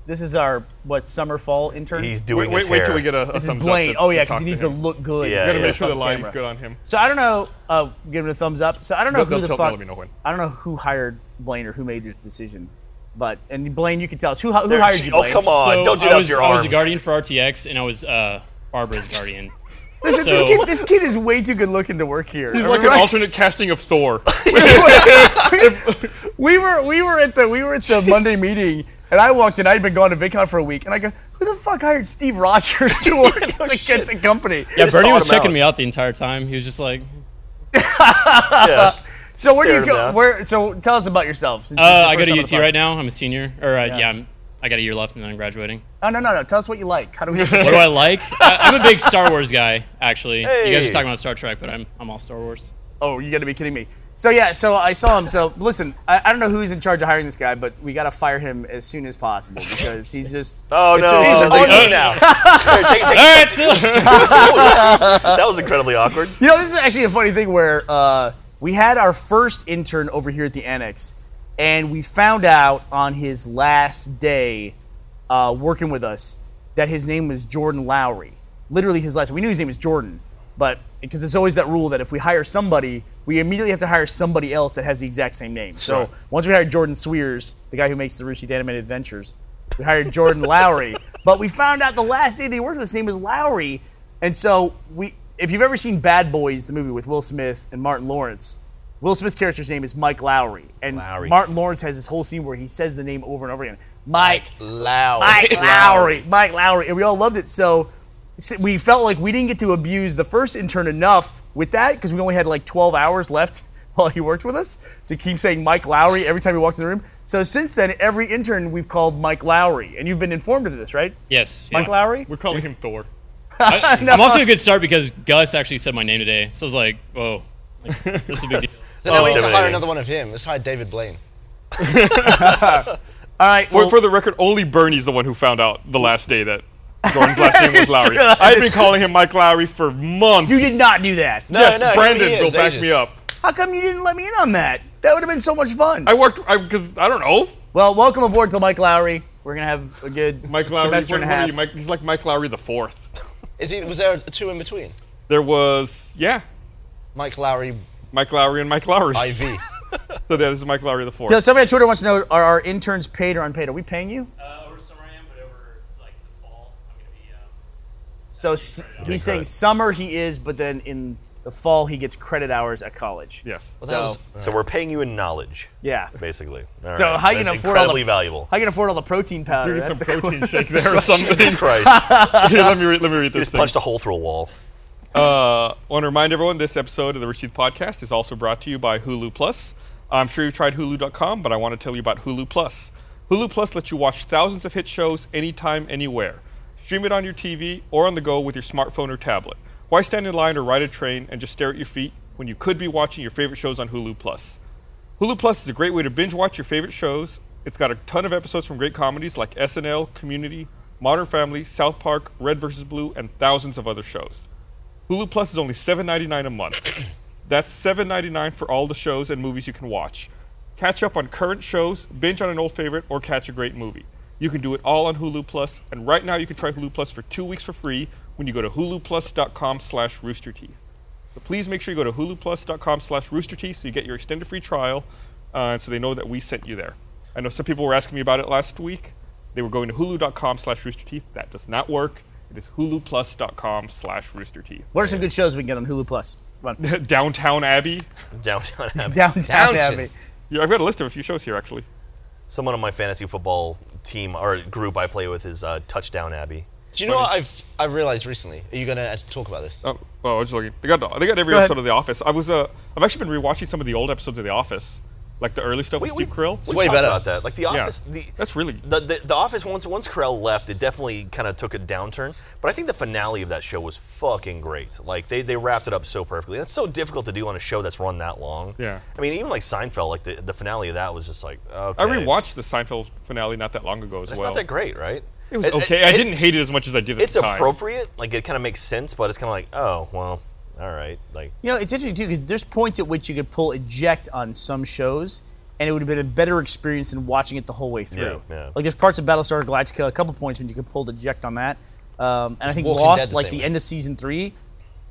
[SPEAKER 4] This is our what summer fall intern.
[SPEAKER 2] He's
[SPEAKER 1] Wait,
[SPEAKER 2] doing
[SPEAKER 1] wait,
[SPEAKER 2] his
[SPEAKER 1] wait
[SPEAKER 2] hair.
[SPEAKER 1] till we get a, a
[SPEAKER 4] this is
[SPEAKER 1] thumbs
[SPEAKER 4] Blaine.
[SPEAKER 1] up. to-
[SPEAKER 4] oh yeah,
[SPEAKER 1] to
[SPEAKER 4] because he
[SPEAKER 1] talk
[SPEAKER 4] needs to
[SPEAKER 1] to him.
[SPEAKER 4] look good.
[SPEAKER 2] Yeah,
[SPEAKER 1] Gotta
[SPEAKER 2] yeah.
[SPEAKER 1] make sure the
[SPEAKER 4] Fuck
[SPEAKER 1] lighting's
[SPEAKER 4] camera.
[SPEAKER 1] good on him.
[SPEAKER 4] So I don't know. Uh, give him a thumbs up. So I don't know
[SPEAKER 1] They'll-
[SPEAKER 4] who
[SPEAKER 1] they'll
[SPEAKER 4] the
[SPEAKER 1] tell-
[SPEAKER 4] fuck.
[SPEAKER 1] they'll let me know when.
[SPEAKER 4] I don't know who hired Blaine or who made this decision, but and Blaine, you can tell us who hi- who
[SPEAKER 2] They're-
[SPEAKER 4] hired you.
[SPEAKER 2] oh,
[SPEAKER 4] Blaine?
[SPEAKER 2] come on.
[SPEAKER 5] So
[SPEAKER 2] Don't do
[SPEAKER 5] I
[SPEAKER 2] that
[SPEAKER 5] was,
[SPEAKER 2] with your
[SPEAKER 5] I was
[SPEAKER 2] arms.
[SPEAKER 5] a guardian for RTX, and I was uh, Barbara's guardian.
[SPEAKER 4] Listen,
[SPEAKER 5] So-
[SPEAKER 4] this kid this kid is way too good looking to work here.
[SPEAKER 1] He's like an alternate casting of Thor.
[SPEAKER 4] we were we were at the we were at the Monday meeting, and I walked in. I'd been gone to VidCon for a week, and I go, "Who the fuck hired Steve Rogers to work
[SPEAKER 5] Oh,
[SPEAKER 4] to get the company?"
[SPEAKER 5] Yeah,
[SPEAKER 2] just
[SPEAKER 5] Bernie
[SPEAKER 2] thought
[SPEAKER 5] was
[SPEAKER 2] him out.
[SPEAKER 5] checking me out the entire time. He was just like,
[SPEAKER 2] Yeah.
[SPEAKER 4] so where
[SPEAKER 2] stared
[SPEAKER 4] do you
[SPEAKER 2] him
[SPEAKER 4] go?
[SPEAKER 2] down.
[SPEAKER 4] Where? So tell us about yourself. Since
[SPEAKER 5] uh,
[SPEAKER 4] this is the
[SPEAKER 5] I go
[SPEAKER 4] first
[SPEAKER 5] to
[SPEAKER 4] time on
[SPEAKER 5] UT
[SPEAKER 4] the
[SPEAKER 5] right now. I'm a senior, or uh,
[SPEAKER 4] Yeah.
[SPEAKER 5] yeah, I'm, I got a year left, and then I'm graduating.
[SPEAKER 4] podcast. Oh no no no! Tell us what you like. How do we?
[SPEAKER 5] What do I like? I, I'm a big Star Wars guy, actually. You guys
[SPEAKER 2] Hey.
[SPEAKER 5] are talking about Star Trek, but I'm I'm all Star Wars.
[SPEAKER 4] Oh, you got to be kidding me! So yeah, so I saw him. So listen, I, I don't know who's in charge of hiring this guy, but we gotta fire him as soon as possible because he's just.
[SPEAKER 2] Oh
[SPEAKER 4] it's
[SPEAKER 2] no!
[SPEAKER 4] just-
[SPEAKER 2] He's on you now. Here, take- take-
[SPEAKER 5] All right, so-
[SPEAKER 2] that was incredibly awkward.
[SPEAKER 4] You know, this is actually a funny thing where uh, we had our first intern over here at the annex, and we found out on his last day uh, working with us that his name was Jordan Lowry. Literally, his last. We knew his name was Jordan, but because there's always that rule that if we hire somebody, we immediately have to hire somebody else that has the exact same name. So once we hired Jordan Swears, the guy who makes the Rooster Teeth Animated Adventures, we hired Jordan Lowry, but we found out the last day they worked with us, his name was Lowry, and so we. If you've ever seen Bad Boys, the movie with Will Smith and Martin Lawrence, Will Smith's character's name is Mike Lowry, and
[SPEAKER 2] Lowry.
[SPEAKER 4] Martin Lawrence has this whole scene where he says the name over and over again, Mike
[SPEAKER 3] Loud.
[SPEAKER 4] Mike Lowry. Mike Lowry. And we all loved it. So s- we felt like we didn't get to abuse the first intern enough with that because we only had like 12 hours left while he worked with us to keep saying Mike Lowry every time he walked in the room. So since then, every intern we've called Mike Lowry. And you've been informed of this, right?
[SPEAKER 5] yes.
[SPEAKER 4] Mike Lowry?
[SPEAKER 1] We're calling him Thor.
[SPEAKER 5] I, am also a good start because Gus actually said my name today, so I was like, whoa, like, this is a big deal.
[SPEAKER 3] So now we need to hire
[SPEAKER 2] Intimidating.
[SPEAKER 3] another one of him. Let's hire David Blaine.
[SPEAKER 4] All right.
[SPEAKER 1] For,
[SPEAKER 4] well-
[SPEAKER 1] for the record, only Bernie's the one who found out the last day that Jordan's last name was Lowry. I've been calling him Mike Lowry for months.
[SPEAKER 4] you did not do that.
[SPEAKER 3] No,
[SPEAKER 1] yes,
[SPEAKER 3] no, here
[SPEAKER 1] Brandon
[SPEAKER 3] he is,
[SPEAKER 1] will back
[SPEAKER 3] ages.
[SPEAKER 1] me up.
[SPEAKER 4] How come you didn't let me in on that? That would have been so much fun.
[SPEAKER 1] I worked because I, don't know.
[SPEAKER 4] well, welcome aboard to Mike Lowry. We're going to have a good
[SPEAKER 1] Mike Lowry.
[SPEAKER 4] semester
[SPEAKER 1] what-
[SPEAKER 4] and
[SPEAKER 1] what
[SPEAKER 4] a
[SPEAKER 1] are
[SPEAKER 4] half.
[SPEAKER 1] you, Mike- he's like Mike Lowry the fourth.
[SPEAKER 3] Is he? Was there a two in between?
[SPEAKER 1] There was yeah,
[SPEAKER 3] Mike Lowry,
[SPEAKER 1] Mike Lowry and Mike Lowry.
[SPEAKER 3] IV.
[SPEAKER 1] so yeah, this is Mike Lowry the fourth.
[SPEAKER 4] so somebody on Twitter wants to know, are our interns paid or unpaid? Are we paying you?
[SPEAKER 5] Uh, over summer I am, but over like the fall I'm gonna be. um,
[SPEAKER 4] So s- he's saying summer he is, but then in the fall he gets credit hours at college.
[SPEAKER 1] yes.
[SPEAKER 4] So,
[SPEAKER 2] So we're paying you in knowledge,
[SPEAKER 4] yeah.
[SPEAKER 2] basically. All
[SPEAKER 4] So
[SPEAKER 2] right.
[SPEAKER 4] how you
[SPEAKER 2] That's
[SPEAKER 4] gonna afford all
[SPEAKER 2] incredibly
[SPEAKER 4] the-
[SPEAKER 2] valuable?
[SPEAKER 4] How you can afford all the protein powder?
[SPEAKER 1] Give me some
[SPEAKER 4] That's the
[SPEAKER 1] protein
[SPEAKER 4] question.
[SPEAKER 1] shake there or something.
[SPEAKER 2] Jesus Christ!
[SPEAKER 1] Here, let me read, let me read this
[SPEAKER 2] Just
[SPEAKER 1] thing.
[SPEAKER 2] punched a hole through a wall.
[SPEAKER 1] Uh, want to remind everyone this episode of the Rich Teeth Podcast is also brought to you by Hulu Plus. I'm sure you've tried Hulu.com, but I want to tell you about Hulu Plus. Hulu Plus lets you watch thousands of hit shows anytime, anywhere. Stream it on your TV or on the go with your smartphone or tablet. Why stand in line or ride a train and just stare at your feet when you could be watching your favorite shows on Hulu Plus? Hulu Plus is a great way to binge watch your favorite shows. It's got a ton of episodes from great comedies like SNL, Community, Modern Family, South Park, Red vs. Blue, and thousands of other shows. Hulu Plus is only $7.99 a month. That's $7.99 for all the shows and movies you can watch. Catch up on current shows, binge on an old favorite, or catch a great movie. You can do it all on Hulu Plus, and right now you can try Hulu Plus for two weeks for free when you go to huluplus.com slash roosterteeth. So please make sure you go to huluplus.com slash roosterteeth so you get your extended free trial uh, and so they know that we sent you there. I know some people were asking me about it last week. They were going to hulu.com slash roosterteeth. That does not work. It is huluplus.com slash roosterteeth.
[SPEAKER 4] What are some good shows we can get on Hulu Plus? Run.
[SPEAKER 1] Downtown Abbey.
[SPEAKER 2] Downtown Abbey.
[SPEAKER 4] Downtown
[SPEAKER 3] Downton.
[SPEAKER 4] Abbey.
[SPEAKER 1] Yeah, I've got a list of a few shows here actually.
[SPEAKER 2] Someone on my fantasy football team or group I play with is uh, Touchdown Abbey.
[SPEAKER 3] Do you know what I've I realized recently? Are you gonna talk about this?
[SPEAKER 1] Oh, oh I was just looking. They got they got every
[SPEAKER 4] Go ahead.
[SPEAKER 1] episode of The Office. I was uh, I've actually been rewatching some of the old episodes of The Office, like the early stuff with Steve Krill.
[SPEAKER 2] We
[SPEAKER 3] way
[SPEAKER 2] talked
[SPEAKER 3] better.
[SPEAKER 2] about that. Like the
[SPEAKER 1] Yeah.
[SPEAKER 2] office, the,
[SPEAKER 1] That's really-
[SPEAKER 2] the, the the office. Once once Krell left, it definitely kind of took a downturn. But I think the finale of that show was fucking great. Like they, they wrapped it up so perfectly. That's so difficult to do on a show that's run that long.
[SPEAKER 1] Yeah.
[SPEAKER 2] I mean, even like Seinfeld, like the, the finale of that was just like okay.
[SPEAKER 1] I rewatched the Seinfeld finale not that long ago as
[SPEAKER 2] It's
[SPEAKER 1] well.
[SPEAKER 2] not that great, right?
[SPEAKER 1] It was okay. I
[SPEAKER 2] it-
[SPEAKER 1] didn't hate it as much as I did at
[SPEAKER 2] It's
[SPEAKER 1] the time.
[SPEAKER 2] appropriate. Like it kind of makes sense, but it's kind of like oh well, all right. Like
[SPEAKER 4] You know, it's interesting too because there's points at which you could pull eject on some shows, and it would have been a better experience than watching it the whole way through.
[SPEAKER 2] Yeah, yeah.
[SPEAKER 4] Like there's parts of Battlestar Galactica, a couple points when you could pull eject on that, um, and I think
[SPEAKER 3] Walking Dead
[SPEAKER 4] Lost,
[SPEAKER 3] the
[SPEAKER 4] like
[SPEAKER 3] same
[SPEAKER 4] the
[SPEAKER 3] way.
[SPEAKER 4] end of season three,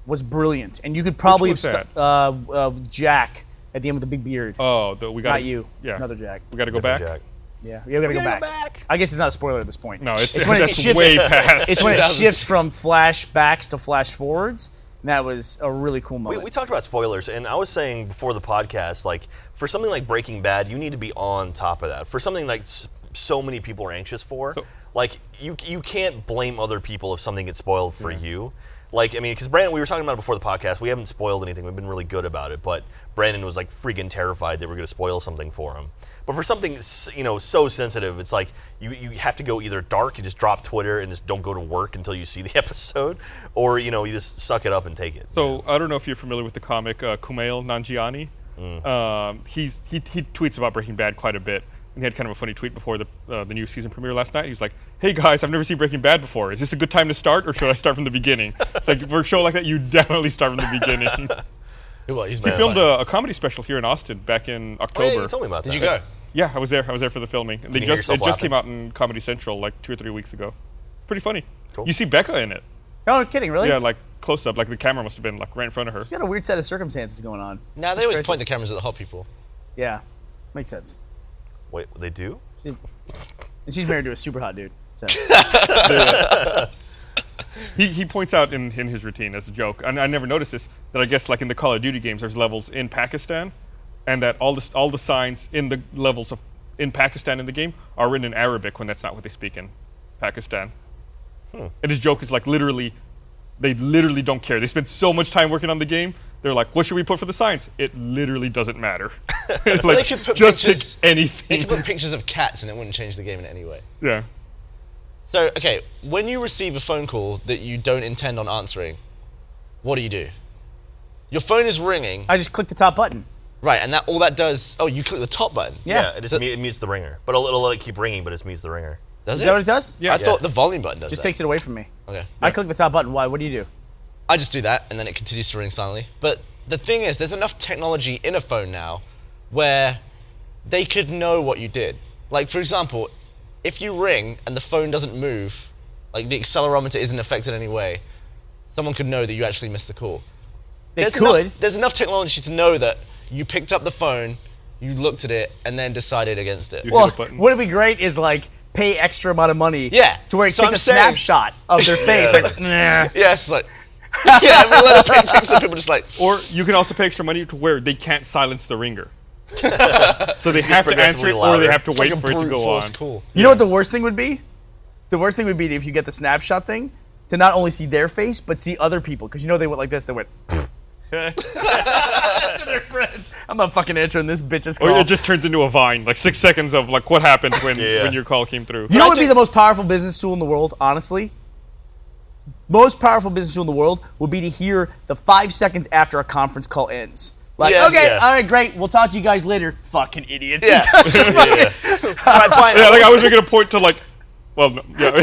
[SPEAKER 4] was brilliant, and you could probably
[SPEAKER 1] was
[SPEAKER 4] have stu- uh, uh, Jack at the end with the big beard.
[SPEAKER 1] Oh, the, we got
[SPEAKER 4] Not you.
[SPEAKER 1] Yeah,
[SPEAKER 4] Another Jack.
[SPEAKER 1] We got to go
[SPEAKER 2] different
[SPEAKER 1] back.
[SPEAKER 2] Jack.
[SPEAKER 4] Yeah, we gotta go
[SPEAKER 2] gotta
[SPEAKER 4] back.
[SPEAKER 2] go back.
[SPEAKER 4] I guess it's not a spoiler at this point.
[SPEAKER 1] No, it's,
[SPEAKER 4] when it
[SPEAKER 1] that's
[SPEAKER 4] shifts.
[SPEAKER 1] way past.
[SPEAKER 4] it's when it
[SPEAKER 3] 2000.
[SPEAKER 4] shifts from flashbacks to flash forwards. And that was a really cool
[SPEAKER 2] We,
[SPEAKER 4] moment.
[SPEAKER 2] we talked about spoilers, and I was saying before the podcast, like for something like Breaking Bad, you need to be on top of that. For something like s- so many people are anxious for, like you you can't blame other people if something gets spoiled for you. Like I mean, because Brandon, we were talking about it before the podcast. We haven't spoiled anything. We've been really good about it, but Brandon was like freaking terrified that we are going to spoil something for him. But for something s- you know so sensitive, it's like you, you have to go either dark, you just drop Twitter and just don't go to work until you see the episode, or you know you just suck it up and take it.
[SPEAKER 1] so I don't know if you're familiar with the comic uh, Kumail Nanjiani.
[SPEAKER 2] Mm.
[SPEAKER 1] Um, he's he, he tweets about Breaking Bad quite a bit. And he had kind of a funny tweet before the uh, the new season premiere last night. He was like, "Hey guys, I've never seen Breaking Bad before. Is this a good time to start, or should I start from the beginning?" it's like for a show like that, you definitely start from the beginning.
[SPEAKER 3] Well, he's
[SPEAKER 1] he filmed a, a comedy special here in Austin back in
[SPEAKER 2] Oh,
[SPEAKER 1] October.
[SPEAKER 2] yeah, you told me about that.
[SPEAKER 3] Did you go?
[SPEAKER 1] Yeah, I was there. I was there for the filming. They
[SPEAKER 2] you hear
[SPEAKER 1] just it
[SPEAKER 2] yourself
[SPEAKER 1] just
[SPEAKER 2] laughing?
[SPEAKER 1] came out in Comedy Central like two or three weeks ago. Pretty funny.
[SPEAKER 2] Cool.
[SPEAKER 1] You see Becca in it.
[SPEAKER 4] No, I'm kidding, really?
[SPEAKER 1] Yeah, like close up. Like the camera must have been like right in front of her.
[SPEAKER 4] She's got a weird set of circumstances going on.
[SPEAKER 3] Now they always point the cameras at the hot people.
[SPEAKER 4] Yeah, makes sense.
[SPEAKER 2] Wait, they do?
[SPEAKER 4] And she's married to a super hot dude. So.
[SPEAKER 1] He, he points out in, in his routine as a joke, and I never noticed this, that I guess like in the Call of Duty games, there's levels in Pakistan, and that all the all the signs in the levels of in Pakistan in the game are written in Arabic when that's not what they speak in Pakistan.
[SPEAKER 3] Hmm.
[SPEAKER 1] And his joke is like literally, they literally don't care. They spend so much time working on the game. They're like, what should we put for the signs? It literally doesn't matter. like,
[SPEAKER 3] could put
[SPEAKER 1] just
[SPEAKER 3] pictures-
[SPEAKER 1] pick
[SPEAKER 3] They
[SPEAKER 1] anything.
[SPEAKER 3] could put pictures of cats and it wouldn't change the game in any way.
[SPEAKER 1] yeah.
[SPEAKER 3] So, okay, when you receive a phone call that you don't intend on answering, what do you do? Your phone is ringing,
[SPEAKER 4] I just clicked the top button.
[SPEAKER 3] right? And that all that does. Oh, you click the top button.
[SPEAKER 4] Yeah.
[SPEAKER 2] it just mu- it mutes the ringer, but it'll, it'll let it keep ringing, but it mutes the ringer.
[SPEAKER 3] Does
[SPEAKER 4] Is
[SPEAKER 3] it?
[SPEAKER 4] that what it does?
[SPEAKER 1] Yeah.
[SPEAKER 3] I thought the volume button does
[SPEAKER 4] Just
[SPEAKER 3] that.
[SPEAKER 4] takes it away from me.
[SPEAKER 3] okay.
[SPEAKER 4] I click the top button. Why? What do you do?
[SPEAKER 3] I just do that, and then it continues to ring silently. But the thing is, there's enough technology in a phone now where they could know what you did. Like, for example, if you ring and the phone doesn't move, like the accelerometer isn't affected in any way, someone could know that you actually missed the call.
[SPEAKER 4] They
[SPEAKER 3] there's
[SPEAKER 4] could.
[SPEAKER 3] Enough, there's enough technology to know that you picked up the phone, you looked at it, and then decided against it.
[SPEAKER 1] hit
[SPEAKER 4] Well,
[SPEAKER 1] a button.
[SPEAKER 4] wouldn't it be great is like pay extra amount of money.
[SPEAKER 3] Yeah.
[SPEAKER 4] To where it
[SPEAKER 3] So
[SPEAKER 4] takes
[SPEAKER 3] I'm
[SPEAKER 4] a
[SPEAKER 3] saying-
[SPEAKER 4] snapshot of their face. Like, nah.
[SPEAKER 3] yeah, it's like, yeah, we let it pick things up. People just like,
[SPEAKER 1] Or you can also pay extra money to where they can't silence the ringer. so they have to answer
[SPEAKER 2] progressively
[SPEAKER 1] it or they
[SPEAKER 2] louder.
[SPEAKER 1] have to
[SPEAKER 3] it's
[SPEAKER 1] wait
[SPEAKER 3] like a
[SPEAKER 1] for it to
[SPEAKER 3] brute
[SPEAKER 1] go
[SPEAKER 3] force
[SPEAKER 1] on.
[SPEAKER 3] call.
[SPEAKER 4] You know what the worst thing would be? The worst thing would be if you get the snapshot thing to not only see their face but see other people because you know they went like this. They went. to their friends. I'm not fucking answering this bitch's
[SPEAKER 1] Or
[SPEAKER 4] call.
[SPEAKER 1] it just turns into a vine, like six seconds of like what happened when,
[SPEAKER 2] Yeah.
[SPEAKER 1] when your call came through.
[SPEAKER 4] you know what would be
[SPEAKER 3] think-
[SPEAKER 4] the most powerful business tool in the world, honestly? Most powerful business tool in the world would be to hear the five seconds after a conference call ends. Like,
[SPEAKER 3] Yeah.
[SPEAKER 4] okay,
[SPEAKER 2] Yeah.
[SPEAKER 4] all right, great. We'll talk to you guys later. Fucking idiots.
[SPEAKER 3] Yeah. All right, fine.
[SPEAKER 1] yeah, like I was making a point to like, well, no, yeah,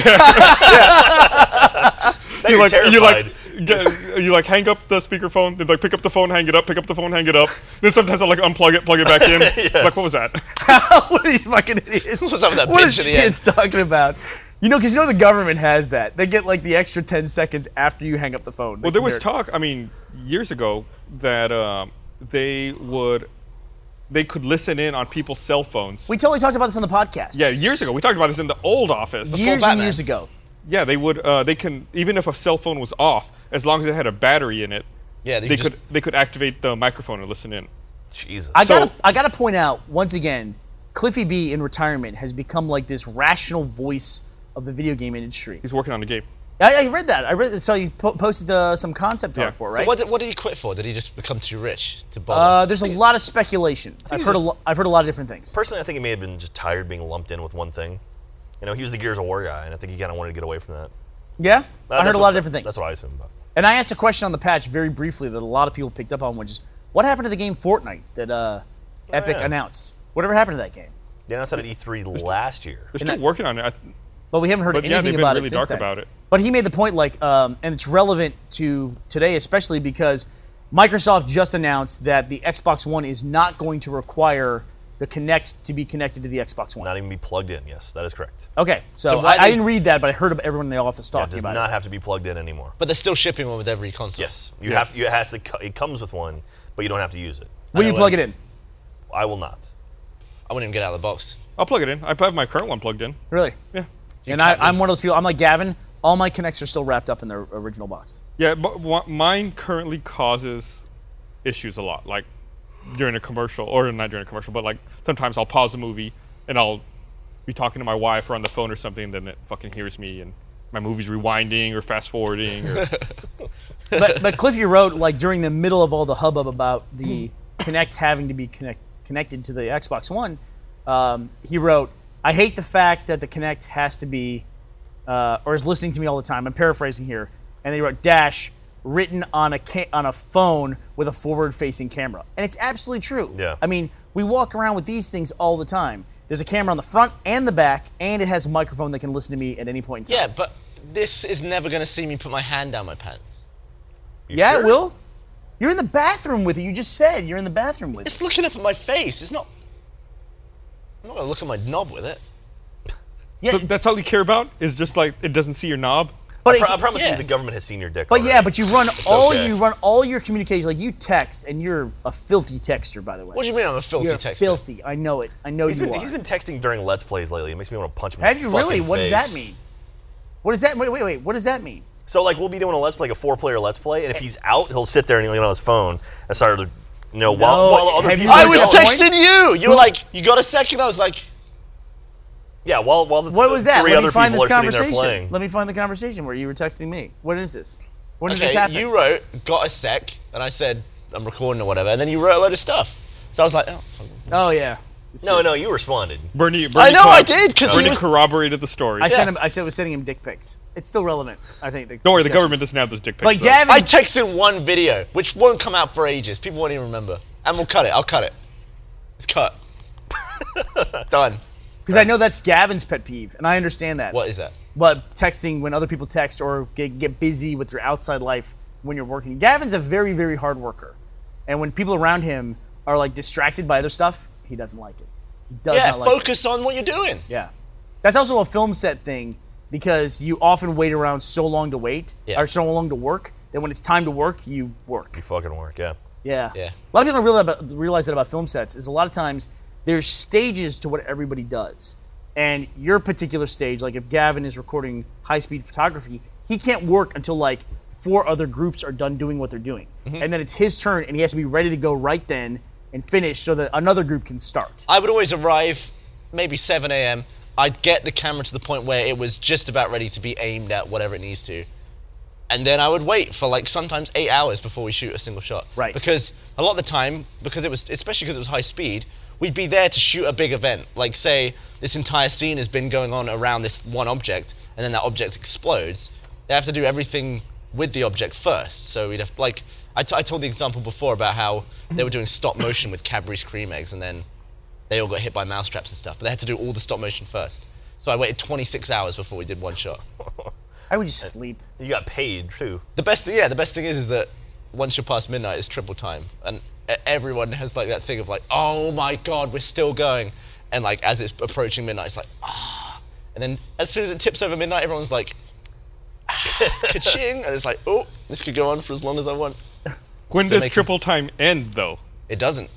[SPEAKER 1] yeah.
[SPEAKER 2] Now you're
[SPEAKER 1] like you
[SPEAKER 2] terrified.
[SPEAKER 1] like get, you like hang up the speakerphone, then like pick up the phone, hang it up, pick up the phone, hang it up. Then sometimes I will like unplug it, plug it back in. Like what was that?
[SPEAKER 4] what are these fucking idiots?
[SPEAKER 3] What's up with that
[SPEAKER 4] What
[SPEAKER 3] bitch
[SPEAKER 4] is
[SPEAKER 3] at the end?
[SPEAKER 4] idiots talking about? You know, because you know the government has that. They get like the extra ten seconds after you hang up the phone. They
[SPEAKER 1] Well, there
[SPEAKER 4] can
[SPEAKER 1] was
[SPEAKER 4] hear it.
[SPEAKER 1] talk. I mean, years ago that um, they would they could listen in on people's cell phones.
[SPEAKER 4] We totally talked about this on the podcast.
[SPEAKER 1] yeah, years ago we talked about this in the old office.
[SPEAKER 4] years and
[SPEAKER 3] Batman.
[SPEAKER 4] years ago.
[SPEAKER 1] Yeah, they would. Uh, they can even if a cell phone was off, as long as it had a battery in it.
[SPEAKER 3] Yeah, they
[SPEAKER 1] they
[SPEAKER 3] could
[SPEAKER 1] could they could activate the microphone and listen in.
[SPEAKER 2] Jesus.
[SPEAKER 4] I
[SPEAKER 1] So-
[SPEAKER 4] gotta, I gotta point out once again, Cliffy B in retirement has become like this rational voice of the video game industry.
[SPEAKER 1] He's working on the game.
[SPEAKER 4] I, I read that. I read that. So you po- posted uh, some concept
[SPEAKER 1] Yeah.
[SPEAKER 4] art for it,
[SPEAKER 1] So
[SPEAKER 4] right?
[SPEAKER 3] What did, what did he quit for? Did he just become too rich to
[SPEAKER 4] uh,
[SPEAKER 3] bother?
[SPEAKER 4] there's a lot of speculation. I've heard a lo- I've heard a lot of different things.
[SPEAKER 2] Personally, I think he may have been just tired being lumped in with one thing. You know, he was the Gears of War guy, and I think he kind of wanted to get away from that.
[SPEAKER 4] yeah, I
[SPEAKER 2] That's
[SPEAKER 4] heard a
[SPEAKER 2] what-
[SPEAKER 4] lot of different things.
[SPEAKER 2] That's what I assume. But
[SPEAKER 4] And I asked a question on the patch very briefly that a lot of people picked up on, which is what happened to the game Fortnite that uh, Epic
[SPEAKER 2] yeah.
[SPEAKER 4] announced? Whatever happened to that game?
[SPEAKER 2] they announced that at E3 last year.
[SPEAKER 1] They're
[SPEAKER 4] And
[SPEAKER 1] still
[SPEAKER 4] I-
[SPEAKER 1] working on it. I,
[SPEAKER 4] But we haven't heard
[SPEAKER 1] But yeah,
[SPEAKER 4] anything
[SPEAKER 1] they've been
[SPEAKER 4] about
[SPEAKER 1] really
[SPEAKER 4] it since
[SPEAKER 1] dark
[SPEAKER 4] then.
[SPEAKER 1] about it.
[SPEAKER 4] But he made the point, like, um, and it's relevant to today, especially because Microsoft just announced that the Xbox One is not going to require the Kinect to be connected to the Xbox One.
[SPEAKER 2] Not even be plugged in. Yes, that is correct.
[SPEAKER 4] okay, so,
[SPEAKER 3] So
[SPEAKER 4] I,
[SPEAKER 3] why
[SPEAKER 4] I
[SPEAKER 3] they-
[SPEAKER 4] didn't read that, but I heard everyone in the office
[SPEAKER 2] It
[SPEAKER 4] talking
[SPEAKER 2] does
[SPEAKER 4] about
[SPEAKER 2] not
[SPEAKER 4] it.
[SPEAKER 2] have to be plugged in anymore.
[SPEAKER 3] but they're still shipping one with every console.
[SPEAKER 2] Yes, you
[SPEAKER 1] Yes.
[SPEAKER 2] have. You, it has to. co- It comes with one, but you don't have to use it.
[SPEAKER 4] Will you
[SPEAKER 3] know
[SPEAKER 4] plug
[SPEAKER 3] it.
[SPEAKER 4] it in?
[SPEAKER 2] I will not.
[SPEAKER 3] I wouldn't even get out of the box.
[SPEAKER 1] I'll plug it in. I have my current one plugged in.
[SPEAKER 4] Really?
[SPEAKER 1] Yeah,
[SPEAKER 4] and I, I'm one of those people. I'm like Gavin. All my Kinects are still wrapped up in their original box.
[SPEAKER 1] yeah. But wa- mine currently causes issues a lot. Like during a commercial, or not during a commercial, but like sometimes I'll pause the movie and I'll be talking to my wife or on the phone or something, then it fucking hears me and my movie's rewinding or fast forwarding or
[SPEAKER 4] but but Cliffy wrote like during the middle of all the hubbub about the Connect having to be connect, connected to the Xbox One. Um, he wrote, "I hate the fact that the Connect has to be, uh, or is listening to me all the time." I'm paraphrasing here, and they wrote dash. written on a ca- on a phone with a forward-facing camera, and it's absolutely true.
[SPEAKER 2] Yeah.
[SPEAKER 4] I mean, we walk around with these things all the time. There's a camera on the front and the back, and it has a microphone that can listen to me at any point in
[SPEAKER 3] Yeah,
[SPEAKER 4] time.
[SPEAKER 3] but this is never gonna see me put my hand down my pants.
[SPEAKER 2] You
[SPEAKER 4] Yeah,
[SPEAKER 2] sure?
[SPEAKER 4] it will. You're in the bathroom with it. You just said you're in the bathroom with it.
[SPEAKER 3] It's looking up at my face. It's not. I'm not gonna look at my knob with it.
[SPEAKER 4] Yeah,
[SPEAKER 6] Th- that's all you care about is just like it doesn't see your knob.
[SPEAKER 4] but
[SPEAKER 2] I,
[SPEAKER 4] it-
[SPEAKER 2] pro- I promise
[SPEAKER 3] yeah.
[SPEAKER 2] you, the government has seen your dick.
[SPEAKER 4] But
[SPEAKER 2] already.
[SPEAKER 4] yeah, but you run all
[SPEAKER 3] okay.
[SPEAKER 4] you run all your communication like you text and you're a filthy texter by the way.
[SPEAKER 3] What do you mean I'm a filthy
[SPEAKER 4] You're
[SPEAKER 3] texter?
[SPEAKER 4] filthy. I know it. I know
[SPEAKER 2] he's
[SPEAKER 4] you
[SPEAKER 2] been
[SPEAKER 4] are.
[SPEAKER 2] he's been texting during Let's Plays lately. It makes me want to punch him. in
[SPEAKER 4] Have
[SPEAKER 2] the
[SPEAKER 4] you really?
[SPEAKER 2] fucking
[SPEAKER 4] What does that
[SPEAKER 2] face.
[SPEAKER 4] mean? What does that wait wait wait? What does that mean?
[SPEAKER 2] So like, we'll be doing a Let's Play, like a four-player Let's Play, and if he's out, he'll sit there and he'll get on his phone and start to, you know, while, while other
[SPEAKER 4] have you
[SPEAKER 2] people
[SPEAKER 3] I
[SPEAKER 2] are
[SPEAKER 3] was
[SPEAKER 2] talking-
[SPEAKER 3] texting you. You were like, you got a second? I was like,
[SPEAKER 2] Yeah, while while the
[SPEAKER 4] What was that?
[SPEAKER 2] Three
[SPEAKER 4] Let
[SPEAKER 2] other
[SPEAKER 4] me find
[SPEAKER 2] people
[SPEAKER 4] this
[SPEAKER 2] are sitting there
[SPEAKER 4] conversation.
[SPEAKER 2] playing.
[SPEAKER 4] Let me find the conversation where you were texting me. What is this? When did this
[SPEAKER 3] okay,
[SPEAKER 4] happen?
[SPEAKER 3] you wrote, got a sec, and I said, I'm recording or whatever, and then you wrote a load of stuff. So I was like, oh. fuck.
[SPEAKER 4] oh yeah.
[SPEAKER 2] No, no, you responded.
[SPEAKER 6] Bernie, Bernie
[SPEAKER 3] I know I
[SPEAKER 6] corro-
[SPEAKER 3] did because he
[SPEAKER 6] Bernie
[SPEAKER 3] was.
[SPEAKER 6] corroborated the story.
[SPEAKER 4] I sent
[SPEAKER 3] Yeah.
[SPEAKER 4] him I said I was sending him dick pics. It's still relevant, I think. the
[SPEAKER 6] Don't worry, the
[SPEAKER 4] discussion.
[SPEAKER 6] government doesn't have those dick pics.
[SPEAKER 4] But
[SPEAKER 6] though.
[SPEAKER 4] Gavin
[SPEAKER 3] I texted one video, which won't come out for ages. People won't even remember, and we'll cut it. I'll cut it. It's cut. Done.
[SPEAKER 4] because I know that's Gavin's pet peeve and I understand that.
[SPEAKER 3] What is that?
[SPEAKER 4] but texting when other people text or get, get busy with your outside life when you're working. Gavin's a very, very hard worker. And when people around him are like distracted by other stuff, he doesn't like it. He does
[SPEAKER 3] yeah,
[SPEAKER 4] not like it.
[SPEAKER 3] focus on what you're doing.
[SPEAKER 4] Yeah. That's also a film set thing because you often wait around so long to wait
[SPEAKER 3] Yeah.
[SPEAKER 4] or so long to work that when it's time to work, you work.
[SPEAKER 2] You fucking work, yeah.
[SPEAKER 4] Yeah.
[SPEAKER 3] Yeah.
[SPEAKER 4] A lot of people don't realize, about, realize that about film sets is a lot of times there's stages to what everybody does. And your particular stage, like if Gavin is recording high speed photography, he can't work until like four other groups are done doing what they're doing.
[SPEAKER 2] Mm-hmm.
[SPEAKER 4] And then it's his turn and he has to be ready to go right then and finish so that another group can start.
[SPEAKER 3] I would always arrive, maybe 7 a.m. I'd get the camera to the point where it was just about ready to be aimed at whatever it needs to. And then I would wait for like sometimes eight hours before we shoot a single shot.
[SPEAKER 4] Right.
[SPEAKER 3] Because a lot of the time, because it was, especially because it was high speed, we'd be there to shoot a big event. Like, say, this entire scene has been going on around this one object, and then that object explodes. They have to do everything with the object first. So we'd have, like, I, t- I told the example before about how they were doing stop motion with Cadbury's cream eggs, and then they all got hit by mousetraps and stuff, but they had to do all the stop motion first. So I waited 26 hours before we did one shot.
[SPEAKER 4] I would just sleep.
[SPEAKER 2] You got paid too.
[SPEAKER 3] The best thing, yeah, the best thing is, is that once you're past midnight, it's triple time, and e- everyone has like that thing of like, oh my god, we're still going, and like as it's approaching midnight, it's like ah, and then as soon as it tips over midnight, everyone's like, ah, ka-ching, and it's like, oh, this could go on for as long as I want.
[SPEAKER 6] when
[SPEAKER 3] so
[SPEAKER 6] does
[SPEAKER 3] they can-
[SPEAKER 6] triple time end though?
[SPEAKER 3] It doesn't.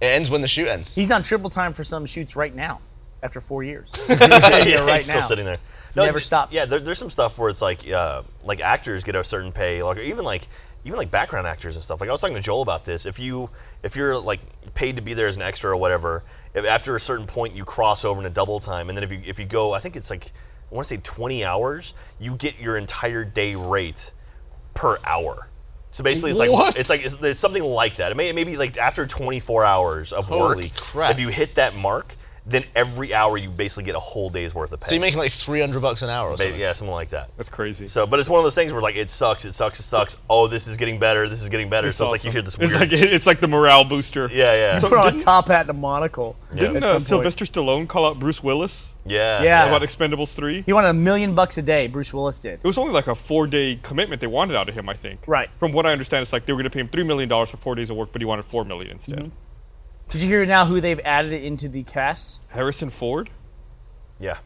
[SPEAKER 3] It ends when the shoot ends.
[SPEAKER 4] He's on triple time for some shoots right now after four years.
[SPEAKER 2] yeah,
[SPEAKER 4] right
[SPEAKER 2] he's
[SPEAKER 4] now.
[SPEAKER 2] still sitting there.
[SPEAKER 4] Never
[SPEAKER 2] y-
[SPEAKER 4] stopped.
[SPEAKER 2] Yeah, there, there's some stuff where it's like, uh, like actors get a certain pay, like or even like even like background actors and stuff. Like I was talking to Joel about this. If you if you're like paid to be there as an extra or whatever, if after a certain point you cross over into double time, and then if you if you go, I think it's like I want to say 20 hours, you get your entire day rate per hour. So basically, it's like
[SPEAKER 6] What?
[SPEAKER 2] it's like it's, it's something like that. It may maybe like after 24 hours of work,
[SPEAKER 3] Holy crap.
[SPEAKER 2] if you hit that mark, then every hour you basically get a whole day's worth of pay.
[SPEAKER 3] So you're making like 300 bucks an hour or
[SPEAKER 2] Ba-
[SPEAKER 3] something.
[SPEAKER 2] yeah, something like that.
[SPEAKER 6] That's crazy.
[SPEAKER 2] So, but it's one of those things where like it sucks, it sucks, it sucks. Oh, this is getting better, this is getting better. so it's like you
[SPEAKER 6] awesome.
[SPEAKER 2] hear this weird.
[SPEAKER 6] It's like it's like the morale booster.
[SPEAKER 2] yeah, yeah,
[SPEAKER 6] So
[SPEAKER 4] Put on a
[SPEAKER 6] didn't-
[SPEAKER 4] top hat and a monocle.
[SPEAKER 6] Didn't
[SPEAKER 4] at
[SPEAKER 6] uh,
[SPEAKER 4] some point.
[SPEAKER 6] Sylvester Stallone call out Bruce Willis
[SPEAKER 2] yeah,
[SPEAKER 4] Yeah.
[SPEAKER 6] about Expendables three?
[SPEAKER 4] He wanted a million bucks a day, Bruce Willis did.
[SPEAKER 6] It was only like a four day commitment they wanted out of him, I think.
[SPEAKER 4] Right.
[SPEAKER 6] From what I understand, it's like they were going to pay him three million dollars for four days of work, but he wanted four million instead.
[SPEAKER 4] Mm-hmm. Did you hear now who they've added into the cast?
[SPEAKER 6] Harrison Ford.
[SPEAKER 2] yeah.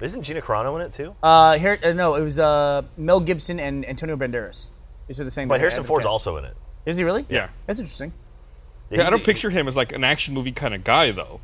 [SPEAKER 2] Isn't Gina Carano in it too?
[SPEAKER 4] Uh, Har- uh no, it was uh, Mel Gibson and Antonio Banderas. These are the same.
[SPEAKER 2] but Harrison Ford's also in it.
[SPEAKER 4] Is he really?
[SPEAKER 6] Yeah.
[SPEAKER 4] That's interesting.
[SPEAKER 6] Yeah, I
[SPEAKER 2] he's-
[SPEAKER 6] don't picture him as like an action movie kind of guy though.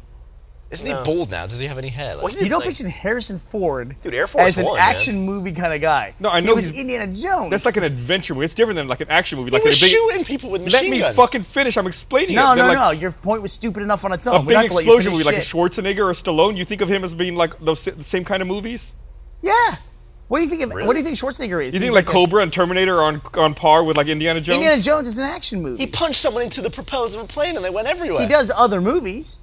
[SPEAKER 3] Isn't he bald now? Does he have any hair? Like,
[SPEAKER 2] Well, he
[SPEAKER 4] You
[SPEAKER 2] did,
[SPEAKER 4] don't
[SPEAKER 2] like-
[SPEAKER 4] picture Harrison Ford
[SPEAKER 2] Dude, Air Force
[SPEAKER 4] as an
[SPEAKER 2] One, man.
[SPEAKER 4] action movie kind of guy.
[SPEAKER 6] No, I
[SPEAKER 4] He
[SPEAKER 6] know
[SPEAKER 4] was
[SPEAKER 6] he's-
[SPEAKER 4] Indiana Jones.
[SPEAKER 6] That's like an adventure movie. It's different than like an action movie.
[SPEAKER 3] They
[SPEAKER 6] Like
[SPEAKER 3] were
[SPEAKER 6] a big-
[SPEAKER 3] shooting people with
[SPEAKER 6] Let
[SPEAKER 3] machine
[SPEAKER 6] me
[SPEAKER 3] guns.
[SPEAKER 6] fucking finish. I'm explaining.
[SPEAKER 4] no,
[SPEAKER 6] it. They're
[SPEAKER 4] no,
[SPEAKER 6] like
[SPEAKER 4] no. Your point was stupid enough on its
[SPEAKER 6] A
[SPEAKER 4] own. We're
[SPEAKER 6] big
[SPEAKER 4] not gonna let you
[SPEAKER 6] explosion
[SPEAKER 4] finish
[SPEAKER 6] movie, like a
[SPEAKER 4] shit.
[SPEAKER 6] Schwarzenegger or Stallone. You think of him as being like those si- same kind of movies?
[SPEAKER 4] Yeah. What do you think? Of, What
[SPEAKER 2] Really?
[SPEAKER 4] do you think Schwarzenegger is?
[SPEAKER 6] You
[SPEAKER 4] He's
[SPEAKER 6] think like,
[SPEAKER 4] a-
[SPEAKER 6] Cobra and Terminator are on on par with like Indiana Jones?
[SPEAKER 4] Indiana Jones is an action movie.
[SPEAKER 3] He punched someone into the propellers of a plane and they went everywhere.
[SPEAKER 4] He does other movies,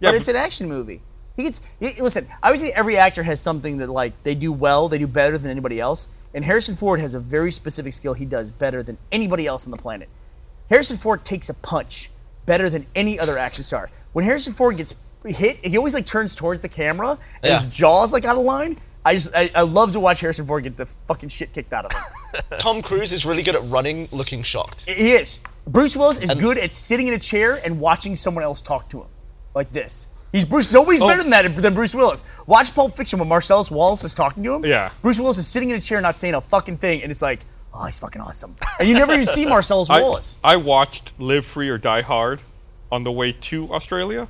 [SPEAKER 6] Yeah,
[SPEAKER 4] but
[SPEAKER 6] but-
[SPEAKER 4] it's an action movie. He gets. y- listen, obviously, every actor has something that like they do well, they do better than anybody else. And Harrison Ford has a very specific skill he does better than anybody else on the planet. Harrison Ford takes a punch better than any other action star. When Harrison Ford gets hit, he always like turns towards the camera and his
[SPEAKER 3] Yeah.
[SPEAKER 4] jaws like out of line. I just I, I love to watch Harrison Ford get the fucking shit kicked out of him.
[SPEAKER 3] Tom Cruise is really good at running, looking shocked.
[SPEAKER 4] He is. Bruce Willis is good at sitting in a chair and watching someone else talk to him, like this. He's Bruce. Nobody's better than that than Bruce Willis. Watch Pulp Fiction when Marcellus Wallace is talking to him.
[SPEAKER 1] Yeah.
[SPEAKER 4] Bruce Willis is sitting in a chair, not saying a fucking thing, and it's like, oh, he's fucking awesome. And you never even see Marcellus Wallace.
[SPEAKER 1] I watched Live Free or Die Hard on the way to Australia.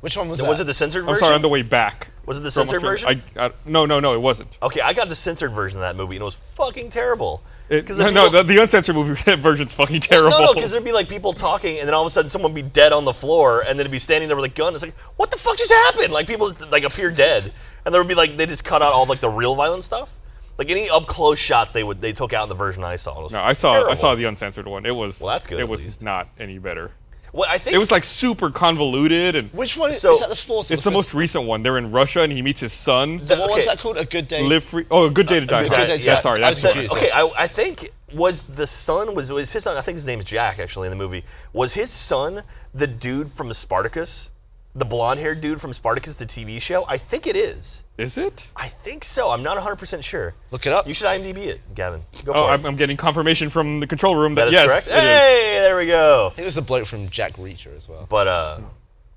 [SPEAKER 3] Which one was that?
[SPEAKER 2] Was it the censored
[SPEAKER 1] I'm
[SPEAKER 2] version?
[SPEAKER 1] sorry, on the way back.
[SPEAKER 2] Was it the Oh,
[SPEAKER 1] from
[SPEAKER 2] censored
[SPEAKER 1] Australia. I, I, no, no, no, it wasn't.
[SPEAKER 2] okay, I got the censored version of that movie, and it was fucking terrible.
[SPEAKER 1] It-
[SPEAKER 2] 'Cause
[SPEAKER 1] no,
[SPEAKER 2] the
[SPEAKER 1] no,
[SPEAKER 2] people-
[SPEAKER 1] the, the uncensored movie version's fucking terrible.
[SPEAKER 2] No, no, because there'd be like people talking, and then all of a sudden someone would be dead on the floor, and then it'd be standing there with a gun. It's like, what the fuck just happened? Like people just like appear dead, and there would be like they just cut out all like the real violent stuff. Like any up close shots they would they took out in the version I saw. It was
[SPEAKER 1] No, I saw I
[SPEAKER 2] terrible.
[SPEAKER 1] saw the uncensored one. It was
[SPEAKER 2] Well, that's good,
[SPEAKER 1] It
[SPEAKER 2] at
[SPEAKER 1] was
[SPEAKER 2] least.
[SPEAKER 1] not any better.
[SPEAKER 2] Well, I think
[SPEAKER 1] It was like super convoluted and
[SPEAKER 3] Which one
[SPEAKER 2] So-
[SPEAKER 3] is that? The fourth. or
[SPEAKER 1] it's the
[SPEAKER 3] fifth?
[SPEAKER 1] most recent one. They're in Russia and he meets his son.
[SPEAKER 3] The, What
[SPEAKER 2] okay.
[SPEAKER 3] was that called? A good day.
[SPEAKER 1] Live free. Oh, a good day to die.
[SPEAKER 3] Good
[SPEAKER 1] Hard.
[SPEAKER 3] Day to
[SPEAKER 1] yeah,
[SPEAKER 3] Die.
[SPEAKER 1] sorry,
[SPEAKER 3] I
[SPEAKER 1] that's
[SPEAKER 3] was
[SPEAKER 1] the one.
[SPEAKER 3] confused.
[SPEAKER 2] Okay, I, I think was the son was was his son. I think his name's Jack actually in the movie. Was his son the dude from Spartacus, the blonde haired dude from Spartacus, the TV show? I think it is.
[SPEAKER 1] Is it?
[SPEAKER 2] I think so. I'm not 100 percent sure.
[SPEAKER 3] Look it up.
[SPEAKER 2] You should IMDb it, Gavin. Go for
[SPEAKER 1] Oh,
[SPEAKER 2] it.
[SPEAKER 1] I'm, I'm getting confirmation from the control room that,
[SPEAKER 2] That is
[SPEAKER 1] yes,
[SPEAKER 2] correct.
[SPEAKER 1] it is.
[SPEAKER 2] Hey, there we go.
[SPEAKER 3] It was the bloke from Jack Reacher as well.
[SPEAKER 2] But uh,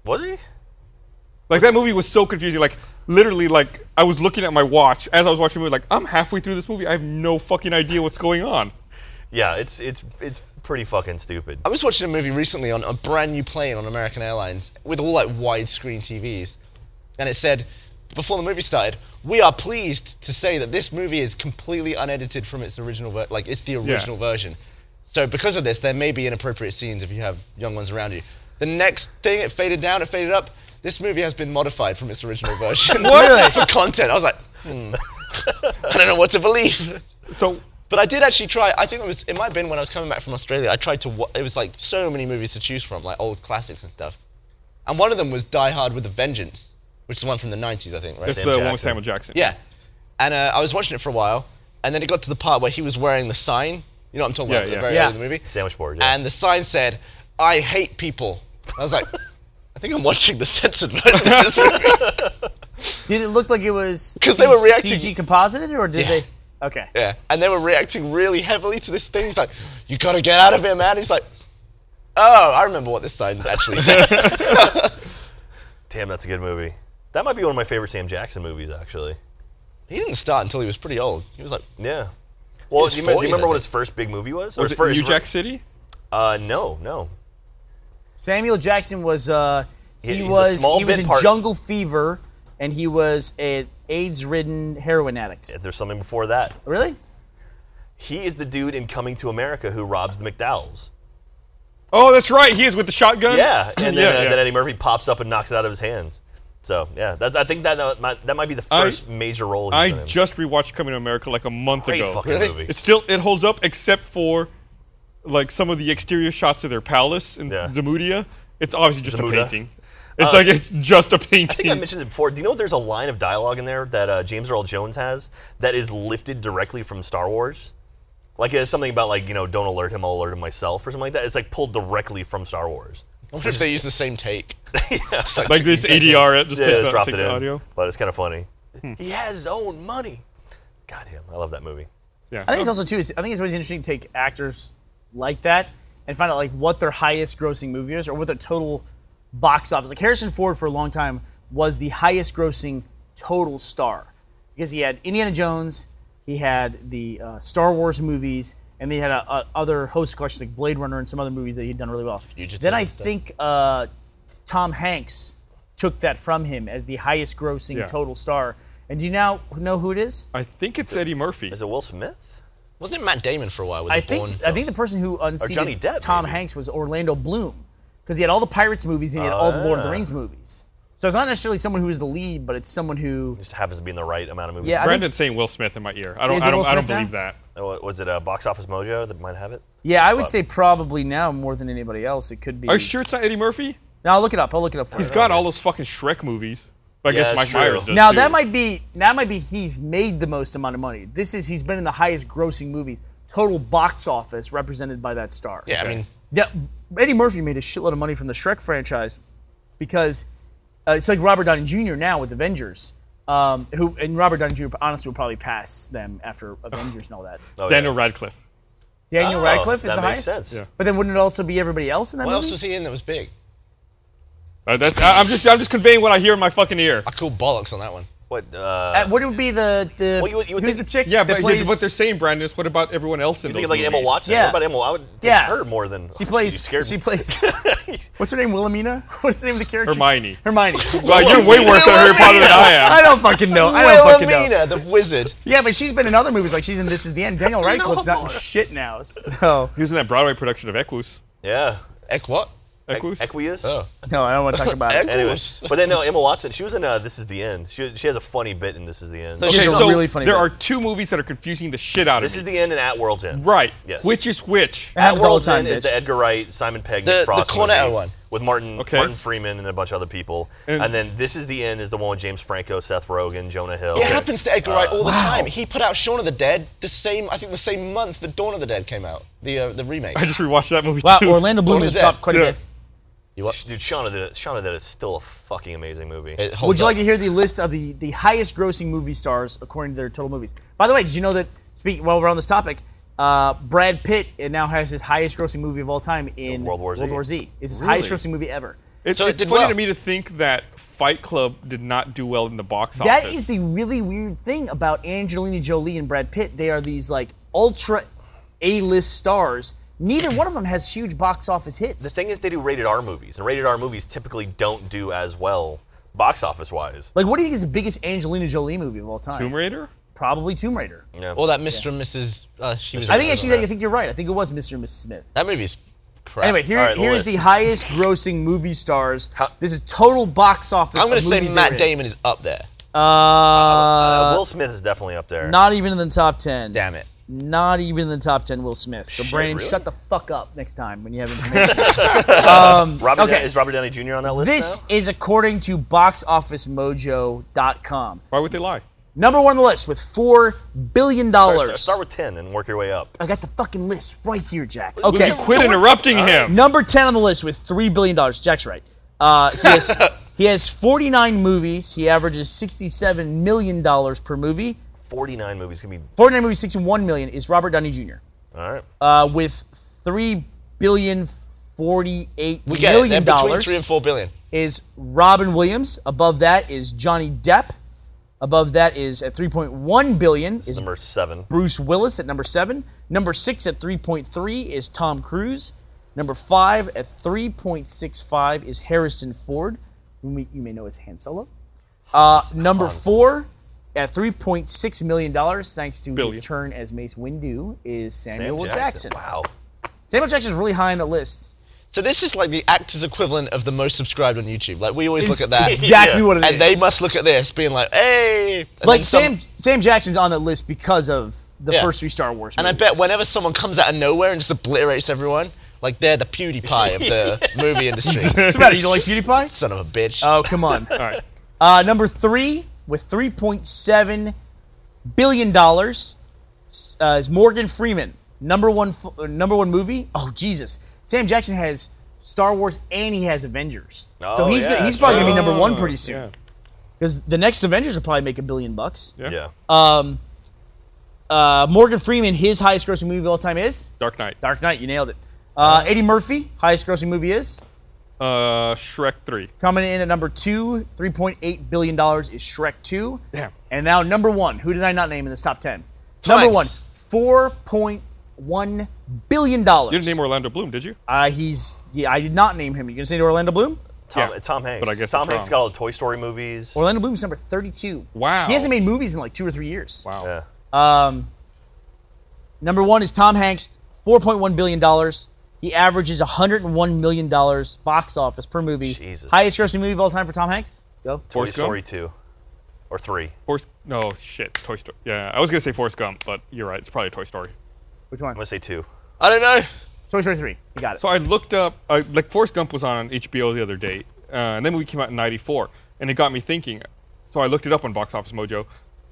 [SPEAKER 2] was he?
[SPEAKER 1] Like that movie was so confusing. Like literally, like I was looking at my watch as I was watching the movie. Like I'm halfway through this movie. I have no fucking idea what's going on.
[SPEAKER 2] Yeah, it's it's it's pretty fucking stupid.
[SPEAKER 3] I was watching a movie recently on a brand new plane on American Airlines with all like widescreen TVs, and it said before the movie started, "We are pleased to say that this movie is completely unedited from its original ver- like it's the original version." So because of this, there may be inappropriate scenes if you have young ones around you. The next thing, it faded down, it faded up. This movie has been modified from its original version for content. I was like, hmm, I don't know what to believe.
[SPEAKER 1] So
[SPEAKER 3] But I did actually try. I think it was. It might have been when I was coming back from Australia. I tried to. wa- It was like so many movies to choose from, like old classics and stuff. And one of them was Die Hard with a Vengeance, which is the one from the '90s, I think, right?
[SPEAKER 1] it's the one with Samuel Jackson.
[SPEAKER 3] Yeah. And uh, I was watching it for a while, and then it got to the part where he was wearing the sign. You know what I'm talking
[SPEAKER 1] Yeah,
[SPEAKER 3] about? at the
[SPEAKER 1] yeah.
[SPEAKER 3] Very
[SPEAKER 4] Yeah.
[SPEAKER 3] early in the movie.
[SPEAKER 2] Sandwich board, yeah.
[SPEAKER 3] And the sign said, "I hate people." I was like, I think I'm watching the censored version of this movie.
[SPEAKER 4] Did it look like it was
[SPEAKER 3] 'Cause they were
[SPEAKER 4] C-
[SPEAKER 3] reacting-
[SPEAKER 4] CG composited, or did
[SPEAKER 3] Yeah.
[SPEAKER 4] they? Okay.
[SPEAKER 3] Yeah, and they were reacting really heavily to this thing. He's like, "You gotta get out of here, man." He's like, "Oh, I remember what this sign actually says."
[SPEAKER 2] Damn, that's a good movie. That might be one of my favorite Sam Jackson movies, actually.
[SPEAKER 3] he didn't start until he was pretty old. He was like,
[SPEAKER 2] Yeah. Well,
[SPEAKER 3] His
[SPEAKER 2] do you, me- do you
[SPEAKER 3] 40s, I
[SPEAKER 2] remember what
[SPEAKER 3] think.
[SPEAKER 2] his first big movie was? Or
[SPEAKER 1] Was
[SPEAKER 2] his
[SPEAKER 1] it
[SPEAKER 2] first,
[SPEAKER 1] New Jack City?
[SPEAKER 2] Uh, no, no.
[SPEAKER 4] Samuel Jackson was uh,
[SPEAKER 2] Yeah,
[SPEAKER 4] he
[SPEAKER 2] he's a
[SPEAKER 4] was
[SPEAKER 2] small
[SPEAKER 4] he was
[SPEAKER 2] bit
[SPEAKER 4] in
[SPEAKER 2] part-
[SPEAKER 4] Jungle Fever, and he was an AIDS-ridden heroin addict.
[SPEAKER 2] There's something before that.
[SPEAKER 4] Really?
[SPEAKER 2] He is the dude in Coming to America who robs the McDowells.
[SPEAKER 1] Oh, that's right. He is with the shotgun.
[SPEAKER 2] Yeah, and then,
[SPEAKER 1] Yeah,
[SPEAKER 2] uh,
[SPEAKER 1] yeah.
[SPEAKER 2] then Eddie Murphy pops up and knocks it out of his hands. So yeah, that, I think that uh, might, that might be the
[SPEAKER 1] I-
[SPEAKER 2] first major role. He's
[SPEAKER 1] I
[SPEAKER 2] been in.
[SPEAKER 1] just rewatched Coming to America like a month
[SPEAKER 2] great
[SPEAKER 1] ago.
[SPEAKER 2] fucking
[SPEAKER 3] Really?
[SPEAKER 2] movie.
[SPEAKER 1] It still it holds up except for like some of the exterior shots of their palace in
[SPEAKER 2] Yeah.
[SPEAKER 1] Zamudia. It's obviously just
[SPEAKER 2] Zamuda.
[SPEAKER 1] a painting. It's like it's just a painting.
[SPEAKER 2] I think I mentioned it before. Do you know there's a line of dialogue in there that uh, James Earl Jones has that is lifted directly from Star Wars? Like it's something about like you know don't alert him, I'll alert him myself or something like that. It's like pulled directly from Star Wars.
[SPEAKER 3] "I wonder if they use the same take." It's
[SPEAKER 1] like this ADR, it just
[SPEAKER 2] Yeah,
[SPEAKER 1] take
[SPEAKER 2] just
[SPEAKER 1] the-
[SPEAKER 2] dropped
[SPEAKER 1] take
[SPEAKER 2] it
[SPEAKER 1] the
[SPEAKER 2] in.
[SPEAKER 1] audio. Hmm.
[SPEAKER 2] But it's kind of funny. He has his own money. God damn, I love that movie.
[SPEAKER 1] Yeah.
[SPEAKER 4] I think it's also too. is- I think it's always interesting to take actors like that and find out like what their highest grossing movie is or what their total box office. Like Harrison Ford for a long time was the highest grossing total star because he had Indiana Jones, he had the uh, Star Wars movies, and then he had uh, uh, other host collections like Blade Runner and some other movies that he'd done really well. then I
[SPEAKER 3] and stuff.
[SPEAKER 4] think uh, Tom Hanks took that from him as the highest grossing
[SPEAKER 1] Yeah.
[SPEAKER 4] total star. And do you now know who it is?
[SPEAKER 1] I think it's Eddie Murphy.
[SPEAKER 2] Is it Will Smith?
[SPEAKER 3] Wasn't it Matt Damon for a while with
[SPEAKER 4] I
[SPEAKER 3] the
[SPEAKER 4] think
[SPEAKER 3] Bourne
[SPEAKER 4] I think
[SPEAKER 3] films?
[SPEAKER 4] the person who
[SPEAKER 2] Johnny
[SPEAKER 4] unseated
[SPEAKER 2] Depp,
[SPEAKER 4] Tom
[SPEAKER 2] maybe.
[SPEAKER 4] Hanks was Orlando Bloom because he had all the Pirates movies and he had all the Lord of the Rings movies. So it's not necessarily someone who is the lead, but it's someone who
[SPEAKER 2] Just happens to be in the right amount of movies.
[SPEAKER 4] yeah I think,
[SPEAKER 1] Brandon's saying Will Smith in my ear. I don't
[SPEAKER 4] Is it
[SPEAKER 1] I don't
[SPEAKER 4] Will
[SPEAKER 1] I don't
[SPEAKER 4] Smith now?
[SPEAKER 1] believe that.
[SPEAKER 2] Oh, was it a Box Office Mojo that might have it?
[SPEAKER 4] yeah I would say probably now more than anybody else it could be.
[SPEAKER 1] Um, Are you sure it's not Eddie Murphy?
[SPEAKER 4] Now I'll look it up. I'll look it up for
[SPEAKER 1] He's
[SPEAKER 4] you.
[SPEAKER 1] got all those fucking Shrek movies. But I
[SPEAKER 2] Yeah,
[SPEAKER 1] guess
[SPEAKER 2] that's
[SPEAKER 1] Mike
[SPEAKER 2] true.
[SPEAKER 1] Myers does.
[SPEAKER 4] Now
[SPEAKER 1] too.
[SPEAKER 4] that might be that might be he's made the most amount of money. This is he's been in the highest grossing movies, total box office represented by that star.
[SPEAKER 3] Yeah, I mean,
[SPEAKER 4] Yeah, Eddie Murphy made a shitload of money from the Shrek franchise because uh, it's like Robert Downey Jr. now with Avengers. Um, who and Robert Downey Jr. honestly will probably pass them after Avengers and all that.
[SPEAKER 2] Oh, yeah.
[SPEAKER 1] Daniel Radcliffe.
[SPEAKER 4] Daniel
[SPEAKER 2] Oh,
[SPEAKER 4] Radcliffe is
[SPEAKER 2] that
[SPEAKER 4] the
[SPEAKER 2] makes
[SPEAKER 4] highest.
[SPEAKER 2] sense.
[SPEAKER 4] But then wouldn't it also be everybody else in that
[SPEAKER 3] what
[SPEAKER 4] movie?
[SPEAKER 3] else was he in that was big?
[SPEAKER 1] Uh, that's I, I'm just I'm just conveying what I hear in my fucking ear.
[SPEAKER 3] I call bollocks on that one.
[SPEAKER 2] What? Uh,
[SPEAKER 4] Uh, what would be the the
[SPEAKER 2] Well, you would- you would
[SPEAKER 4] who's
[SPEAKER 2] think-
[SPEAKER 4] the chick
[SPEAKER 1] Yeah,
[SPEAKER 4] that
[SPEAKER 1] but
[SPEAKER 4] plays?
[SPEAKER 1] what they're saying, Brandon, is what about everyone else in
[SPEAKER 2] you
[SPEAKER 1] those
[SPEAKER 2] think like Emma
[SPEAKER 1] movies?
[SPEAKER 2] Watson?
[SPEAKER 4] Yeah.
[SPEAKER 2] What about Emma? I would think
[SPEAKER 4] Yeah.
[SPEAKER 2] her more than You
[SPEAKER 4] she plays.
[SPEAKER 2] scared
[SPEAKER 4] she
[SPEAKER 2] me.
[SPEAKER 4] plays. what's her name? Wilhelmina. What's the name of the character?
[SPEAKER 1] Hermione.
[SPEAKER 4] Hermione.
[SPEAKER 1] Wow, you're way worse at Harry Potter than I
[SPEAKER 4] I
[SPEAKER 1] am.
[SPEAKER 4] don't fucking know. I don't fucking know.
[SPEAKER 3] Wilhelmina, the wizard.
[SPEAKER 4] Yeah, but she's been in other movies. Like she's in This Is the End. Daniel Radcliffe's not in shit now. So
[SPEAKER 1] He was in that Broadway production of Equus.
[SPEAKER 2] Yeah.
[SPEAKER 3] Eck what?
[SPEAKER 1] Equus.
[SPEAKER 2] Equius.
[SPEAKER 4] no, I don't want to talk about it.
[SPEAKER 2] Anyways, but then no, Emma Watson. She was in uh, This Is the End. She, she has a funny bit in This Is the End.
[SPEAKER 3] So- She's a
[SPEAKER 4] really funny
[SPEAKER 1] there
[SPEAKER 4] bit.
[SPEAKER 1] are two movies that are confusing the shit out of
[SPEAKER 2] this
[SPEAKER 1] me.
[SPEAKER 2] is the end and At World's End.
[SPEAKER 1] right.
[SPEAKER 2] Yes.
[SPEAKER 1] Which is which?
[SPEAKER 4] That was all the
[SPEAKER 2] World's
[SPEAKER 4] time,
[SPEAKER 2] End is
[SPEAKER 4] bitch.
[SPEAKER 2] the Edgar Wright, Simon Pegg,
[SPEAKER 3] The-
[SPEAKER 2] Nick
[SPEAKER 3] the
[SPEAKER 2] Frost
[SPEAKER 3] Cornetto
[SPEAKER 2] movie
[SPEAKER 3] one.
[SPEAKER 2] with Martin
[SPEAKER 1] Okay.
[SPEAKER 2] Martin Freeman and a bunch of other people.
[SPEAKER 1] And-
[SPEAKER 2] And, then This Is the End is the one with James Franco, Seth Rogen, Jonah Hill.
[SPEAKER 3] It happens to Edgar Wright all the time. He put out Shaun of the Dead the same, I think, the same month that Dawn of the Dead came out, the uh, the remake.
[SPEAKER 1] I just rewatched that movie
[SPEAKER 4] Wow,
[SPEAKER 1] too.
[SPEAKER 4] Orlando Bloom
[SPEAKER 3] What
[SPEAKER 4] has
[SPEAKER 3] was that?
[SPEAKER 4] dropped quite a
[SPEAKER 1] Yeah.
[SPEAKER 4] bit.
[SPEAKER 3] You what?
[SPEAKER 2] Dude, Shaun of the Shaun of the Dead is still a fucking amazing movie.
[SPEAKER 3] It holds
[SPEAKER 4] Would you
[SPEAKER 3] up.
[SPEAKER 4] like to hear the list of the, the highest grossing movie stars according to their total movies? By the way, did you know that? Speak while we're on this topic, uh, Brad Pitt it now has his highest grossing movie of all time in
[SPEAKER 2] World War Z.
[SPEAKER 4] It's his highest grossing movie ever.
[SPEAKER 1] It's,
[SPEAKER 3] So it
[SPEAKER 1] it's
[SPEAKER 3] did
[SPEAKER 1] funny
[SPEAKER 3] well.
[SPEAKER 1] to me to think that Fight Club did not do well in the box
[SPEAKER 4] That
[SPEAKER 1] office.
[SPEAKER 4] is the really weird thing about Angelina Jolie and Brad Pitt. They are these like ultra A list stars. Neither one of them has huge box office hits.
[SPEAKER 2] The thing is, they do rated R movies, and rated R movies typically don't do as well box office wise.
[SPEAKER 4] Like, what do you think is the biggest Angelina Jolie movie of all time?
[SPEAKER 1] Tomb Raider.
[SPEAKER 4] Probably Tomb Raider.
[SPEAKER 3] All that Mr. and Mrs. Uh, she was.
[SPEAKER 4] I think
[SPEAKER 3] in it,
[SPEAKER 4] actually,
[SPEAKER 3] wasn't
[SPEAKER 4] I think you're right. I think it was Mr. and Mrs. Smith.
[SPEAKER 3] it? that movie's crap.
[SPEAKER 4] Anyway, here,
[SPEAKER 2] All right, the
[SPEAKER 4] here's the
[SPEAKER 2] list.
[SPEAKER 4] highest grossing movie stars.
[SPEAKER 2] How-
[SPEAKER 4] This is total box office.
[SPEAKER 3] I'm gonna
[SPEAKER 4] of
[SPEAKER 3] say
[SPEAKER 4] movies they were
[SPEAKER 3] Matt
[SPEAKER 4] in.
[SPEAKER 3] Damon is up there.
[SPEAKER 2] Uh, Will Smith is definitely up there.
[SPEAKER 4] Not even in the top 10.
[SPEAKER 3] Damn it.
[SPEAKER 4] Not even in the top 10, Will Smith. So,
[SPEAKER 2] Shit,
[SPEAKER 4] Brandon,
[SPEAKER 2] really?
[SPEAKER 4] shut the fuck up next time when you have information.
[SPEAKER 2] Robert
[SPEAKER 4] okay.
[SPEAKER 2] Downey- is Robert Downey Jr. on that list
[SPEAKER 4] this
[SPEAKER 2] now?
[SPEAKER 4] is according to boxofficemojo.com.
[SPEAKER 1] Why would they lie?
[SPEAKER 4] Number one on the list with $4 billion.
[SPEAKER 2] Start, start with ten and work your way up.
[SPEAKER 4] I got the fucking list right here, Jack.
[SPEAKER 2] Will
[SPEAKER 4] Okay.
[SPEAKER 1] You quit interrupting him.
[SPEAKER 4] Number ten on the list with three billion dollars. Jack's right. Uh, he has he has forty nine movies. He averages sixty seven million dollars per movie.
[SPEAKER 2] Forty-nine movies gonna be
[SPEAKER 4] Forty nine movies, sixty one million is Robert Downey Jr.
[SPEAKER 2] all right.
[SPEAKER 4] Uh, with three billion forty eight
[SPEAKER 3] We get it. They're
[SPEAKER 4] million
[SPEAKER 3] between
[SPEAKER 4] dollars
[SPEAKER 3] three and four billion.
[SPEAKER 4] is Robin Williams. Above that is Johnny Depp. Above that is at three point one billion is
[SPEAKER 2] Number seven.
[SPEAKER 4] Bruce Willis at number seven. Number six at 3.3 is Tom Cruise. Number five at 3.65 is Harrison Ford, whom we, you may know as Han Solo. Uh, number four at 3.6 million dollars, thanks to
[SPEAKER 1] Billion.
[SPEAKER 4] his turn as Mace Windu, is
[SPEAKER 2] Sam
[SPEAKER 4] Samuel
[SPEAKER 2] Jackson.
[SPEAKER 4] Jackson.
[SPEAKER 2] Wow.
[SPEAKER 4] Samuel Jackson is really high on the list.
[SPEAKER 3] So this is like the actors equivalent of the most subscribed on YouTube. Like we always look
[SPEAKER 4] It's
[SPEAKER 3] at that.
[SPEAKER 4] Exactly
[SPEAKER 2] Yeah.
[SPEAKER 4] what it is.
[SPEAKER 3] And they must look at this, being like, "Hey!" And
[SPEAKER 4] like
[SPEAKER 3] then some-
[SPEAKER 4] Sam Sam Jackson's on that list because of the
[SPEAKER 3] Yeah.
[SPEAKER 4] first three Star Wars.
[SPEAKER 3] And I
[SPEAKER 4] movies.
[SPEAKER 3] bet whenever someone comes out of nowhere and just obliterates everyone, like they're the PewDiePie of the movie industry.
[SPEAKER 4] What's the matter? You don't like PewDiePie?
[SPEAKER 3] Son of a bitch.
[SPEAKER 4] Oh come on.
[SPEAKER 1] All right.
[SPEAKER 4] Uh, number three, with $3.7 billion, dollars, s- uh, is Morgan Freeman. Number one, f- uh, number one movie. Oh Jesus! Sam Jackson has Star Wars and he has Avengers, so
[SPEAKER 2] Oh,
[SPEAKER 4] he's
[SPEAKER 2] yeah,
[SPEAKER 4] gonna,
[SPEAKER 2] that's
[SPEAKER 4] he's probably gonna be
[SPEAKER 2] right.
[SPEAKER 4] number one
[SPEAKER 1] Oh,
[SPEAKER 4] pretty
[SPEAKER 1] Yeah.
[SPEAKER 4] soon. Because the next Avengers will probably make a billion bucks.
[SPEAKER 1] Yeah.
[SPEAKER 2] Yeah.
[SPEAKER 4] Uh, Morgan Freeman, his highest grossing movie of all time is
[SPEAKER 1] Dark Knight.
[SPEAKER 4] Dark Knight. You nailed it. Uh, Eddie Murphy, highest grossing movie is
[SPEAKER 1] Uh, Shrek three.
[SPEAKER 4] coming in at number two. Three point eight billion dollars is Shrek two.
[SPEAKER 1] Damn.
[SPEAKER 4] And now number one, who did I not name in this top ten? Number
[SPEAKER 3] Twice.
[SPEAKER 4] one, four point one billion
[SPEAKER 1] You didn't
[SPEAKER 4] dollars.
[SPEAKER 1] name Orlando Bloom, did you?
[SPEAKER 4] uh, he's yeah, I did not name him. You gonna say to Orlando Bloom?
[SPEAKER 2] Tom,
[SPEAKER 1] yeah.
[SPEAKER 2] Tom Hanks.
[SPEAKER 1] But I guess
[SPEAKER 2] Tom
[SPEAKER 1] it's
[SPEAKER 2] Hanks
[SPEAKER 1] wrong.
[SPEAKER 2] got all the Toy Story movies.
[SPEAKER 4] Orlando Bloom's number thirty-two.
[SPEAKER 1] Wow.
[SPEAKER 4] He hasn't made movies in like two or three years.
[SPEAKER 1] Wow.
[SPEAKER 2] yeah.
[SPEAKER 4] Number one is Tom Hanks, four point one billion dollars. He averages one hundred and one million dollars box office per movie.
[SPEAKER 2] Jesus.
[SPEAKER 4] Highest grossing movie of all time for Tom Hanks? Go.
[SPEAKER 2] Toy
[SPEAKER 1] Forrest Gump?
[SPEAKER 2] Story two, or three.
[SPEAKER 1] Force. No shit. Toy Story. Yeah, I was gonna say Forrest Gump, but you're right. It's probably Toy Story.
[SPEAKER 4] Which one?
[SPEAKER 2] I'm gonna say two.
[SPEAKER 3] I don't know.
[SPEAKER 4] Toy Story three. You got it.
[SPEAKER 1] uh, So I looked up, I, like Forrest Gump was on HBO the other day, uh, and then we came out in '94, and it got me thinking. So I looked it up on Box Office Mojo,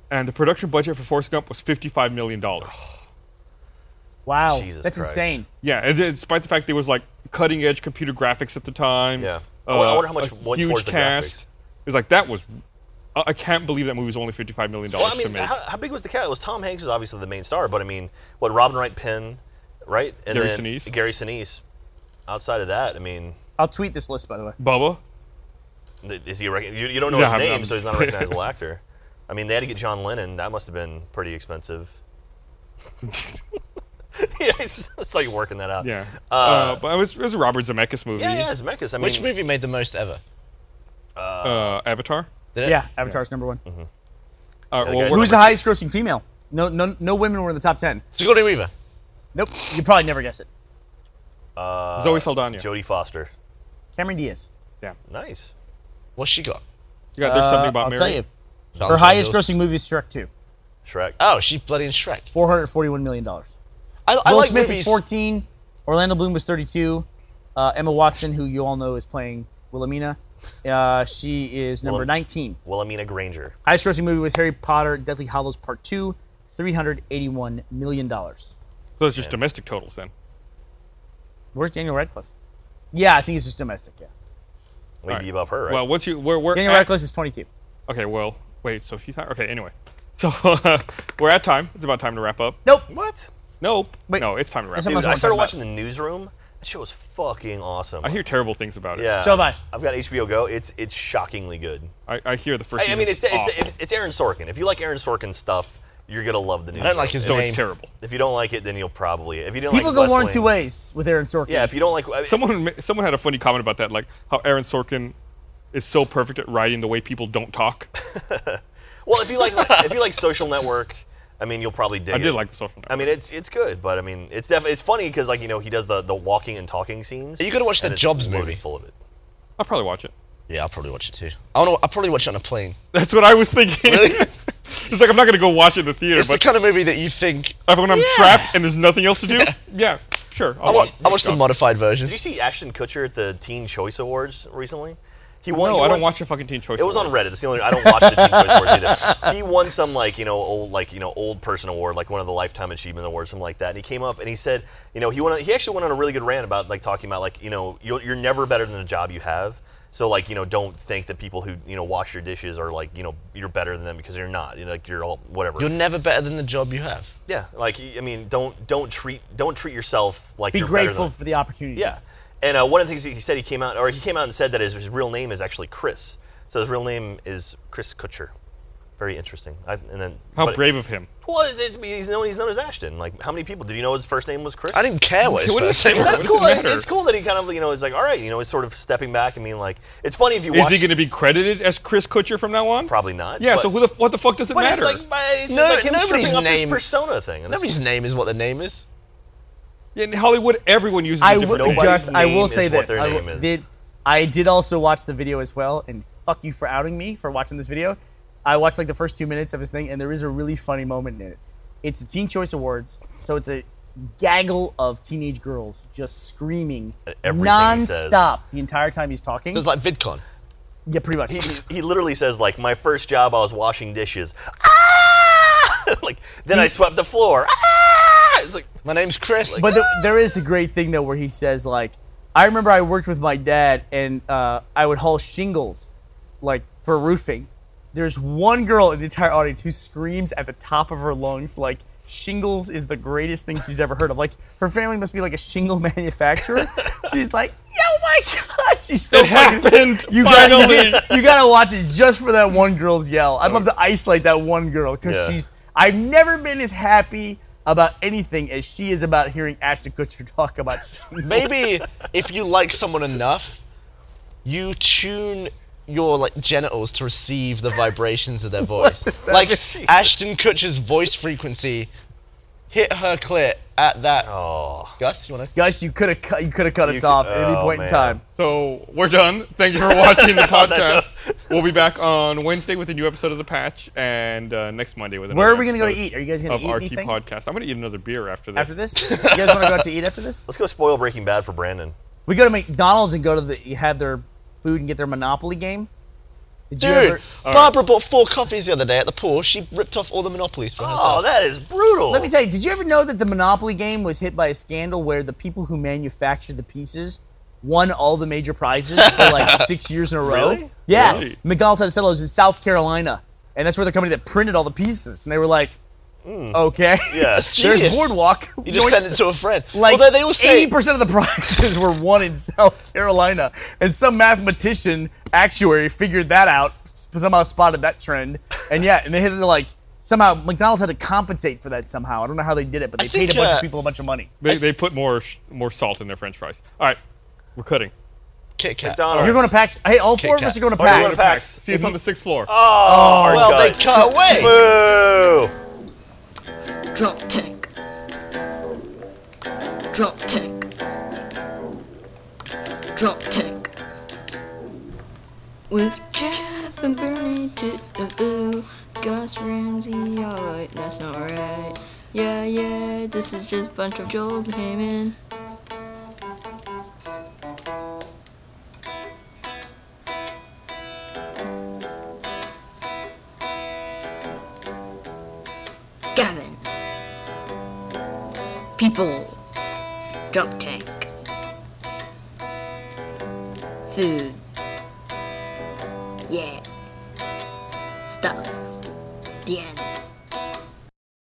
[SPEAKER 1] and the production budget for Forrest Gump was $55 million.
[SPEAKER 4] Wow,
[SPEAKER 2] Jesus
[SPEAKER 4] that's
[SPEAKER 2] Christ.
[SPEAKER 4] insane.
[SPEAKER 1] yeah, and then despite the fact there was like cutting edge computer graphics at the time. uh,
[SPEAKER 2] Yeah. I wonder- I wonder how much
[SPEAKER 1] a
[SPEAKER 2] went
[SPEAKER 1] huge
[SPEAKER 2] towards the
[SPEAKER 1] cast.
[SPEAKER 2] graphics.
[SPEAKER 1] It's like that was. I I can't believe that movie was only $55 million
[SPEAKER 2] Well, I
[SPEAKER 1] to
[SPEAKER 2] mean,
[SPEAKER 1] make.
[SPEAKER 2] how, how big was the cat? It was Tom Hanks was obviously the main star, but I mean, what Robin Wright Penn, right? And
[SPEAKER 1] Gary
[SPEAKER 2] then
[SPEAKER 1] Sinise.
[SPEAKER 2] Gary Sinise. Outside of that, I mean,
[SPEAKER 4] I'll tweet this list by the way.
[SPEAKER 1] Bubba?
[SPEAKER 2] th- is he? A rec- you, you don't know
[SPEAKER 1] No,
[SPEAKER 2] his
[SPEAKER 1] I'm-
[SPEAKER 2] name,
[SPEAKER 1] I'm
[SPEAKER 2] so he's
[SPEAKER 1] just
[SPEAKER 2] not a
[SPEAKER 1] kidding.
[SPEAKER 2] recognizable actor. I mean, they had to get John Lennon. That must have been pretty expensive. yeah, it's, it's like working that out.
[SPEAKER 1] Yeah. Uh,
[SPEAKER 2] Uh,
[SPEAKER 1] but it was, it was a Robert Zemeckis movie.
[SPEAKER 2] yeah, yeah, Zemeckis. I mean,
[SPEAKER 3] Which movie made the most ever?
[SPEAKER 1] Uh, Avatar.
[SPEAKER 3] Did it?
[SPEAKER 4] Yeah, Mm-hmm. Avatar's number one.
[SPEAKER 1] Uh,
[SPEAKER 2] the
[SPEAKER 1] well,
[SPEAKER 2] guy's
[SPEAKER 1] what-
[SPEAKER 4] Who's the highest grossing female? No, no, no women were in the top ten.
[SPEAKER 3] Sigourney Weaver.
[SPEAKER 4] Nope, you probably never guess it.
[SPEAKER 2] uh,
[SPEAKER 1] Zoe Saldana.
[SPEAKER 2] Jodie Foster.
[SPEAKER 4] Cameron Diaz.
[SPEAKER 1] yeah.
[SPEAKER 2] Nice.
[SPEAKER 3] What's she got?
[SPEAKER 1] You got, there's something about
[SPEAKER 4] Uh, I'll
[SPEAKER 1] Mary.
[SPEAKER 4] tell you.
[SPEAKER 3] Her
[SPEAKER 4] Her highest grossing movie is Shrek 2,
[SPEAKER 2] Shrek.
[SPEAKER 3] Oh, she bloody in Shrek.
[SPEAKER 4] four hundred forty-one million dollars.
[SPEAKER 3] I, I
[SPEAKER 4] Will
[SPEAKER 3] like
[SPEAKER 4] Smith
[SPEAKER 3] movies.
[SPEAKER 4] is fourteen. Orlando Bloom was thirty-two. Uh, Emma Watson, who you all know is playing Wilhelmina, uh, she is number
[SPEAKER 2] Willem-
[SPEAKER 4] nineteen.
[SPEAKER 2] Wilhelmina Granger.
[SPEAKER 4] Highest grossing movie was Harry Potter: Deathly Hollows Part Two, three hundred eighty-one million dollars.
[SPEAKER 1] So it's just domestic totals then.
[SPEAKER 4] Where's Daniel Radcliffe? Yeah, I think it's just domestic. Yeah,
[SPEAKER 2] We'd
[SPEAKER 1] Alright.
[SPEAKER 2] be above her, right?
[SPEAKER 1] Well, what's you? We're, we're
[SPEAKER 4] Daniel
[SPEAKER 1] at-
[SPEAKER 4] Radcliffe is twenty-two.
[SPEAKER 1] Okay, well, wait. So she's not. Okay, anyway. So we're at time. It's about time to wrap up.
[SPEAKER 4] Nope.
[SPEAKER 2] what?
[SPEAKER 1] Nope.
[SPEAKER 4] Wait.
[SPEAKER 1] no, it's time to wrap
[SPEAKER 4] There's
[SPEAKER 1] up.
[SPEAKER 4] some-
[SPEAKER 2] Dude, I
[SPEAKER 4] I'm
[SPEAKER 2] started
[SPEAKER 4] talking about-
[SPEAKER 2] watching the newsroom. That show was fucking awesome.
[SPEAKER 1] I hear terrible things about it.
[SPEAKER 2] Yeah.
[SPEAKER 4] So have I.
[SPEAKER 2] I've got HBO Go. It's it's shockingly good.
[SPEAKER 1] I, I hear the first.
[SPEAKER 2] I, I mean, it's,
[SPEAKER 1] season's
[SPEAKER 2] it's,
[SPEAKER 1] awful,
[SPEAKER 2] it's, it's Aaron Sorkin. If you like Aaron Sorkin stuff, you're gonna love the news.
[SPEAKER 3] I don't like his
[SPEAKER 1] so
[SPEAKER 3] name.
[SPEAKER 1] it's terrible.
[SPEAKER 2] If you don't like it, then you'll probably. If you don't
[SPEAKER 4] People
[SPEAKER 2] like
[SPEAKER 4] go
[SPEAKER 2] West
[SPEAKER 4] one or
[SPEAKER 2] Wing-
[SPEAKER 4] two ways with Aaron Sorkin.
[SPEAKER 2] Yeah. If you don't like I mean,
[SPEAKER 1] Someone ma- someone had a funny comment about that, like how Aaron Sorkin is so perfect at writing the way people don't talk.
[SPEAKER 2] Well, if you like if you like Social Network, I mean, you'll probably dig
[SPEAKER 1] I
[SPEAKER 2] it.
[SPEAKER 1] did like the social.
[SPEAKER 2] I mean, it's it's good, but I mean, it's definitely it's funny because like you know he does the the walking and talking scenes.
[SPEAKER 3] Are you gonna watch
[SPEAKER 2] and
[SPEAKER 3] the
[SPEAKER 2] it's
[SPEAKER 3] Jobs
[SPEAKER 2] loaded
[SPEAKER 3] movie?
[SPEAKER 2] Full of it.
[SPEAKER 1] I'll probably watch it.
[SPEAKER 3] Yeah, I'll probably watch it too. I wanna, I'll probably watch it on a plane.
[SPEAKER 1] That's what I was thinking.
[SPEAKER 3] Really?
[SPEAKER 1] it's like I'm not gonna go watch it in the theater,
[SPEAKER 3] It's the
[SPEAKER 1] but Oh,
[SPEAKER 3] kind of movie that you think.
[SPEAKER 1] if- when I'm trapped and there's nothing else to do, yeah, sure. I'll
[SPEAKER 3] I
[SPEAKER 1] watch.
[SPEAKER 3] watched, I watched the modified version.
[SPEAKER 2] Did you see Ashton Kutcher at the Teen Choice Awards recently? He won.
[SPEAKER 1] No,
[SPEAKER 2] he
[SPEAKER 1] I
[SPEAKER 2] won
[SPEAKER 1] don't
[SPEAKER 2] some-
[SPEAKER 1] watch a fucking Teen Choice.
[SPEAKER 2] It was on
[SPEAKER 1] Awards.
[SPEAKER 2] Reddit. That's the only I don't watch the Teen Choice Awards either. He won some like you know old like you know old person award, like one of the lifetime achievement awards, something like that. And he came up and he said, you know, he went on, he actually went on a really good rant about like talking about like you know you're, you're never better than the job you have. So like you know don't think that people who you know wash your dishes are like you know you're better than them because you're not. You know, like you're all whatever.
[SPEAKER 3] You're never better than the job you have.
[SPEAKER 2] yeah, like I mean don't don't treat don't treat yourself like
[SPEAKER 4] Be
[SPEAKER 2] you're better
[SPEAKER 4] grateful
[SPEAKER 2] than-
[SPEAKER 4] for the opportunity.
[SPEAKER 2] yeah, and uh, one of the things he said he came out, or he came out and said that his, his real name is actually Chris. So his real name is Chris Kutcher. Very interesting. I, and then
[SPEAKER 1] How
[SPEAKER 2] but-
[SPEAKER 1] brave of him.
[SPEAKER 2] Well, it, it, he's known he's known as Ashton. Like, how many people did you know his first name was Chris?
[SPEAKER 3] I didn't care what his
[SPEAKER 1] What do you
[SPEAKER 3] first
[SPEAKER 1] think?
[SPEAKER 3] name was.
[SPEAKER 2] That's
[SPEAKER 1] What does
[SPEAKER 2] cool.
[SPEAKER 1] it
[SPEAKER 2] It's,
[SPEAKER 1] matter?
[SPEAKER 2] it's cool that he kind of you know is like, all right, you know, it's sort of stepping back and being like, it's funny if you
[SPEAKER 1] Is
[SPEAKER 2] watch.
[SPEAKER 1] he going to be credited as Chris Kutcher from now on?
[SPEAKER 2] Probably not.
[SPEAKER 1] Yeah.
[SPEAKER 2] but-
[SPEAKER 1] so who the f- what the fuck does it
[SPEAKER 2] But
[SPEAKER 1] matter?
[SPEAKER 2] it's like, but it's
[SPEAKER 3] No,
[SPEAKER 2] like him
[SPEAKER 3] nobody's
[SPEAKER 2] stripping up his
[SPEAKER 3] name-
[SPEAKER 2] persona thing. and it's-
[SPEAKER 3] Nobody's name is what their name is.
[SPEAKER 1] In Hollywood, everyone uses.
[SPEAKER 4] I
[SPEAKER 1] a different
[SPEAKER 4] will,
[SPEAKER 2] Nobody's
[SPEAKER 1] name.
[SPEAKER 4] Gus, I
[SPEAKER 2] name
[SPEAKER 4] will
[SPEAKER 2] is
[SPEAKER 4] say
[SPEAKER 2] what
[SPEAKER 4] this.
[SPEAKER 2] their
[SPEAKER 4] I,
[SPEAKER 2] name
[SPEAKER 4] w-
[SPEAKER 2] is.
[SPEAKER 4] did, I did also watch the video as well, and fuck you for outing me for watching this video. I watched like the first two minutes of his thing, and there is a really funny moment in it. It's the Teen Choice Awards, so it's a gaggle of teenage girls just screaming
[SPEAKER 2] everything
[SPEAKER 4] nonstop
[SPEAKER 2] he says.
[SPEAKER 4] the entire time he's talking.
[SPEAKER 3] It's like VidCon.
[SPEAKER 4] yeah, pretty much.
[SPEAKER 2] he, he literally says like, my first job, I was washing dishes. Ah! like then I swept the floor. Ah! It's like.
[SPEAKER 3] My name's Chris.
[SPEAKER 4] But the, there is the great thing though, where he says like, I remember I worked with my dad, and uh, I would haul shingles, like for roofing. There's one girl in the entire audience who screams at the top of her lungs like. Shingles is the greatest thing she's ever heard of. Like her family must be like a shingle manufacturer. she's like, oh my god, she's so
[SPEAKER 1] It
[SPEAKER 4] fucking-
[SPEAKER 1] happened.
[SPEAKER 4] You gotta,
[SPEAKER 1] finally.
[SPEAKER 4] you, gotta watch it just for that one girl's yell. I'd love to isolate that one girl because
[SPEAKER 2] Yeah.
[SPEAKER 4] she's. I've never been as happy about anything as she is about hearing Ashton Kutcher talk about.
[SPEAKER 3] Maybe if you like someone enough, you tune your like genitals to receive the vibrations of their voice. like Ashton Kutcher's voice frequency hit her clit at that.
[SPEAKER 2] Oh.
[SPEAKER 3] Gus, you wanna?
[SPEAKER 4] Gosh, you could have cut. You could have cut us off at any
[SPEAKER 2] oh,
[SPEAKER 4] point
[SPEAKER 2] man.
[SPEAKER 4] in time.
[SPEAKER 1] so we're done. Thank you for watching the
[SPEAKER 4] Oh,
[SPEAKER 1] podcast. we'll be back on Wednesday with a new episode of the Patch, and uh, next Monday with another.
[SPEAKER 4] Where are we gonna go to
[SPEAKER 1] episode
[SPEAKER 4] eat? Are you guys gonna
[SPEAKER 1] Of
[SPEAKER 4] eat
[SPEAKER 1] RT
[SPEAKER 4] anything
[SPEAKER 1] podcast. I'm gonna eat another beer after this.
[SPEAKER 4] after this? You guys want to go out to eat after this?
[SPEAKER 2] Let's go spoil Breaking Bad for Brandon.
[SPEAKER 4] We go to McDonald's and go to the have their food and get their Monopoly game. Did you
[SPEAKER 3] Dude,
[SPEAKER 4] ever-
[SPEAKER 3] Barbara bought four coffees the other day at the pool. She ripped off all the monopolies for
[SPEAKER 2] Oh,
[SPEAKER 3] herself.
[SPEAKER 2] that is brutal.
[SPEAKER 4] Let me tell you, did you ever know that the Monopoly game was hit by a scandal where the people who manufactured the pieces won all the major prizes for like six years in a row?
[SPEAKER 2] Really?
[SPEAKER 4] Yeah.
[SPEAKER 1] Really?
[SPEAKER 4] McDonald's had a settlers in South Carolina, and that's where the company that printed all the pieces, and they were like, okay.
[SPEAKER 2] yeah.
[SPEAKER 3] That's
[SPEAKER 4] There's
[SPEAKER 3] Hmm. genius.
[SPEAKER 4] Boardwalk.
[SPEAKER 3] You just send it to a friend.
[SPEAKER 4] Like
[SPEAKER 3] Although they all say,
[SPEAKER 4] 80% of the prizes were won in South Carolina, and some mathematician actuary figured that out, s- somehow spotted that trend, and yeah, and they hit it like somehow McDonald's had to compensate for that somehow. I don't know how they did it, but they paid
[SPEAKER 3] think,
[SPEAKER 4] a bunch
[SPEAKER 3] uh,
[SPEAKER 4] of people a bunch of money.
[SPEAKER 1] They, they put more sh- more salt in their French fries. All right, we're cutting.
[SPEAKER 3] Kit Kat.
[SPEAKER 2] McDonald's.
[SPEAKER 4] You're going to PAX. Hey, all four of
[SPEAKER 3] Kat.
[SPEAKER 4] us are going to
[SPEAKER 2] Oh, you're going
[SPEAKER 4] PAX.
[SPEAKER 2] to PAX.
[SPEAKER 1] See us on the sixth floor.
[SPEAKER 2] Oh,
[SPEAKER 3] Well,
[SPEAKER 2] God.
[SPEAKER 3] they cut away.
[SPEAKER 2] Boo.
[SPEAKER 7] Drop tech. Drop tech. Drop tech. With Jeff and Bernie Too. Gus Ramsey, alright, that's not right. Yeah, yeah, this is just a bunch of Joel Heyman. Gavin. People. Drop tank. Food.